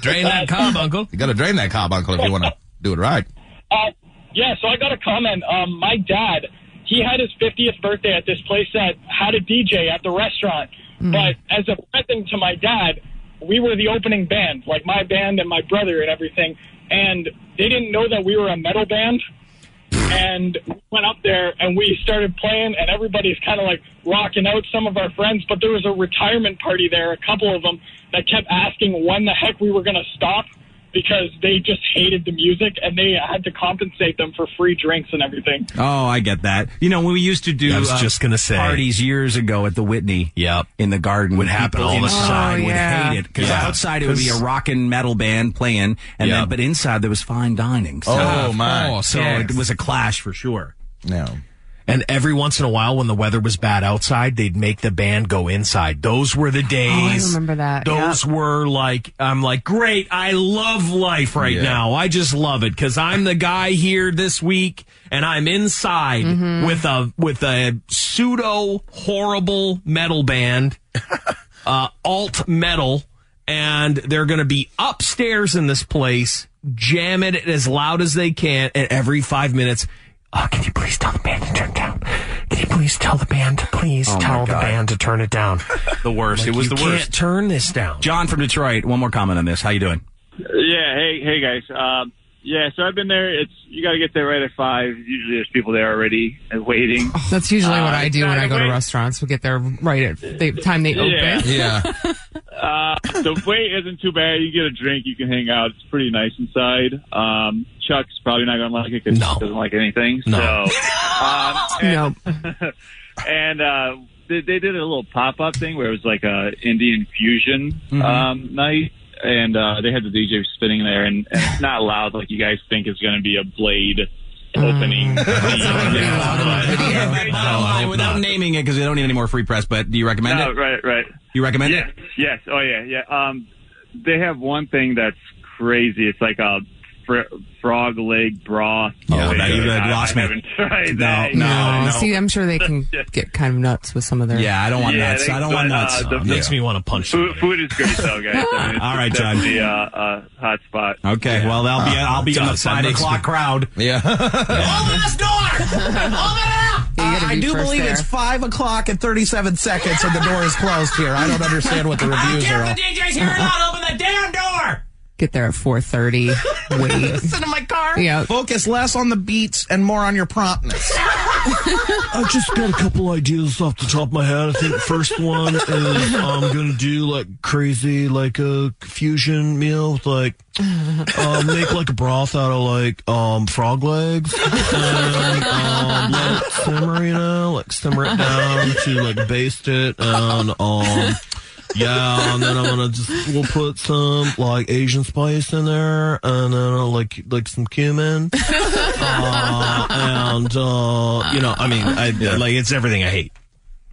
Speaker 6: Drain that cob, uncle.
Speaker 8: You got to drain that cob, uncle, if you want to do it right.
Speaker 25: Uh, yeah, so I got a comment. Um, my dad, he had his 50th birthday at this place that had a DJ at the restaurant. But as a present to my dad, we were the opening band, like my band and my brother and everything. And they didn't know that we were a metal band. And we went up there and we started playing, and everybody's kind of like rocking out some of our friends. But there was a retirement party there, a couple of them that kept asking when the heck we were going to stop because they just hated the music and they had to compensate them for free drinks and everything.
Speaker 2: Oh, I get that. You know, when we used to do uh,
Speaker 6: I was just gonna say.
Speaker 2: parties years ago at the Whitney. Yep. In the garden would
Speaker 6: happen all the time.
Speaker 2: would
Speaker 6: Oh, yeah.
Speaker 2: hate it because
Speaker 6: Yeah.
Speaker 2: outside it would be a rock and metal band playing, and
Speaker 6: Yep.
Speaker 2: then but inside there was fine dining. So,
Speaker 6: Oh, my.
Speaker 2: Oh, so
Speaker 6: Yes.
Speaker 2: it was a clash for sure.
Speaker 8: No.
Speaker 6: And every once in a while, when the weather was bad outside, they'd make the band go inside. Those were the days.
Speaker 7: remember that,
Speaker 6: Those were like, I'm like, great. I love life right
Speaker 2: Yeah.
Speaker 6: now. I just love it because I'm the guy here this week, and I'm inside
Speaker 7: Mm-hmm.
Speaker 2: Mhm.
Speaker 6: with a with a pseudo horrible metal band, uh, alt metal, and they're going to be upstairs in this place, jam it as loud as they can, and every five minutes. Uh, can you please tell the band to turn it down? Can you please tell the band to please
Speaker 2: Oh, my
Speaker 6: tell the
Speaker 2: God.
Speaker 6: band to turn it down?
Speaker 2: The worst.
Speaker 6: Like,
Speaker 2: it was the
Speaker 6: you can't
Speaker 2: worst.
Speaker 6: Turn this down.
Speaker 2: John from Detroit. One more comment on this. How you doing?
Speaker 26: Yeah. Hey, hey guys. Um, yeah. So I've been there. It's you got to get there right at five. Usually there's people there already and waiting.
Speaker 7: Oh, That's usually what
Speaker 26: Uh,
Speaker 7: I
Speaker 26: it's
Speaker 7: do when
Speaker 26: not
Speaker 7: I
Speaker 26: a
Speaker 7: go to
Speaker 26: wait.
Speaker 7: restaurants. We get there right at the time they
Speaker 26: Yeah.
Speaker 7: open.
Speaker 26: Yeah. Uh, the wait isn't too bad. You get a drink, you can hang out. It's pretty nice inside. Um, Chuck's probably not gonna like it because he doesn't like anything.
Speaker 6: No.
Speaker 26: So, um, and, and uh, they, they did a little pop up thing where it was like a Indian fusion
Speaker 27: Mhm.
Speaker 26: um, night, and uh, they had the DJ spinning there, and, and it's not loud like you guys think it's gonna be a blade opening.
Speaker 2: Oh, without naming it because they don't need any more free press. But do you recommend
Speaker 26: No,
Speaker 2: it?
Speaker 26: right, right.
Speaker 2: You recommend
Speaker 26: yes,
Speaker 2: it?
Speaker 26: Yes. Oh yeah, yeah. Um, they have one thing that's crazy. It's like a fr- frog leg broth.
Speaker 2: Oh, now you've, uh,
Speaker 26: I-
Speaker 2: lost
Speaker 26: I
Speaker 2: me.
Speaker 26: haven't tried
Speaker 2: No,
Speaker 26: that.
Speaker 2: no,
Speaker 7: Oh, see, I'm sure they can get kind of nuts with some of their.
Speaker 2: Yeah, I don't want
Speaker 26: Yeah,
Speaker 2: nuts.
Speaker 26: they-
Speaker 2: I don't want
Speaker 26: but, uh,
Speaker 2: nuts.
Speaker 26: the- the- Makes me
Speaker 6: want to punch.
Speaker 26: Food, food is great though, guys. I mean,
Speaker 2: All right,
Speaker 26: it's
Speaker 2: John.
Speaker 26: definitely a, a hot spot.
Speaker 2: Okay, well, that'll be Uh, I'll be on the five o'clock crowd.
Speaker 8: Yeah.
Speaker 2: Open this door. Open it up.
Speaker 4: Uh, I do
Speaker 2: first
Speaker 4: believe
Speaker 2: there.
Speaker 4: it's five o'clock and thirty-seven seconds, and the door is closed here. I don't understand what the reviews are.
Speaker 2: DJ's here or not. Open the damn door.
Speaker 28: Get there at 4.30. Wait.
Speaker 29: Sit in my car.
Speaker 28: Yeah.
Speaker 8: Focus less on the beats and more on your promptness.
Speaker 6: I just got a couple ideas off the top of my head. I think the first one is um, I'm gonna do like crazy, like a fusion meal with like um, make like a broth out of like um, frog legs and um, let it simmer, you know, like simmer it down to like baste it and um. Yeah, and then I'm gonna just we'll put some like Asian spice in there, and then uh, like like some cumin, uh, and uh,
Speaker 19: you know, I mean, I, like it's everything I hate.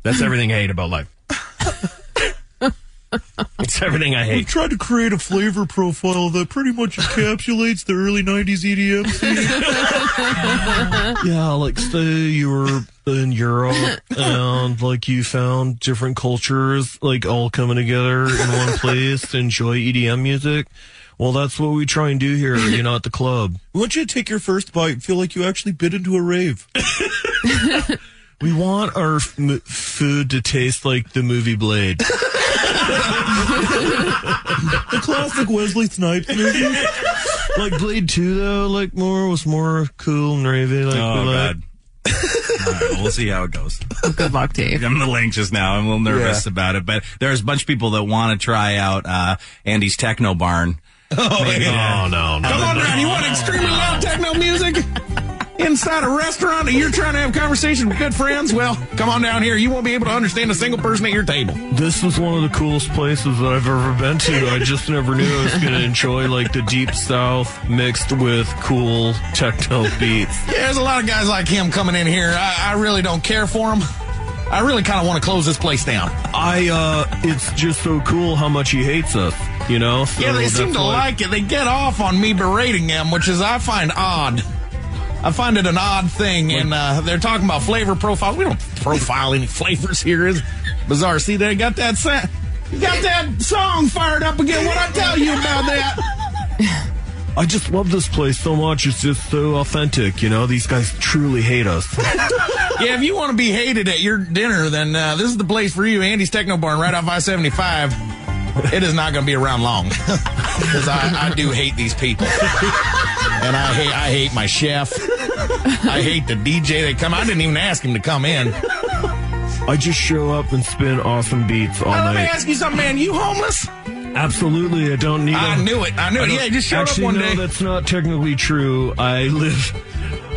Speaker 19: That's everything I hate about life. it's everything I
Speaker 16: We
Speaker 19: hate.
Speaker 16: tried to create a flavor profile that pretty much encapsulates the early E '90s EDM scene.
Speaker 6: yeah, like say you were in Europe and like you found different cultures like all coming together in one place to enjoy EDM music. Well, that's what we try and do here, you know, at the club.
Speaker 16: We want you to take your first bite and feel like you actually bit into a rave.
Speaker 6: We want our f- m- food to taste like the movie Blade.
Speaker 16: the classic Wesley Snipes movie.
Speaker 6: like Blade 2, though, like more was more cool and ravey. Like,
Speaker 2: Oh,
Speaker 6: we like-
Speaker 2: God. All right, well, we'll see how it goes.
Speaker 28: Good luck, Dave.
Speaker 2: I'm a little anxious now. I'm a little nervous
Speaker 19: Yeah.
Speaker 2: about it, but there's a bunch of people that want to try out uh, Andy's Techno Barn. uh,
Speaker 19: Oh, yeah.
Speaker 6: Oh, no,
Speaker 19: no.
Speaker 2: Come on, Brad. You want
Speaker 8: Extremely loud techno music inside a restaurant, and you're trying to have conversation with good friends. Well, come on down here. You won't be able to understand a single person at your table.
Speaker 6: This is one of the coolest places that I've ever been to. I just never knew I was going to enjoy like the deep south mixed with cool techno beats.
Speaker 8: Yeah, there's a lot of guys like him coming in here. I, I really don't care for him. I really kind of want to close this place down.
Speaker 6: I uh it's just so cool how much he hates us, you know? So
Speaker 8: yeah, they seem
Speaker 6: that's
Speaker 8: to
Speaker 6: why-
Speaker 8: like it. They get off on me berating them, which is I find odd. I find it an odd thing, and uh, they're talking about flavor profiles. We don't profile any flavors here. Is bizarre. See, they got that sa- you got that song fired up again. What I tell you about that?
Speaker 6: I just love this place so much. It's just so authentic, you know? These guys truly hate us.
Speaker 8: yeah, if you want to be hated at your dinner, then uh, this is the place for you. Andy's Techno Barn, right off I seventy five. It is not going to be around long because I, I do hate these people, and I hate I hate my chef. I hate the DJ that come. I didn't even ask him to come in.
Speaker 6: I just show up and spin awesome beats all
Speaker 8: Now, let me
Speaker 6: night.
Speaker 8: ask you something, Oh, man. You homeless?
Speaker 6: Absolutely, I don't need.
Speaker 8: I
Speaker 6: them.
Speaker 8: knew it. I knew it.
Speaker 6: don't-
Speaker 8: Yeah, you just showed up
Speaker 6: actually,
Speaker 8: one
Speaker 6: no,
Speaker 8: day.
Speaker 6: That's not technically true. I live,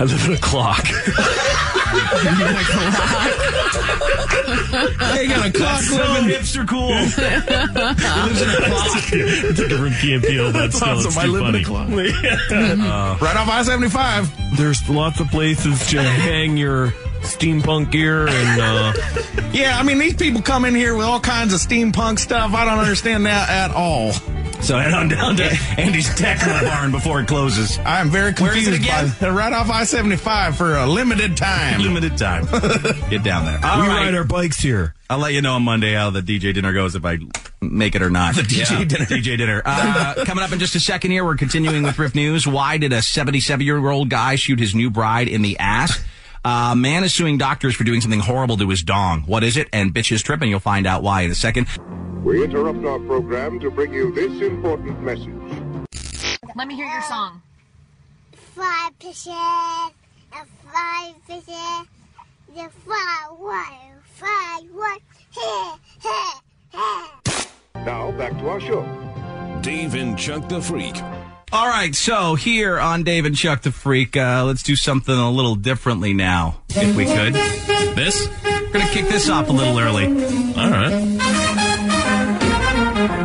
Speaker 6: I live in a clock.
Speaker 8: They got a clock
Speaker 6: That's so
Speaker 8: living.
Speaker 6: hipster cool.
Speaker 8: it's
Speaker 6: a different PMPL.
Speaker 8: That's
Speaker 6: still, it's
Speaker 8: awesome. I
Speaker 6: too
Speaker 8: live in a
Speaker 6: funny.
Speaker 8: clock. right off I seventy five.
Speaker 6: Uh, There's lots of places to hang your steampunk gear, and uh,
Speaker 8: Yeah, I mean these people come in here with all kinds of steampunk stuff. I don't understand that at all.
Speaker 2: So head on down to Andy's Techno Barn before it closes.
Speaker 8: I am very
Speaker 2: Where is
Speaker 8: confused
Speaker 2: it again?
Speaker 8: by right off I seventy five for a limited time.
Speaker 2: Limited time. Get down there.
Speaker 8: We ride
Speaker 6: our bikes here.
Speaker 2: I'll let you know on Monday how the DJ dinner goes if I make it or not.
Speaker 8: The DJ dinner.
Speaker 2: DJ dinner. Uh, coming up in just a second here, we're continuing with Riff News. Why did a 77 year old guy shoot his new bride in the ass? Uh, man is suing doctors for doing something horrible to his dong. What is it? And bitches trip, and you'll find out why in a second.
Speaker 17: We interrupt our program to bring you this important message.
Speaker 11: Let me hear your song.
Speaker 4: five percent, and five percent, the five one, five one, hey, hey, hey.
Speaker 1: Now back to our show. Dave and Chuck the Freak.
Speaker 2: All right, so here on Dave and Chuck the Freak, uh, let's do something a little differently now, if we could. This? We're going to kick this off a little early. All right.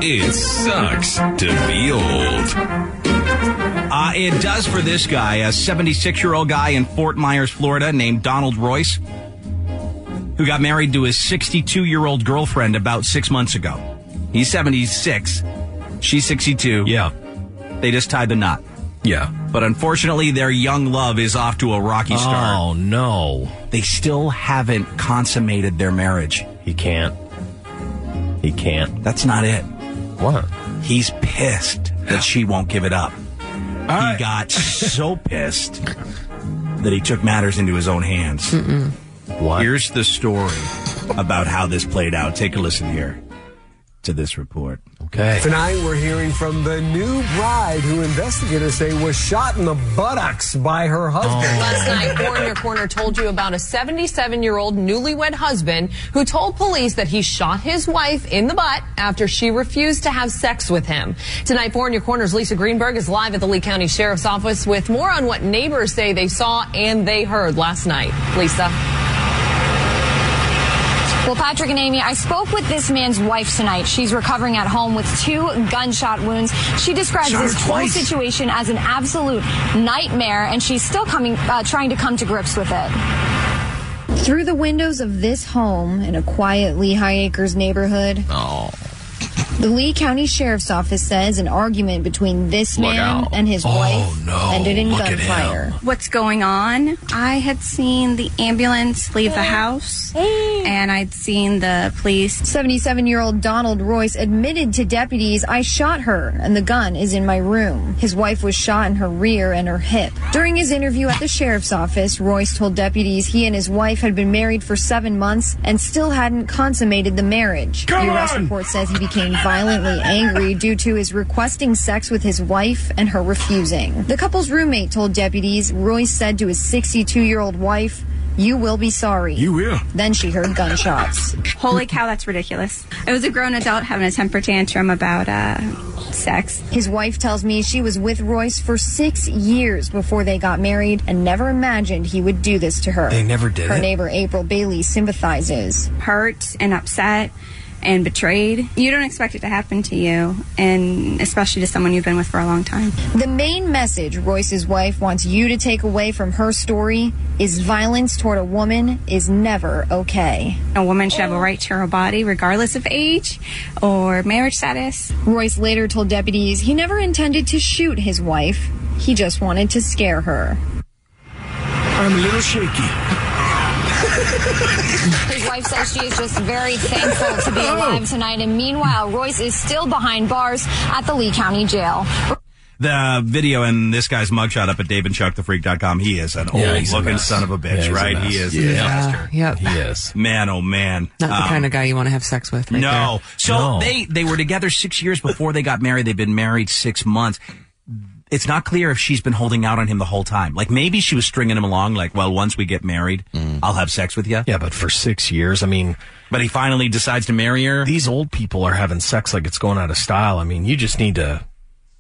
Speaker 2: It sucks to be old. Uh, it does for this guy, a 76 year old guy in Fort Myers, Florida, named Donald Royce, who got married to his 62 year old girlfriend about six months ago. He's 76. She's 62. Yeah. They just tied the knot. Yeah. But unfortunately, their young love is off to a rocky start.
Speaker 19: Oh,
Speaker 2: no. They still haven't consummated their marriage. He can't. He can't. That's not it. What? He's pissed that she won't give it up. He got so pissed that he took matters into his own hands. Here's the story about how this played out. Take a listen here. to this report.
Speaker 23: Tonight, we're hearing from the new bride who investigators say was shot in the buttocks by her husband.
Speaker 17: Last night, Warren Your Corner told you about a 77 year old newlywed husband who told police that he shot his wife in the butt after she refused to have sex with him. Tonight, Warren Your Corner's Lisa Greenberg is live at the Lee County Sheriff's Office with more on what neighbors say they saw and they heard last night. Lisa.
Speaker 11: Well, Patrick and Amy, I spoke with this man's wife tonight. She's recovering at home with two gunshot wounds. She describes
Speaker 12: Shot her
Speaker 11: this whole
Speaker 12: twice.
Speaker 11: situation as an absolute nightmare, and she's still coming, uh, trying to come to grips with it. Through the windows of this home in a quiet Lehigh Acres neighborhood,
Speaker 30: Oh.
Speaker 11: the Lee County Sheriff's Office says an argument between this
Speaker 30: Look
Speaker 11: man
Speaker 30: out.
Speaker 11: and his
Speaker 30: Oh,
Speaker 11: wife
Speaker 30: no.
Speaker 11: ended in
Speaker 30: Look at
Speaker 11: gunfire.
Speaker 31: What's going on? I had seen the ambulance leave the house, and I'd seen the police.
Speaker 11: 77 year old Donald Royce admitted to deputies, I shot her, and the gun is in my room. His wife was shot in her rear and her hip. During his interview at the sheriff's office, Royce told deputies he and his wife had been married for seven months and still hadn't consummated the marriage.
Speaker 32: Come
Speaker 11: the arrest
Speaker 32: on!
Speaker 11: report says he became violently angry due to his requesting sex with his wife and her refusing. The couple's roommate told deputies, Royce said to his 62 year old wife, You will be sorry. You will. Then she heard gunshots.
Speaker 31: Holy cow, that's ridiculous. It was a grown adult having a temper tantrum about uh, sex.
Speaker 11: His wife tells me she was with Royce for six years before they got married and never imagined he would do this to her.
Speaker 31: They never did
Speaker 11: Her
Speaker 31: it?
Speaker 11: neighbor April Bailey sympathizes.
Speaker 31: Hurt and upset and betrayed. You don't expect it to happen to you, and especially to someone you've been with for a long time.
Speaker 11: The main message Royce's wife wants you to take away from her story is violence toward a woman is never okay.
Speaker 31: A woman should have a right to her body, regardless of age or marriage status.
Speaker 11: Royce later told deputies he never intended to shoot his wife, he just wanted to scare her.
Speaker 30: I'm a little shaky.
Speaker 11: His wife says she is just very thankful to be alive tonight. And meanwhile, Royce is still behind bars at the Lee County Jail.
Speaker 2: The video and this guy's mugshot up at DaveandChuckTheFreak.com. He is an
Speaker 7: Yeah,
Speaker 2: old
Speaker 7: he's a
Speaker 2: looking
Speaker 7: mess.
Speaker 2: son of a
Speaker 7: Yeah,
Speaker 2: bitch,
Speaker 7: he's a
Speaker 2: right?
Speaker 7: mess.
Speaker 2: He is
Speaker 7: Yeah.
Speaker 2: a disaster.
Speaker 7: Yeah, yep.
Speaker 2: He is. Man, oh man.
Speaker 7: Not the
Speaker 2: Um,
Speaker 7: kind of guy you want to have sex with. Right
Speaker 2: no.
Speaker 7: there.
Speaker 2: So they they were together six years before they got married. They've been married six months. It's not clear if she's been holding out on him the whole time. Like maybe she was stringing him along. Like, well, once we get married, I'll have sex with you.
Speaker 6: Mm. Yeah, but for six years, I mean.
Speaker 2: But he finally decides to marry her.
Speaker 6: These old people are having sex like it's going out of style. I mean, you just need to.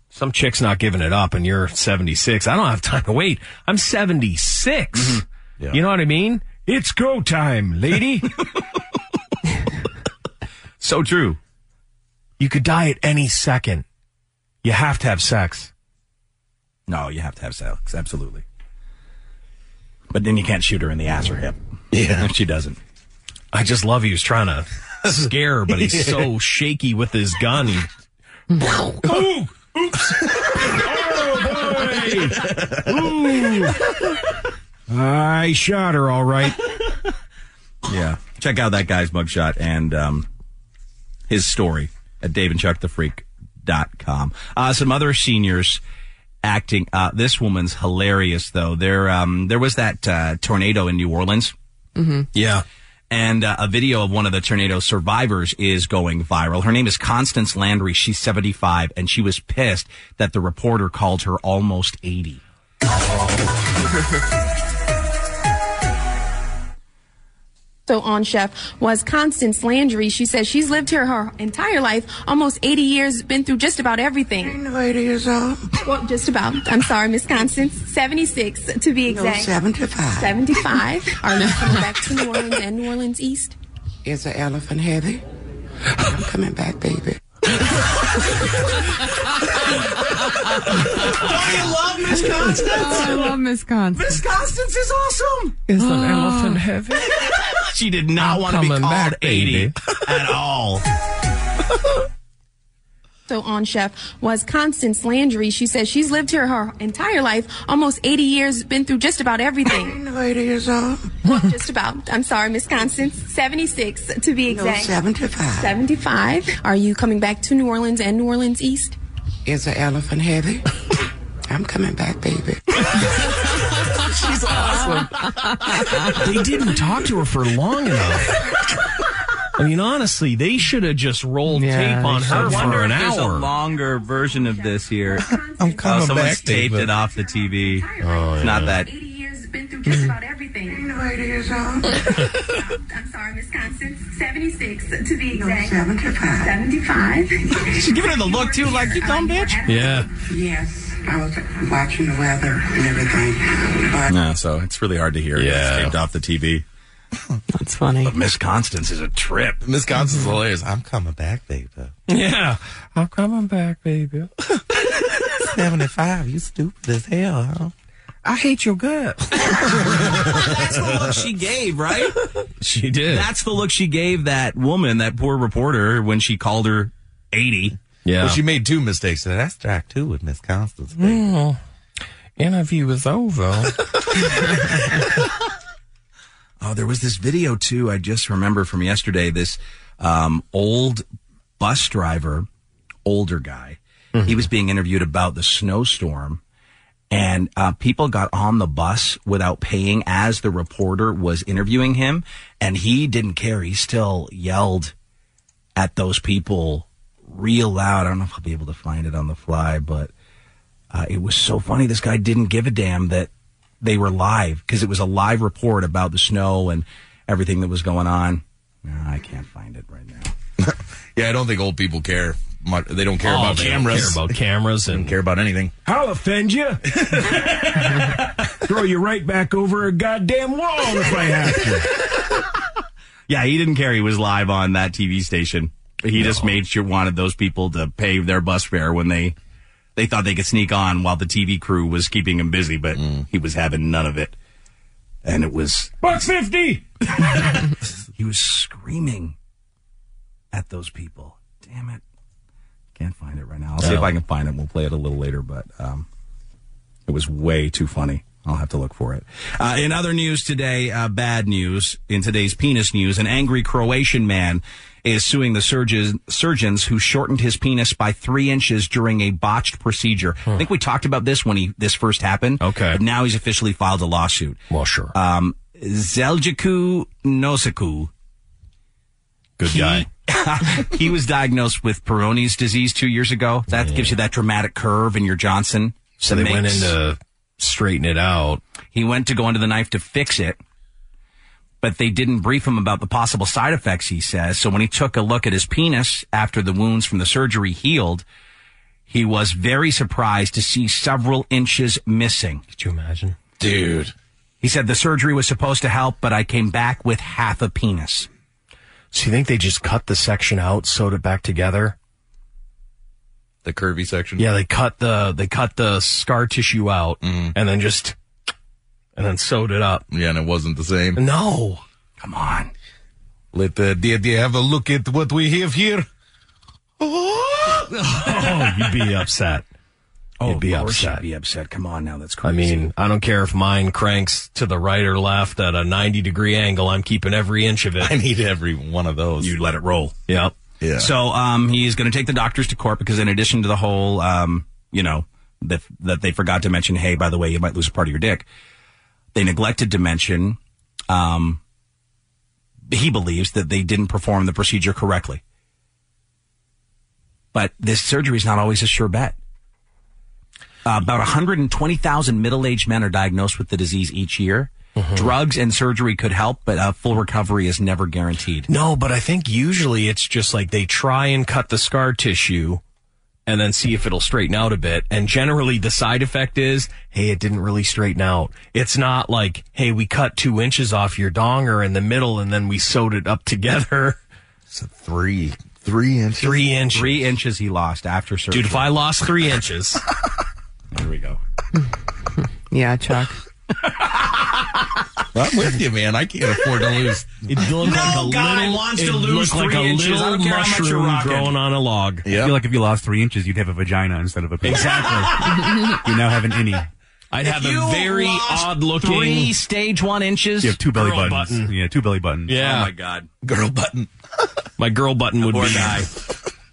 Speaker 6: Some chick's not giving it up, and you're 76. I don't have time to wait. I'm 76. You know what I mean? It's go time, lady.
Speaker 2: so true.
Speaker 6: You could die at any second. You have to have sex.
Speaker 2: No, you have to have sex. Absolutely. But then you can't shoot her in the ass or hip. Yeah. If she doesn't.
Speaker 6: I just love he was trying to scare her, but he's so shaky with his gun. Ooh, oops. I shot her, all right.
Speaker 2: Yeah. Check out that guy's mugshot and um, his story at DaveandChuckTheFreak.com. Uh, some other seniors acting. Uh, this woman's hilarious, though. There, um, there was that uh, tornado in New Orleans.
Speaker 33: Mm-hmm.
Speaker 2: Yeah. And uh, a video of one of the tornado survivors is going viral. Her name is Constance Landry. She's 75, and she was pissed that the reporter called her almost 80.
Speaker 34: So on chef was Constance Landry. She says she's lived here her entire life, almost 80 years, been through just about everything. 80 years old. Well, just about. I'm sorry, Miss Constance. 76 to be
Speaker 35: No,
Speaker 34: exact.
Speaker 35: 75.
Speaker 34: 75. Are now coming back to New Orleans and New Orleans East.
Speaker 35: Is the elephant heavy? I'm coming back, baby.
Speaker 7: I
Speaker 35: love Miss Constance.
Speaker 7: Oh, I love Miss Constance.
Speaker 35: Miss Constance is awesome.
Speaker 7: Is an elephant heavy?
Speaker 2: she did not want to be
Speaker 35: coming
Speaker 2: called
Speaker 35: back,
Speaker 2: 80 at all.
Speaker 34: So on chef was Constance Landry. She says she's lived here her entire life, almost 80 years, been through just about everything.
Speaker 35: 80 years old.
Speaker 34: Well, just about. I'm sorry, Miss Constance. 76 to be
Speaker 35: No,
Speaker 34: exact.
Speaker 35: 75.
Speaker 34: 75. Are you coming back to New Orleans and New Orleans East?
Speaker 35: Is the elephant heavy? I'm coming back, baby.
Speaker 6: She's awesome. they didn't talk to her for long enough. I mean, honestly, they should have just rolled tape on her
Speaker 2: I
Speaker 6: for
Speaker 2: wonder
Speaker 6: an
Speaker 2: if There's a
Speaker 6: hour.
Speaker 2: longer version of this here.
Speaker 14: I'm coming
Speaker 2: oh, someone's
Speaker 14: back,
Speaker 2: taped
Speaker 14: David.
Speaker 2: it off the TV. It's not that.
Speaker 34: Just about everything. I'm sorry, Miss Constance. 76 to be exact. 75.
Speaker 2: She's giving her the look too, like you dumb bitch.
Speaker 6: Yeah.
Speaker 35: Yes, I was watching the weather and everything.
Speaker 2: No, so it's really hard to hear. Yeah, taped off the TV.
Speaker 7: That's funny.
Speaker 2: But Miss Constance is a trip. Mm-hmm.
Speaker 14: Miss Constance hilarious. I'm coming back, baby.
Speaker 6: Yeah.
Speaker 36: I'm coming back, baby. 75. You stupid as hell, huh? I hate your guts.
Speaker 2: That's the look she gave, right?
Speaker 6: She did.
Speaker 2: That's the look she gave that woman, that poor reporter, when she called her eighty.
Speaker 14: Well, she made two mistakes. So that's track two with Miss Constance.
Speaker 36: Mm. Interview is over.
Speaker 2: Oh, there was this video too. I just remember from yesterday. This um, old bus driver, older guy, he was being interviewed about the snowstorm, and uh, people got on the bus without paying as the reporter was interviewing him, and he didn't care. He still yelled at those people real loud. I don't know if I'll be able to find it on the fly, but uh, it was so funny. This guy didn't give a damn that they were live because it was a live report about the snow and everything that was going on. No, I can't find it right now.
Speaker 14: Yeah, I don't think old people care. Much. They don't care
Speaker 6: Oh,
Speaker 14: about
Speaker 6: they don't
Speaker 14: cameras.
Speaker 6: care about cameras
Speaker 14: They
Speaker 6: and
Speaker 14: don't care about anything.
Speaker 30: I'll offend you. Throw you right back over a goddamn wall if I have to.
Speaker 2: Yeah, he didn't care. He was live on that TV station. He just made sure wanted those people to pay their bus fare when they they thought they could sneak on while the TV crew was keeping him busy, but he was having none of it. And it was
Speaker 30: Buck fifty.
Speaker 2: he was screaming at those people. Damn it. Can't find it right now. I'll see if I can find it. We'll play it a little later, but um, it was way too funny. I'll have to look for it. Uh, in other news today, uh, bad news. In today's penis news, an angry Croatian man is suing the surgeons, surgeons who shortened his penis by three inches during a botched procedure. I think we talked about this when he this first happened. Okay, but now he's officially filed a lawsuit. Well, sure. Um, Zeljiku Nosiku. Good guy. he was diagnosed with Peyronie's disease two years ago. That gives you that dramatic curve in your Johnson.
Speaker 6: So they went in to
Speaker 2: straighten it out. He went to go under the knife to fix it, but they didn't brief him about the possible side effects, he says. So when he took a look at his penis after the wounds from the surgery healed, he was very surprised to see several inches missing. Could you imagine? Dude. He said the surgery was supposed to help, but I came back with half a penis.
Speaker 30: So you think they just cut the section out, sewed it back together?
Speaker 14: The curvy section.
Speaker 6: Yeah, they cut the they cut the scar tissue out
Speaker 2: Mm.
Speaker 6: and then just and then sewed it up.
Speaker 14: Yeah, and it wasn't the same.
Speaker 6: No.
Speaker 2: Come on.
Speaker 14: Let the dear dear have a look at what we have here.
Speaker 6: oh, you'd be upset.
Speaker 2: Oh,
Speaker 6: you'd be
Speaker 2: of course
Speaker 6: upset.
Speaker 2: you'd be upset. Come on now, that's
Speaker 6: I
Speaker 2: crazy.
Speaker 6: mean, I don't care if mine cranks to the right or left at a 90 degree angle. I'm keeping every inch of it. I
Speaker 14: need every one of those.
Speaker 2: You let it roll.
Speaker 6: Yep.
Speaker 14: Yeah.
Speaker 2: So um, he's going to take the doctors to court because, in addition to the whole, um, you know, that that they forgot to mention, hey, by the way, you might lose part of your dick. They neglected to mention. Um, he believes that they didn't perform the procedure correctly. But this surgery is not always a sure bet. Uh, about 120,000 middle-aged men are diagnosed with the disease each year. Drugs and surgery could help, but uh, full recovery is never guaranteed.
Speaker 6: No, but I think usually it's just like they try and cut the scar tissue and then see if it'll straighten out a bit. And generally the side effect is, hey, it didn't really straighten out. It's not like, hey, we cut two inches off your donger in the middle and then we sewed it up together.
Speaker 14: So three, three inches.
Speaker 6: Three inches.
Speaker 2: Three inches he lost after surgery.
Speaker 6: Dude, if I lost three inches.
Speaker 2: There we go.
Speaker 7: Yeah, Chuck.
Speaker 14: I'm with you, man. I can't afford to lose.
Speaker 6: It looked like a little, it looked like a little mushroom growing on a log.
Speaker 4: I feel like if you lost three inches, you'd have a vagina instead of a penis.
Speaker 2: Exactly.
Speaker 4: you now have an innie.
Speaker 6: I'd have
Speaker 2: You
Speaker 6: a very
Speaker 2: lost
Speaker 6: odd looking.
Speaker 2: three stage one inches.
Speaker 4: You have two belly
Speaker 6: Girl
Speaker 4: buttons.
Speaker 6: button.
Speaker 4: Yeah, two belly buttons.
Speaker 6: Yeah.
Speaker 2: Oh my god.
Speaker 14: Girl button.
Speaker 6: My girl button would
Speaker 2: Poor
Speaker 6: be.
Speaker 2: guy.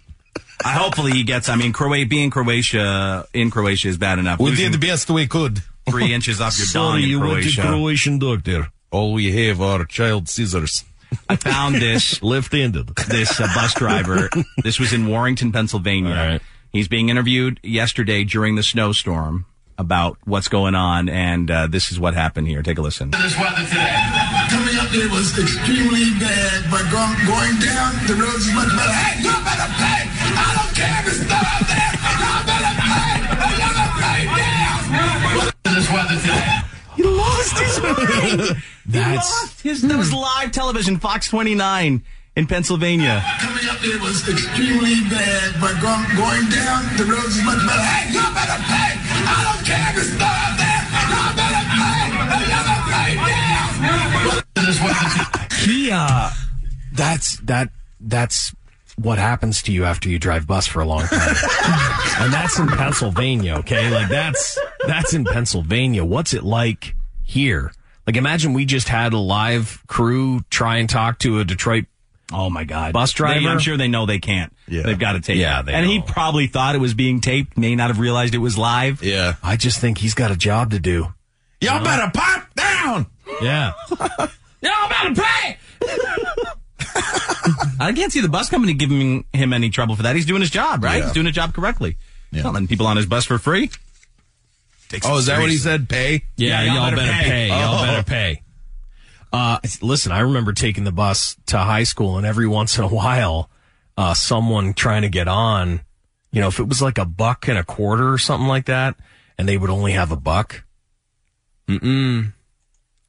Speaker 2: I hopefully he gets. I mean, Croatia being Croatia in Croatia is bad enough.
Speaker 14: We
Speaker 2: Losing
Speaker 14: did the best we could.
Speaker 2: three inches off your dong in Croatia.
Speaker 14: Croatian doctor. All we have are child scissors.
Speaker 2: I found this
Speaker 6: left-handed.
Speaker 2: This uh, bus driver. this was in Warrington, Pennsylvania. He's being interviewed yesterday during the snowstorm about what's going on, and uh, this is what happened here. Take a listen.
Speaker 4: This weather today. Coming up there was extremely bad, but going, going down the road is much better. Hey, you better play. I don't care if it's not out there. You better play. You better play now. This weather today.
Speaker 2: He lost his mind. he
Speaker 4: That's-
Speaker 2: lost his. That was live television, Fox 29 in Pennsylvania.
Speaker 4: Coming up there was extremely bad, but going, going down the road is much better. Hey, you better play. I don't care if it's not out there. You better play. You better play now. This weather today.
Speaker 6: he uh that's that that's what happens to you after you drive bus for a long time and that's in pennsylvania okay like that's that's in pennsylvania what's it like here like imagine we just had a live crew try and talk to a detroit
Speaker 2: oh my god
Speaker 6: bus driver
Speaker 2: They- I'm sure they know they can't. Yeah. They've got to tape. Yeah, they and he probably thought it was being taped, may not have realized it was live.
Speaker 8: Yeah.
Speaker 6: i just think he's got a job to do
Speaker 8: Y'all better pop down.
Speaker 6: yeah
Speaker 2: Y'all better pay. I can't see the bus company giving him any trouble for that. He's doing his job, right?
Speaker 8: Yeah.
Speaker 2: He's doing his job correctly. Yeah. Not letting people on his bus for free. Takes
Speaker 8: Oh,
Speaker 2: it
Speaker 8: is that what
Speaker 2: seriously.
Speaker 8: he said? Pay?
Speaker 6: Yeah, y'all, better, pay. Y'all
Speaker 8: Oh.
Speaker 6: better pay. Uh, listen, I remember taking the bus to high school, and every once in a while, uh, someone trying to get on, you know, if it was like a buck and a quarter or something like that, and they would only have a buck. Mm-mm.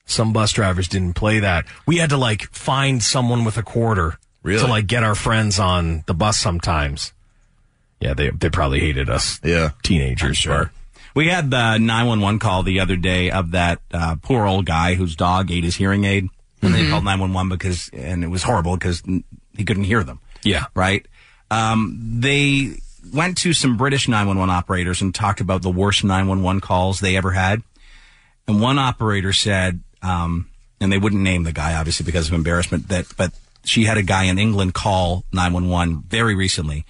Speaker 6: Some bus drivers didn't play that. We had to like find someone with a quarter
Speaker 8: Really?
Speaker 6: to like get our friends on the bus sometimes. Yeah, they they probably hated us.
Speaker 8: Yeah,
Speaker 6: teenagers. Sure.
Speaker 2: We had the 911 call the other day of that uh, poor old guy whose dog ate his hearing aid. And they called 911 because, and it was horrible because he couldn't hear them.
Speaker 6: Yeah.
Speaker 2: Right? Um, they went to some British 911 operators and talked about the worst 911 calls they ever had. And one operator said, um, and they wouldn't name the guy obviously because of embarrassment, that, but she had a guy in England call 911 very recently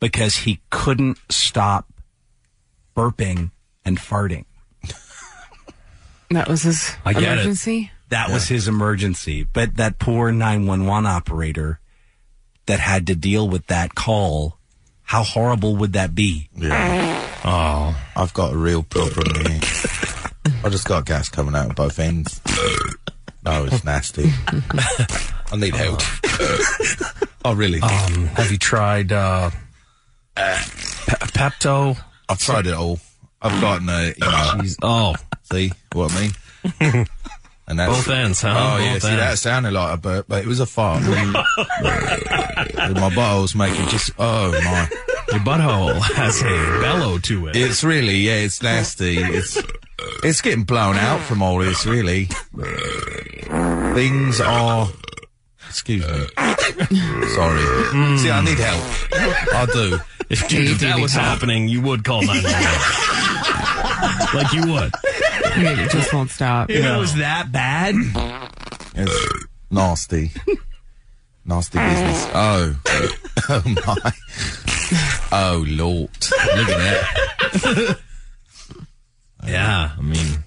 Speaker 2: because he couldn't stop burping and farting.
Speaker 7: That was his
Speaker 2: I get it.
Speaker 7: emergency.
Speaker 2: That was his emergency. But that poor 911 operator that had to deal with that call, how horrible would that be?
Speaker 8: Oh, I've got a real problem here. I just got gas coming out of both ends. Oh, it's nasty. I need help. oh, really? Uh,
Speaker 6: Um, have you tried uh, Pepto?
Speaker 8: I've tried it all. I've gotten a. You know,
Speaker 6: oh,
Speaker 8: see what I mean? And
Speaker 6: Both ends, huh?
Speaker 8: Oh yeah,
Speaker 6: Both
Speaker 8: see that
Speaker 6: ends.
Speaker 8: sounded like a burp, but it was a fart. my butthole's making just oh my.
Speaker 6: Your butthole has a bellow to it.
Speaker 8: It's really yeah, it's nasty. It's it's getting blown out from all this. Really, things are. Excuse me. Sorry. Mm. See, I need help. I do.
Speaker 6: If, dude, if that was happening, you would call 911. like you would.
Speaker 7: It just won't stop.
Speaker 2: If it was that bad,
Speaker 8: It's nasty. Nasty business. Oh. Oh my. Oh Lord. Look at that.
Speaker 6: Yeah. Uh, I
Speaker 8: mean,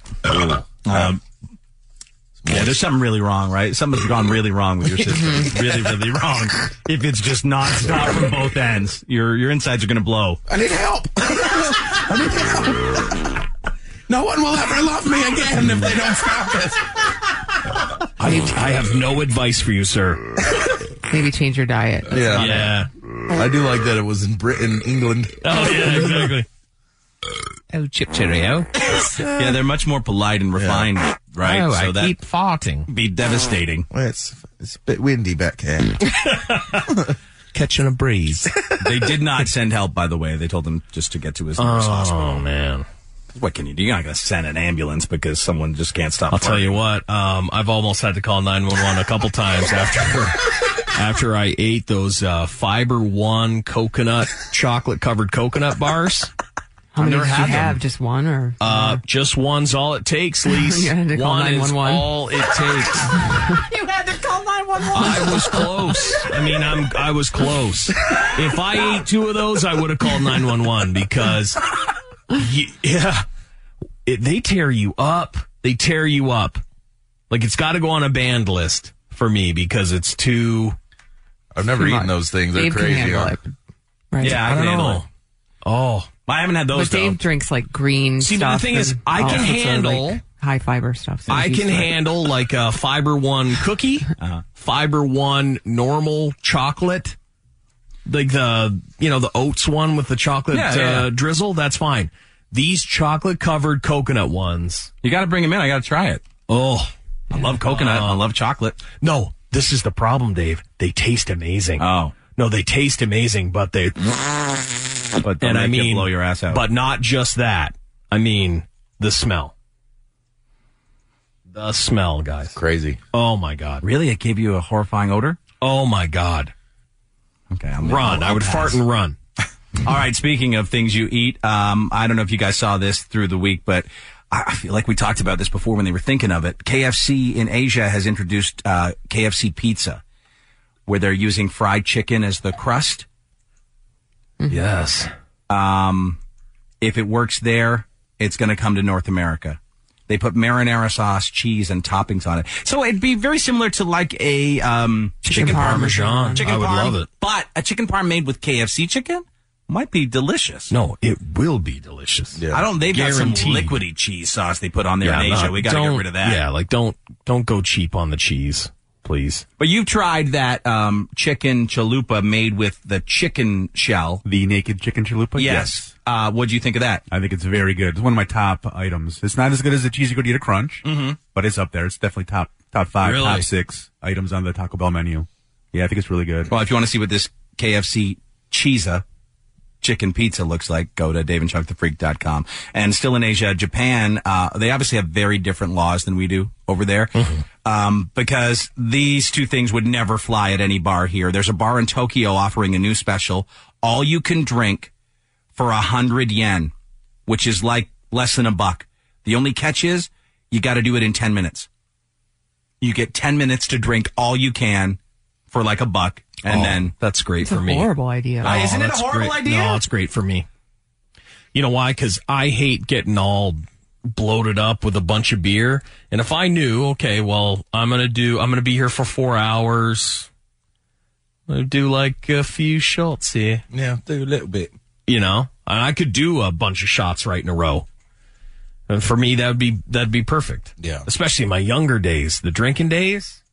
Speaker 2: um, yeah, there's something really wrong, right? Something's gone really wrong with your system. really, really wrong. If it's just not stop from both ends, your your insides are going to blow.
Speaker 8: I need help. I need help. No one will ever love me again if they don't stop this.
Speaker 6: I, I have no advice for you, sir.
Speaker 7: Maybe change your diet.
Speaker 8: Yeah.
Speaker 6: Yeah.
Speaker 8: I do like that it was in Britain, England.
Speaker 6: Oh, yeah, exactly.
Speaker 2: Oh, chip cheerio. yeah, they're much more polite and refined, right?
Speaker 8: Oh, I keep
Speaker 2: farting. Be devastating.
Speaker 8: Well, it's it's a bit windy back here.
Speaker 6: Catching a breeze.
Speaker 2: they did not send help, by the way. They told them just to get to his nearest hospital.
Speaker 6: Oh, man.
Speaker 2: What can you do? You're not going to send an ambulance because someone just can't stop.
Speaker 6: I'll tell
Speaker 2: farting.
Speaker 6: you what. Um, I've almost had to call nine one one a couple times after after I ate those uh, fiber one coconut chocolate covered coconut bars.
Speaker 7: How
Speaker 6: I've
Speaker 7: many did
Speaker 6: never
Speaker 7: you
Speaker 6: had them.
Speaker 7: have? Just one or?
Speaker 6: Uh, just one's all it takes, Lise.
Speaker 7: You had to call
Speaker 6: One is
Speaker 7: 911.
Speaker 6: all it takes.
Speaker 7: you had to call
Speaker 6: I was close. I mean, I'm I was close. If I ate two of those, I would have called nine one one because, y- yeah, it, they tear you up. They tear you up. Like it's got to go on a banned list for me because it's too.
Speaker 8: I've never
Speaker 6: eaten
Speaker 8: those things. They're Dave can crazy, handle aren't it.
Speaker 7: Right.
Speaker 6: Yeah, I,
Speaker 7: I
Speaker 6: don't
Speaker 7: can handle
Speaker 6: know.
Speaker 7: it.
Speaker 6: Oh,
Speaker 2: I haven't had
Speaker 7: but Dave drinks like green
Speaker 6: See, but the
Speaker 7: stuff.
Speaker 6: thing is,
Speaker 7: and
Speaker 6: I
Speaker 7: all
Speaker 6: can
Speaker 7: sorts of,
Speaker 6: handle-
Speaker 7: like, high fiber stuff. so
Speaker 6: I
Speaker 7: he's
Speaker 6: can
Speaker 7: used to it.
Speaker 6: handle like a fiber one cookie,
Speaker 2: Uh-huh.
Speaker 6: fiber one normal chocolate, like the you know the oats one with the chocolate
Speaker 2: Yeah, yeah,
Speaker 6: uh,
Speaker 2: yeah.
Speaker 6: drizzle. That's fine. These chocolate covered coconut ones.
Speaker 2: You got to bring them in. I got to try it.
Speaker 6: Oh, Uh,
Speaker 2: I love coconut. I love chocolate.
Speaker 6: No, this is the problem, Dave. They taste amazing.
Speaker 2: Oh.
Speaker 6: No, they taste amazing, but they.
Speaker 2: But
Speaker 6: and I
Speaker 2: make you
Speaker 6: mean,
Speaker 2: blow your ass out.
Speaker 6: But not just that. I mean, the smell. The smell, guys.
Speaker 8: Crazy.
Speaker 6: Oh my god.
Speaker 2: Really, it gave you a horrifying odor.
Speaker 6: Oh my god.
Speaker 2: Okay, I'm
Speaker 6: Run. I would fart and run.
Speaker 2: All right. Speaking of things you eat, um, I don't know if you guys saw this through the week, but I I feel like we talked about this before when they were thinking of it. KFC in Asia has introduced uh, KFC pizza, where they're using fried chicken as the crust.
Speaker 6: Mm-hmm. Yes.
Speaker 2: Um, if it works there, it's going to come to North America. They put marinara sauce, cheese, and toppings on it, so it'd be very similar to like a um,
Speaker 6: Chicken parmesan.
Speaker 2: Chicken
Speaker 6: I would
Speaker 2: parm,
Speaker 6: love it.
Speaker 2: but a chicken parm made with KFC chicken might be delicious.
Speaker 6: No, it will be delicious.
Speaker 2: I don't. They've got some
Speaker 6: Guaranteed.
Speaker 2: liquidy cheese sauce they put on there in
Speaker 6: Yeah,
Speaker 2: Asia.
Speaker 6: not-
Speaker 2: we got to get
Speaker 6: don't-
Speaker 2: rid of that.
Speaker 6: Yeah, like don't don't go cheap on the cheese, please.
Speaker 2: But you've tried that um, chicken chalupa made with the chicken shell,
Speaker 9: the naked chicken chalupa.
Speaker 2: Yes. Uh, what do you think of that?
Speaker 9: I think it's very good. It's one of my top items. It's not as good as the cheesy gordita crunch,
Speaker 2: Mhm.
Speaker 9: but it's up there. It's definitely top top five,
Speaker 2: Really?
Speaker 9: top six items on the Taco Bell menu. Yeah, I think it's really good.
Speaker 2: Well, if you want to see what this KFC cheesa chicken pizza looks like, go to daveandchuckthefreak.com. And still in Asia, Japan, uh, they obviously have very different laws than we do over there.
Speaker 6: Mm-hmm.
Speaker 2: Um, because these two things would never fly at any bar here. There's a bar in Tokyo offering a new special, all you can drink for a hundred yen, which is like less than a buck. The only catch is you got to do it in 10 minutes. You get 10 minutes to drink all you can for like a buck. And
Speaker 6: Oh,
Speaker 2: then
Speaker 6: that's great
Speaker 7: It's a horrible idea.
Speaker 6: Oh, that's great. No, it's great for me. You know why? Because I hate getting all bloated up with a bunch of beer. And if I knew, okay, well, I'm gonna do, I'm gonna be here for four hours. I do like a few shots here.
Speaker 8: Yeah, do a little bit.
Speaker 6: You know, and I could do a bunch of shots right in a row. And for me, that would be that'd be perfect.
Speaker 8: Yeah,
Speaker 6: especially in my younger days, the drinking days.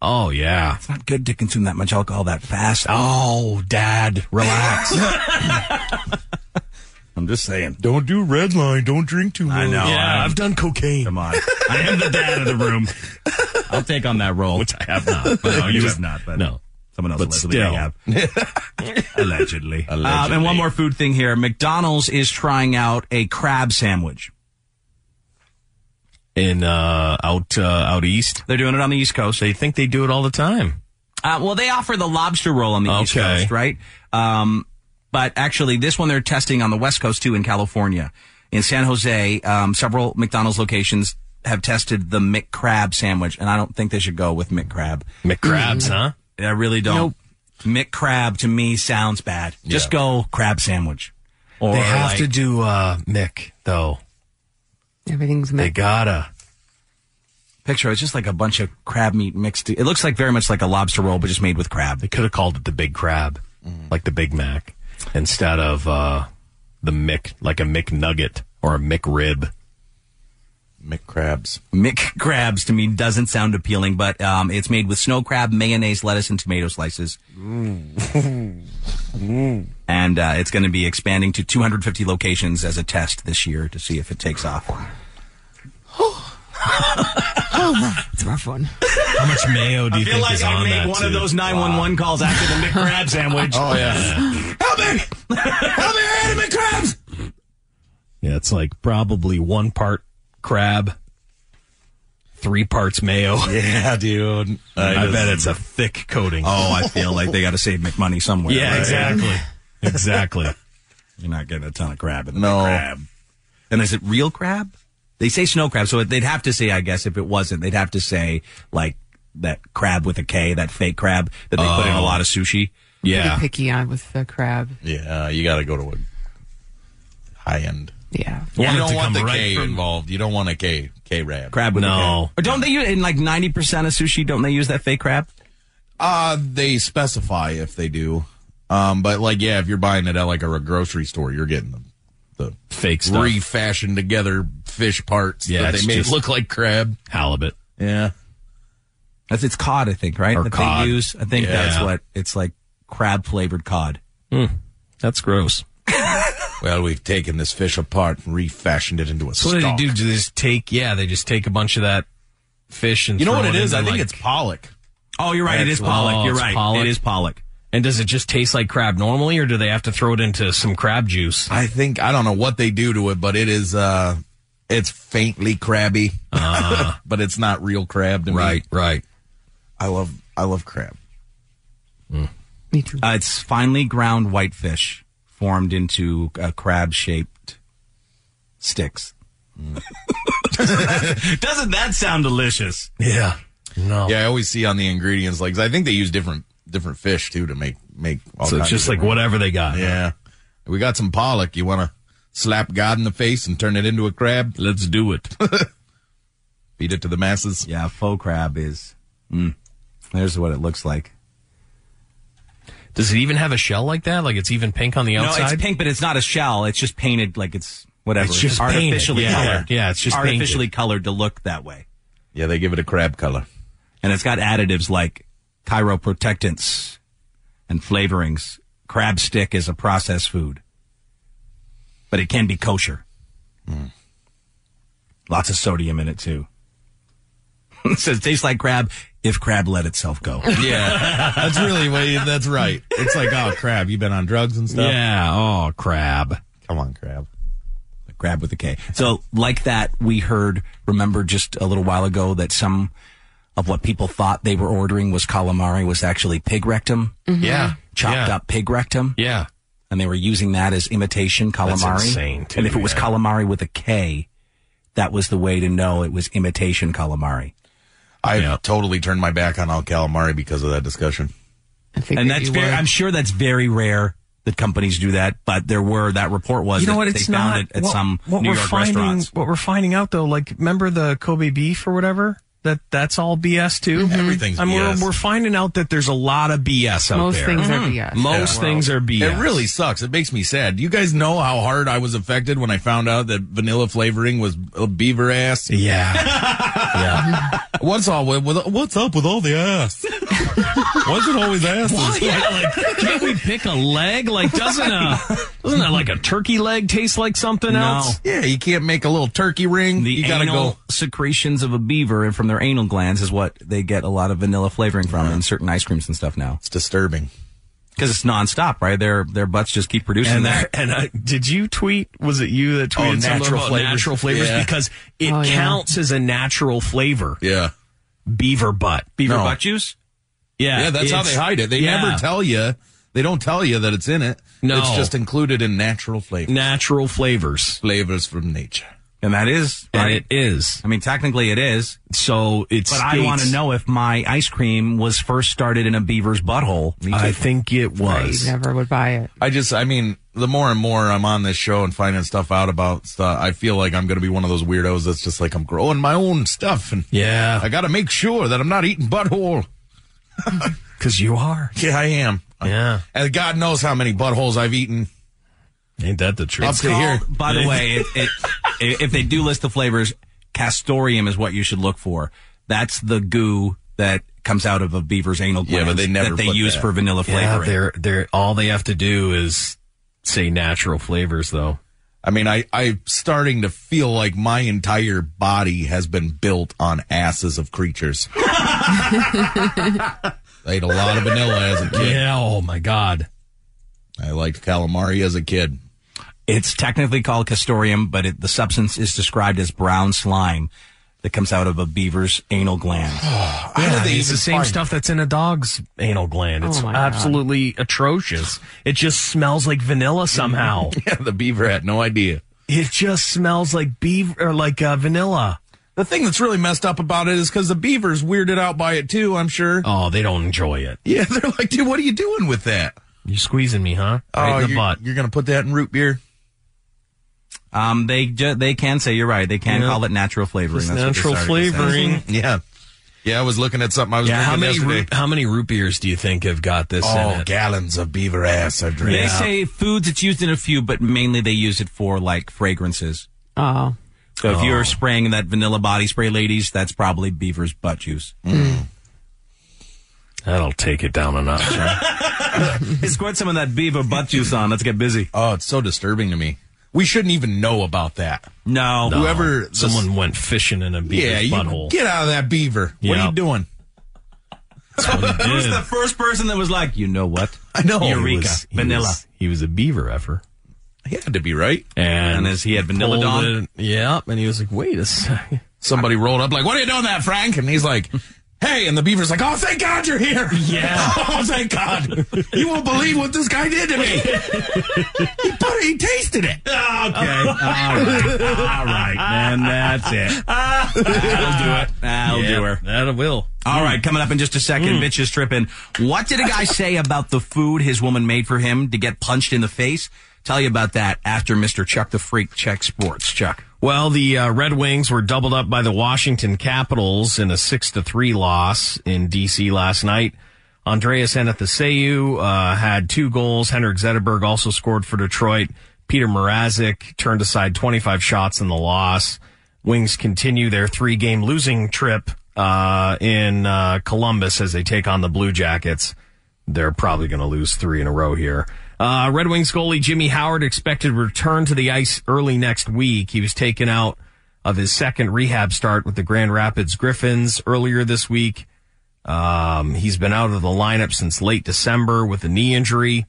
Speaker 6: Oh yeah, it's
Speaker 2: not good to consume that much alcohol that fast.
Speaker 6: Oh, Dad, relax.
Speaker 2: I'm just saying.
Speaker 16: Don't do red line. Don't drink too much.
Speaker 2: I know.
Speaker 6: Yeah,
Speaker 2: I'm-
Speaker 6: I've done cocaine.
Speaker 2: Come on. I am the dad of the room. I'll take on that role. Which
Speaker 6: I have not.
Speaker 2: But no, you
Speaker 6: Just-
Speaker 2: have not. But
Speaker 6: no.
Speaker 2: Someone else
Speaker 6: But
Speaker 2: allegedly may
Speaker 6: still.
Speaker 2: have. Allegedly. Um, and
Speaker 6: Allegedly.
Speaker 2: one more food thing here. McDonald's is trying out a crab sandwich.
Speaker 6: in uh, out uh, out east.
Speaker 2: They're doing it on the East Coast.
Speaker 6: They think they do it all the time.
Speaker 2: Uh, well, they offer the lobster roll on the East
Speaker 6: Okay.
Speaker 2: Coast, right? Um, but actually, this one they're testing on the West Coast too in California. In San Jose, um, several McDonald's locations have tested the McCrab sandwich, and I don't think they should go with McCrab.
Speaker 6: McCrabs, huh?
Speaker 2: I really don't.
Speaker 6: Nope.
Speaker 2: McCrab to me sounds bad. Just
Speaker 6: Yeah.
Speaker 2: go crab sandwich. Or
Speaker 6: they have
Speaker 2: like-
Speaker 6: to do uh, Mick though.
Speaker 7: Everything's
Speaker 6: They gotta.
Speaker 2: picture. It's just like a bunch of crab meat mixed. It looks like very much like a lobster roll, but just made with crab.
Speaker 6: They could have called it the Big Crab, like the Big Mac, instead of uh, the Mick, like a Mick Nugget or a Mick Rib.
Speaker 8: McCrabs.
Speaker 2: McCrabs to me doesn't sound appealing, but um, it's made with snow crab, mayonnaise, lettuce, and tomato slices. and uh, it's going to be expanding to 250 locations as a test this year to see if it takes off.
Speaker 7: oh, it's a rough one.
Speaker 6: How much mayo do you think is on that? too?
Speaker 2: calls after the McCrab sandwich.
Speaker 6: Oh, yeah.
Speaker 2: Help me! Help me! I had a McCrabs!
Speaker 6: Yeah, it's like probably one part crab, three parts mayo.
Speaker 8: Yeah, dude.
Speaker 6: I,
Speaker 8: just-
Speaker 6: bet it's a thick coating.
Speaker 2: Oh, I feel like they got to save McMoney somewhere.
Speaker 6: yeah,
Speaker 2: right?
Speaker 6: exactly, exactly.
Speaker 2: You're not getting a ton of crab in the
Speaker 8: No.
Speaker 2: crab. And is it real crab? They say snow crab, so they'd have to say, I guess, if it wasn't, they'd have to say like that crab with a K, that fake crab that they put in a lot of sushi.
Speaker 7: Pretty picky on with the crab.
Speaker 8: Yeah, you got to go to a high end.
Speaker 18: Yeah.
Speaker 8: you
Speaker 2: Want it
Speaker 8: don't
Speaker 2: to
Speaker 8: want
Speaker 2: come
Speaker 8: the
Speaker 2: right
Speaker 8: K
Speaker 2: from-
Speaker 8: involved. You don't want a K K rab.
Speaker 2: Crab with no. Or don't they use in like ninety percent of sushi? Don't they use that fake crab?
Speaker 8: Uh they specify if they do. Um, but like yeah, if you're buying it at like a grocery store, you're getting the the
Speaker 6: fake stuff.
Speaker 8: refashioned together fish parts
Speaker 2: Yeah,
Speaker 8: that
Speaker 2: it's
Speaker 8: they made
Speaker 2: just
Speaker 8: look like crab.
Speaker 6: Halibut.
Speaker 8: Yeah.
Speaker 2: That's it's cod, I think, right?
Speaker 8: Or
Speaker 2: that
Speaker 8: cod.
Speaker 2: they use. I think
Speaker 8: Yeah.
Speaker 2: that's what it's like crab flavored cod.
Speaker 6: Hmm. That's gross.
Speaker 8: well, we've taken this fish apart and refashioned it into a
Speaker 6: So what
Speaker 8: stock.
Speaker 6: do they do? Do they just take? Yeah, they just take a bunch of that fish and
Speaker 8: You know
Speaker 6: throw
Speaker 8: what it
Speaker 6: in
Speaker 8: is? I
Speaker 6: there,
Speaker 8: think
Speaker 6: like-
Speaker 8: it's pollock.
Speaker 2: Oh, you're right. it is
Speaker 6: That's-
Speaker 2: pollock.
Speaker 6: oh,
Speaker 2: you're
Speaker 6: it's
Speaker 2: right.
Speaker 6: pollock.
Speaker 2: It is pollock.
Speaker 6: And does it just taste like crab normally, or do they have to throw it into some crab juice?
Speaker 8: I think I don't know what they do to it, but it is uh it's faintly crabby. but it's not real crab to
Speaker 2: Right,
Speaker 8: me.
Speaker 6: Uh-huh. Right.
Speaker 8: I love I love crab. Mm.
Speaker 18: Me too.
Speaker 2: Uh, it's finely ground whitefish formed into uh, crab shaped sticks. Doesn't that sound delicious?
Speaker 6: Yeah. No.
Speaker 8: Yeah, I always see on the ingredients like 'cause I think they use different different fish too to make make all
Speaker 6: So it's
Speaker 8: kinds
Speaker 6: just
Speaker 8: of
Speaker 6: like
Speaker 8: different-
Speaker 6: whatever they got.
Speaker 8: Yeah. We got some pollock. You want to slap God in the face and turn it into a crab?
Speaker 6: Let's do it.
Speaker 8: Feed it to the masses.
Speaker 2: Yeah, faux crab is. Mm, there's what it looks like.
Speaker 6: Does it even have a shell like that? Like it's even pink on the outside?
Speaker 2: No, it's pink, but it's not a shell. It's just painted like it's whatever.
Speaker 6: It's just painted,
Speaker 2: artificially
Speaker 6: yeah.
Speaker 2: colored.
Speaker 6: Yeah, it's just
Speaker 2: artificially colored to look that way.
Speaker 8: Yeah, they give it a crab color.
Speaker 2: And it's got additives like chiroprotectants and flavorings. Crab stick is a processed food, but it can be kosher.
Speaker 8: Hmm.
Speaker 2: Lots of sodium in it too. it says tastes like crab if crab let itself go.
Speaker 8: Yeah, that's really what you- that's right. It's like, oh crab, you've been on drugs and stuff.
Speaker 6: Yeah. Oh, crab.
Speaker 8: Come on, crab.
Speaker 2: Grab with a K. So, like that, we heard, remember just a little while ago that some of what people thought they were ordering was calamari was actually pig rectum.
Speaker 6: Yeah.
Speaker 2: Chopped
Speaker 6: Yeah.
Speaker 2: up pig rectum.
Speaker 6: Yeah.
Speaker 2: And they were using that as imitation calamari.
Speaker 6: insane, too,
Speaker 2: and if it was
Speaker 6: yeah.
Speaker 2: calamari with a K, that was the way to know it was imitation calamari.
Speaker 8: I've totally turned my back on al calamari because of that discussion.
Speaker 2: And that's very, I'm sure that's very rare that companies do that, but there were, that report was
Speaker 6: you know
Speaker 2: that
Speaker 6: what?
Speaker 2: they
Speaker 37: it's
Speaker 2: found
Speaker 6: not
Speaker 2: it at
Speaker 6: what-
Speaker 2: some
Speaker 6: what
Speaker 2: New
Speaker 6: we're
Speaker 2: York
Speaker 6: finding,
Speaker 2: restaurants.
Speaker 6: What we're finding out though, like remember the Kobe beef or whatever. That that's all BS too.
Speaker 8: Everything's
Speaker 6: I mean,
Speaker 8: BS.
Speaker 6: We're, we're finding out that there's a lot of BS out
Speaker 18: Most
Speaker 6: there.
Speaker 18: things are Mhm. BS.
Speaker 6: Mm-hmm. Most
Speaker 8: Mm-hmm. Yeah.
Speaker 6: things are BS.
Speaker 8: It really sucks. It makes me sad. You guys know how hard I was affected when I found out that vanilla flavoring was a beaver ass.
Speaker 6: Yeah.
Speaker 8: What's all with, with what's up with all the ass? Why's it always ass?
Speaker 6: Well, yeah, like, can't we pick a leg? Like, doesn't a doesn't a, like a turkey leg taste like something else?
Speaker 8: Yeah, you can't make a little turkey ring.
Speaker 2: The
Speaker 8: you gotta
Speaker 2: anal
Speaker 8: go.
Speaker 2: secretions of a beaver and from their anal glands is what they get a lot of vanilla flavoring from in certain ice creams and stuff now.
Speaker 8: It's disturbing.
Speaker 2: Because it's nonstop, right? Their their butts just keep producing
Speaker 6: And I,
Speaker 2: that.
Speaker 6: and I, did you tweet? Was it you that
Speaker 8: Oh,
Speaker 6: tweeted something
Speaker 8: natural
Speaker 6: about
Speaker 8: flavors.
Speaker 6: natural flavors
Speaker 8: Yeah.
Speaker 6: because it
Speaker 18: Oh, yeah.
Speaker 6: counts as a natural flavor.
Speaker 8: Yeah,
Speaker 6: Beaver butt.
Speaker 2: Beaver
Speaker 8: No.
Speaker 2: butt juice?
Speaker 6: Yeah,
Speaker 8: yeah. That's how
Speaker 6: it's-
Speaker 8: they hide it. They
Speaker 6: yeah.
Speaker 8: never tell you. They don't tell you that it's in it.
Speaker 6: No.
Speaker 8: it's just included in natural flavors.
Speaker 6: natural flavors.
Speaker 8: Flavors from nature.
Speaker 2: And that is
Speaker 6: And
Speaker 2: right?
Speaker 6: it is.
Speaker 2: I mean technically it is.
Speaker 6: So it's.
Speaker 2: But I want to know if my ice cream was first started in a beaver's butthole.
Speaker 6: I think it
Speaker 18: I
Speaker 6: was.
Speaker 18: never would buy it.
Speaker 8: I just, I mean, the more and more I'm on this show and finding stuff out about stuff, I feel like I'm going to be one of those weirdos that's just like, I'm growing my own stuff and
Speaker 6: Yeah,
Speaker 8: I got to make sure that I'm not eating butthole.
Speaker 6: because you are.
Speaker 8: Yeah, I am.
Speaker 6: Yeah,
Speaker 8: And God knows how many buttholes I've eaten.
Speaker 6: ain't that the truth?
Speaker 8: Up to here.
Speaker 2: By the way, it, it, i- if they do list the flavors, castorium is what you should look for. That's the goo that comes out of a beaver's anal
Speaker 8: Yeah,
Speaker 2: glands
Speaker 8: but they never
Speaker 2: that they
Speaker 8: put
Speaker 2: use
Speaker 8: that.
Speaker 2: for vanilla
Speaker 6: Yeah,
Speaker 2: flavoring.
Speaker 6: they're they're all they have to do is say natural flavors though.
Speaker 8: I mean, I, I'm starting to feel like my entire body has been built on asses of creatures. I ate a lot of vanilla as a kid.
Speaker 6: Yeah. Oh my God.
Speaker 8: I liked calamari as a kid.
Speaker 2: It's technically called castorium, but it, the substance is described as brown slime that comes out of a beaver's anal gland.
Speaker 8: How did they
Speaker 6: it's
Speaker 8: even
Speaker 6: the same
Speaker 8: find-
Speaker 6: stuff that's in a dog's anal gland. It's
Speaker 18: Oh my God.
Speaker 6: absolutely atrocious. It just smells like vanilla somehow.
Speaker 8: Yeah, the beaver had no idea.
Speaker 6: it just smells like beef or like uh, vanilla.
Speaker 8: The thing that's really messed up about it is because the beaver's weirded out by it too, I'm sure.
Speaker 6: Oh, they don't enjoy it.
Speaker 8: Yeah, they're like, dude, what are you doing with that?
Speaker 6: You're squeezing me, huh? Right
Speaker 8: oh,
Speaker 6: in the
Speaker 8: you're,
Speaker 6: butt.
Speaker 8: you're going to put that in root beer?
Speaker 2: Um, they ju- they can say you're right. They can
Speaker 14: Yeah.
Speaker 2: call it natural flavoring.
Speaker 14: It's
Speaker 2: That's what they
Speaker 14: natural
Speaker 2: started to say.
Speaker 14: flavoring. Yeah. Yeah, I was looking at something I was
Speaker 6: yeah, how
Speaker 14: drinking
Speaker 6: many
Speaker 14: yesterday.
Speaker 6: root, how many root beers do you think have got this? in
Speaker 14: oh,
Speaker 6: it?
Speaker 14: gallons of beaver ass I've drank.
Speaker 2: They say foods it's used in a few, but mainly they use it for like fragrances.
Speaker 7: Oh.
Speaker 2: So if
Speaker 7: Oh.
Speaker 2: you're spraying that vanilla body spray, ladies, that's probably beaver's butt juice.
Speaker 6: Mm,
Speaker 7: Mm.
Speaker 6: That'll take it down a notch.
Speaker 2: hey, squirt some of that beaver butt juice on. Let's get busy.
Speaker 14: Oh, it's so disturbing to me. We shouldn't even know about that.
Speaker 2: No.
Speaker 14: Whoever
Speaker 6: someone went fishing in a
Speaker 14: yeah,
Speaker 6: beaver's
Speaker 14: you,
Speaker 6: butthole.
Speaker 14: get out of that beaver. What are
Speaker 6: Yeah.
Speaker 14: you doing?
Speaker 2: Who's the first person that was like, you know what?
Speaker 14: I know.
Speaker 2: Eureka,
Speaker 6: He was- he
Speaker 2: vanilla.
Speaker 6: was- He was, a beaver effer.
Speaker 14: He had to be right.
Speaker 6: And,
Speaker 2: And as he had vanilla
Speaker 6: pulled
Speaker 2: dong?
Speaker 6: it- Yeah, and he was like, "Wait a second.
Speaker 14: Somebody rolled up like, "What are you doing, that Frank?" And he's like, "Hey!" And the beaver's like, "Oh, thank God you're here.
Speaker 19: Yeah.
Speaker 14: oh, thank God. You won't believe what this guy did to me. he put, he tasted it.
Speaker 2: Okay. All right. All right. Then that's it. That'll do it. That'll do her.
Speaker 6: That will. Mm.
Speaker 2: All right. Coming up in just a second, bitch is tripping. What did a guy say about the food his woman made for him to get punched in the face? Tell you about that after Mr. Chuck the Freak Check Sports. Chuck.
Speaker 6: Well, the uh, Red Wings were doubled up by the Washington Capitals in a six to three loss in D.C. last night. Andreas Anathaseyu uh, had two goals. Henrik Zetterberg also scored for Detroit. Peter Mrazek turned aside 25 shots in the loss. Wings continue their three game losing trip uh, in uh, Columbus as they take on the Blue Jackets they're probably going to lose three in a row here. Uh, Red Wings goalie Jimmy Howard expected to return to the ice early next week. He was taken out of his second rehab start with the Grand Rapids Griffins earlier this week. Um, he's been out of the lineup since late December with a knee injury.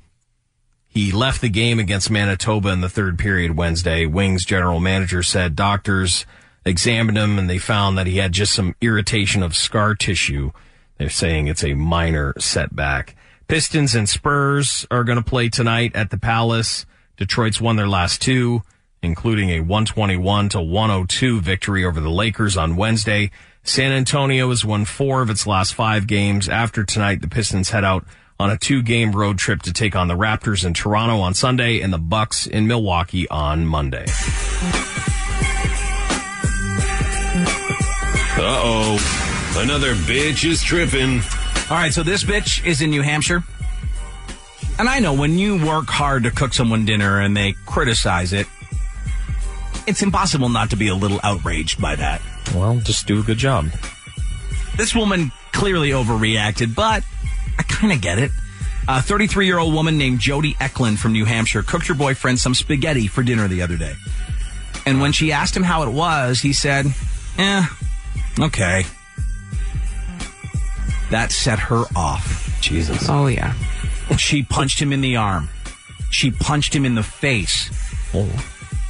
Speaker 6: He left the game against Manitoba in the third period Wednesday. Wings general manager said doctors examined him and they found that he had just some irritation of scar tissue. They're saying it's a minor setback. Pistons and Spurs are going to play tonight at the Palace. Detroit's won their last two, including a 121 to 102 victory over the Lakers on Wednesday. San Antonio has won four of its last five games. After tonight, the Pistons head out on a two-game road trip to take on the Raptors in Toronto on Sunday and the Bucks in Milwaukee on Monday.
Speaker 1: Uh oh. Another bitch is tripping.
Speaker 2: All right, so this bitch is in New Hampshire. And I know when you work hard to cook someone dinner and they criticize it, it's impossible not to be a little outraged by that.
Speaker 6: Well, just do a good job.
Speaker 2: This woman clearly overreacted, but I kind of get it. A 33 year old woman named Jody Eklund from New Hampshire cooked her boyfriend some spaghetti for dinner the other day. And when she asked him how it was, he said, eh, okay. That set her off. Jesus.
Speaker 7: Oh, yeah.
Speaker 2: She punched him in the arm. She punched him in the face. Oh.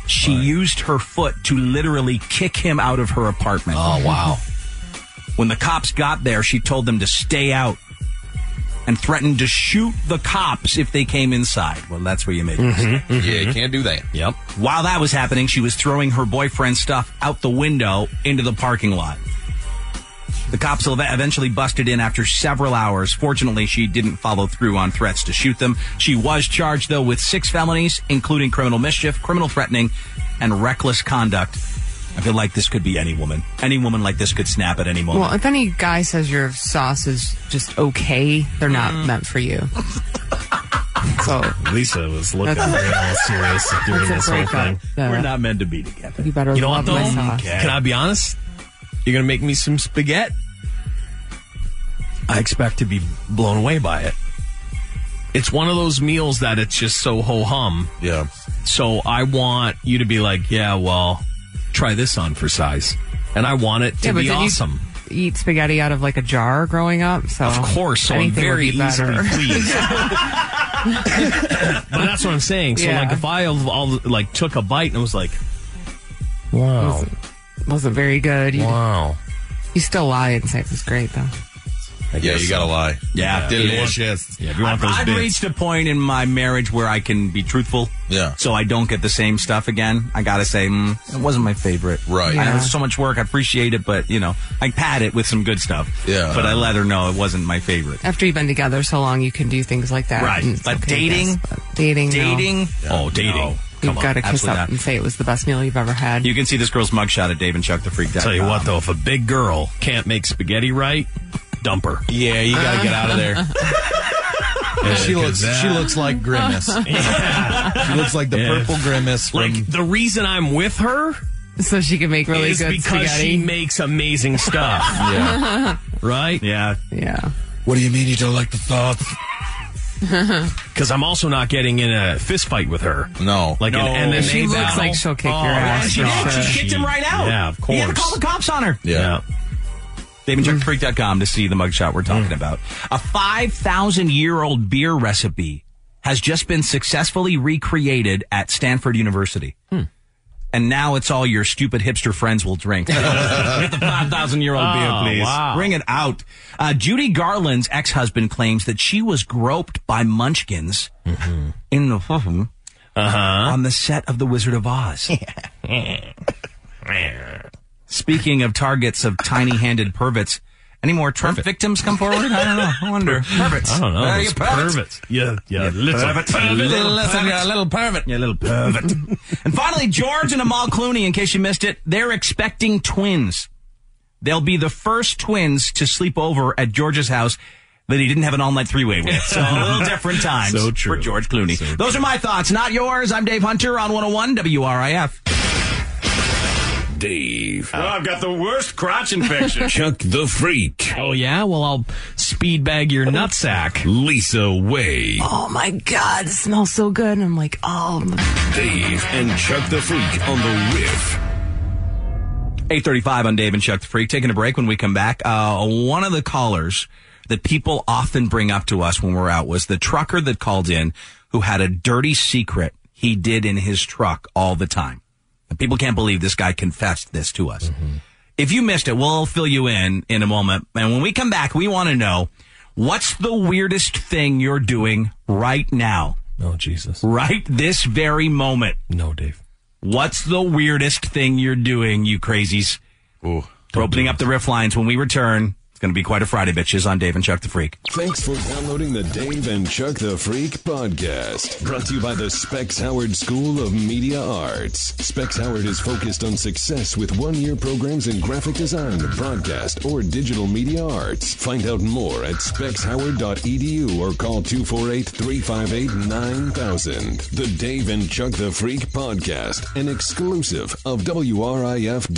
Speaker 2: She used her foot to literally kick him out of her apartment. Oh, wow. When the cops got there, she told them to stay out and threatened to shoot the cops if they came inside. Well, that's where you make a mistake.
Speaker 6: Mm-hmm.
Speaker 14: Yeah, you can't do that.
Speaker 2: Yep. While that was happening, she was throwing her boyfriend's stuff out the window into the parking lot. The cops ev- eventually busted in after several hours. Fortunately, she didn't follow through on threats to shoot them. She was charged, though, with six felonies, including criminal mischief, criminal threatening, and reckless conduct. I feel like this could be any woman. Any woman like this could snap at any moment.
Speaker 7: Well, if any guy says your sauce is just okay, they're not
Speaker 6: Mm.
Speaker 7: meant for you. So
Speaker 6: Lisa was looking
Speaker 7: That's-
Speaker 6: real serious during
Speaker 7: That's a
Speaker 6: this whole
Speaker 7: breakup.
Speaker 6: thing.
Speaker 7: Yeah. We're
Speaker 2: not meant to be together.
Speaker 7: You better
Speaker 6: You know what
Speaker 7: love
Speaker 6: though?
Speaker 7: my sauce.
Speaker 6: Can I be honest? You're gonna make me some spaghetti. I expect to be blown away by it. It's one of those meals that it's just so ho hum.
Speaker 14: Yeah.
Speaker 6: So I want you to be like, yeah, well, try this on for size, and I want it to
Speaker 7: Yeah, but
Speaker 6: be
Speaker 7: did you
Speaker 6: awesome.
Speaker 7: Eat spaghetti out of like a jar growing up. So
Speaker 6: Of course, so I'm
Speaker 7: Oh, anything would
Speaker 6: very
Speaker 7: be better.
Speaker 6: easily pleased. but that's what I'm saying. So
Speaker 7: Yeah.
Speaker 6: like, if I all, all- like took a bite and was like, wow,
Speaker 7: Wasn't, wasn't very good. You,
Speaker 6: wow,
Speaker 7: you still lie and say it was great though.
Speaker 14: yeah, you gotta lie.
Speaker 2: Yeah,
Speaker 14: delicious.
Speaker 6: Yeah,
Speaker 2: I've, I've reached a point in my marriage where I can be truthful.
Speaker 14: Yeah.
Speaker 2: So I don't get the same stuff again. I gotta say, mm, it wasn't my favorite.
Speaker 14: Right.
Speaker 2: I know
Speaker 14: Yeah.
Speaker 2: it's so much work. I appreciate it, but you know, I pad it with some good stuff.
Speaker 14: Yeah.
Speaker 2: But I let her know it wasn't my favorite.
Speaker 7: After you've been together so long, you can do things like that.
Speaker 2: Right.
Speaker 7: and it's
Speaker 2: But
Speaker 7: okay, I
Speaker 2: dating?
Speaker 7: guess, but dating, no.
Speaker 2: dating. Oh, dating.
Speaker 7: You've
Speaker 2: on,
Speaker 7: got to kiss
Speaker 2: absolutely
Speaker 7: up
Speaker 2: not.
Speaker 7: and say it was the best meal you've ever had.
Speaker 2: You can see this girl's mugshot at Dave and Chuck the Freak.
Speaker 30: Tell you what, though, if a big girl can't make spaghetti right, dump her.
Speaker 14: Yeah, you gotta get out of there. she looks. She looks like grimace. She looks like the purple grimace. From,
Speaker 30: Like the reason I'm with her
Speaker 7: so she can make really
Speaker 30: is
Speaker 7: good
Speaker 30: because
Speaker 7: spaghetti.
Speaker 30: she makes amazing stuff. Right?
Speaker 2: Yeah.
Speaker 7: Yeah.
Speaker 30: What do you mean you don't like the thoughts? Because I'm also not getting in a fist fight with her.
Speaker 14: No,
Speaker 30: like
Speaker 2: No.
Speaker 30: an MMA
Speaker 2: She looks
Speaker 30: battle.
Speaker 2: like she'll kick your ass,
Speaker 30: she
Speaker 2: for
Speaker 30: did.
Speaker 2: sure.
Speaker 30: She kicked him right out.
Speaker 2: Yeah, of course.
Speaker 30: You had to call
Speaker 2: the cops on her. Yeah. Mm. Dave and Chuck the Freak.com to see the mugshot we're talking about. A 5,000 year old beer recipe has just been successfully recreated at Stanford University. And now it's all your stupid hipster friends will drink. Get the 5,000 year old
Speaker 19: Oh,
Speaker 2: beer, please.
Speaker 19: wow.
Speaker 2: Bring it out. Uh, Judy Garland's ex husband claims that she was groped by munchkins
Speaker 30: Mm-hmm.
Speaker 2: in the
Speaker 30: Uh-huh.
Speaker 2: on the set of The Wizard of Oz. Speaking of targets of tiny handed pervits, any more Trump victims come forward? I don't know. I wonder. Pervits.
Speaker 30: I don't know.
Speaker 2: Uh,
Speaker 30: Those
Speaker 2: you pervits.
Speaker 30: pervits. Yeah, yeah. little
Speaker 2: pervert. Little- listen, you're a little pervert. You're a little pervert. and finally, George and Amal Clooney, in case you missed it, they're expecting twins. They'll be the first twins to sleep over at George's house that he didn't have an all night three way with. So a little different times
Speaker 19: So
Speaker 2: for George Clooney. Those are my thoughts, not yours. I'm Dave Hunter on 101 WRIF.
Speaker 1: Dave.
Speaker 2: I've got the worst crotch infection.
Speaker 1: Chuck the Freak.
Speaker 30: Oh, yeah? Well, I'll speed bag your nutsack.
Speaker 1: Lisa Way.
Speaker 7: Oh my God, it smells so good. And I'm like, oh,
Speaker 1: Dave and Chuck the Freak on the Riff.
Speaker 2: 835 on Dave and Chuck the Freak. Taking a break when we come back. Uh, one of the callers that people often bring up to us when we're out was the trucker that called in who had a dirty secret he did in his truck all the time. And people can't believe this guy confessed this to us. If you missed it, we'll fill you in in a moment. And when we come back, we want to know what's the weirdest thing you're doing right now?
Speaker 30: Oh, Jesus.
Speaker 2: Right this very moment.
Speaker 30: No, Dave.
Speaker 2: What's the weirdest thing you're doing, you crazies? Ooh. We're opening up the riff lines when we return. It's going to be quite a Friday, bitches, on Dave and Chuck the Freak.
Speaker 1: Thanks for downloading the Dave and Chuck the Freak podcast. Brought to you by the Specs Howard School of Media Arts. Specs Howard is focused on success with one year programs in graphic design, broadcast, or digital media arts. Find out more at specshoward.edu E or call 248 358 9000. The Dave and Chuck the Freak podcast, an exclusive of WRIF.com.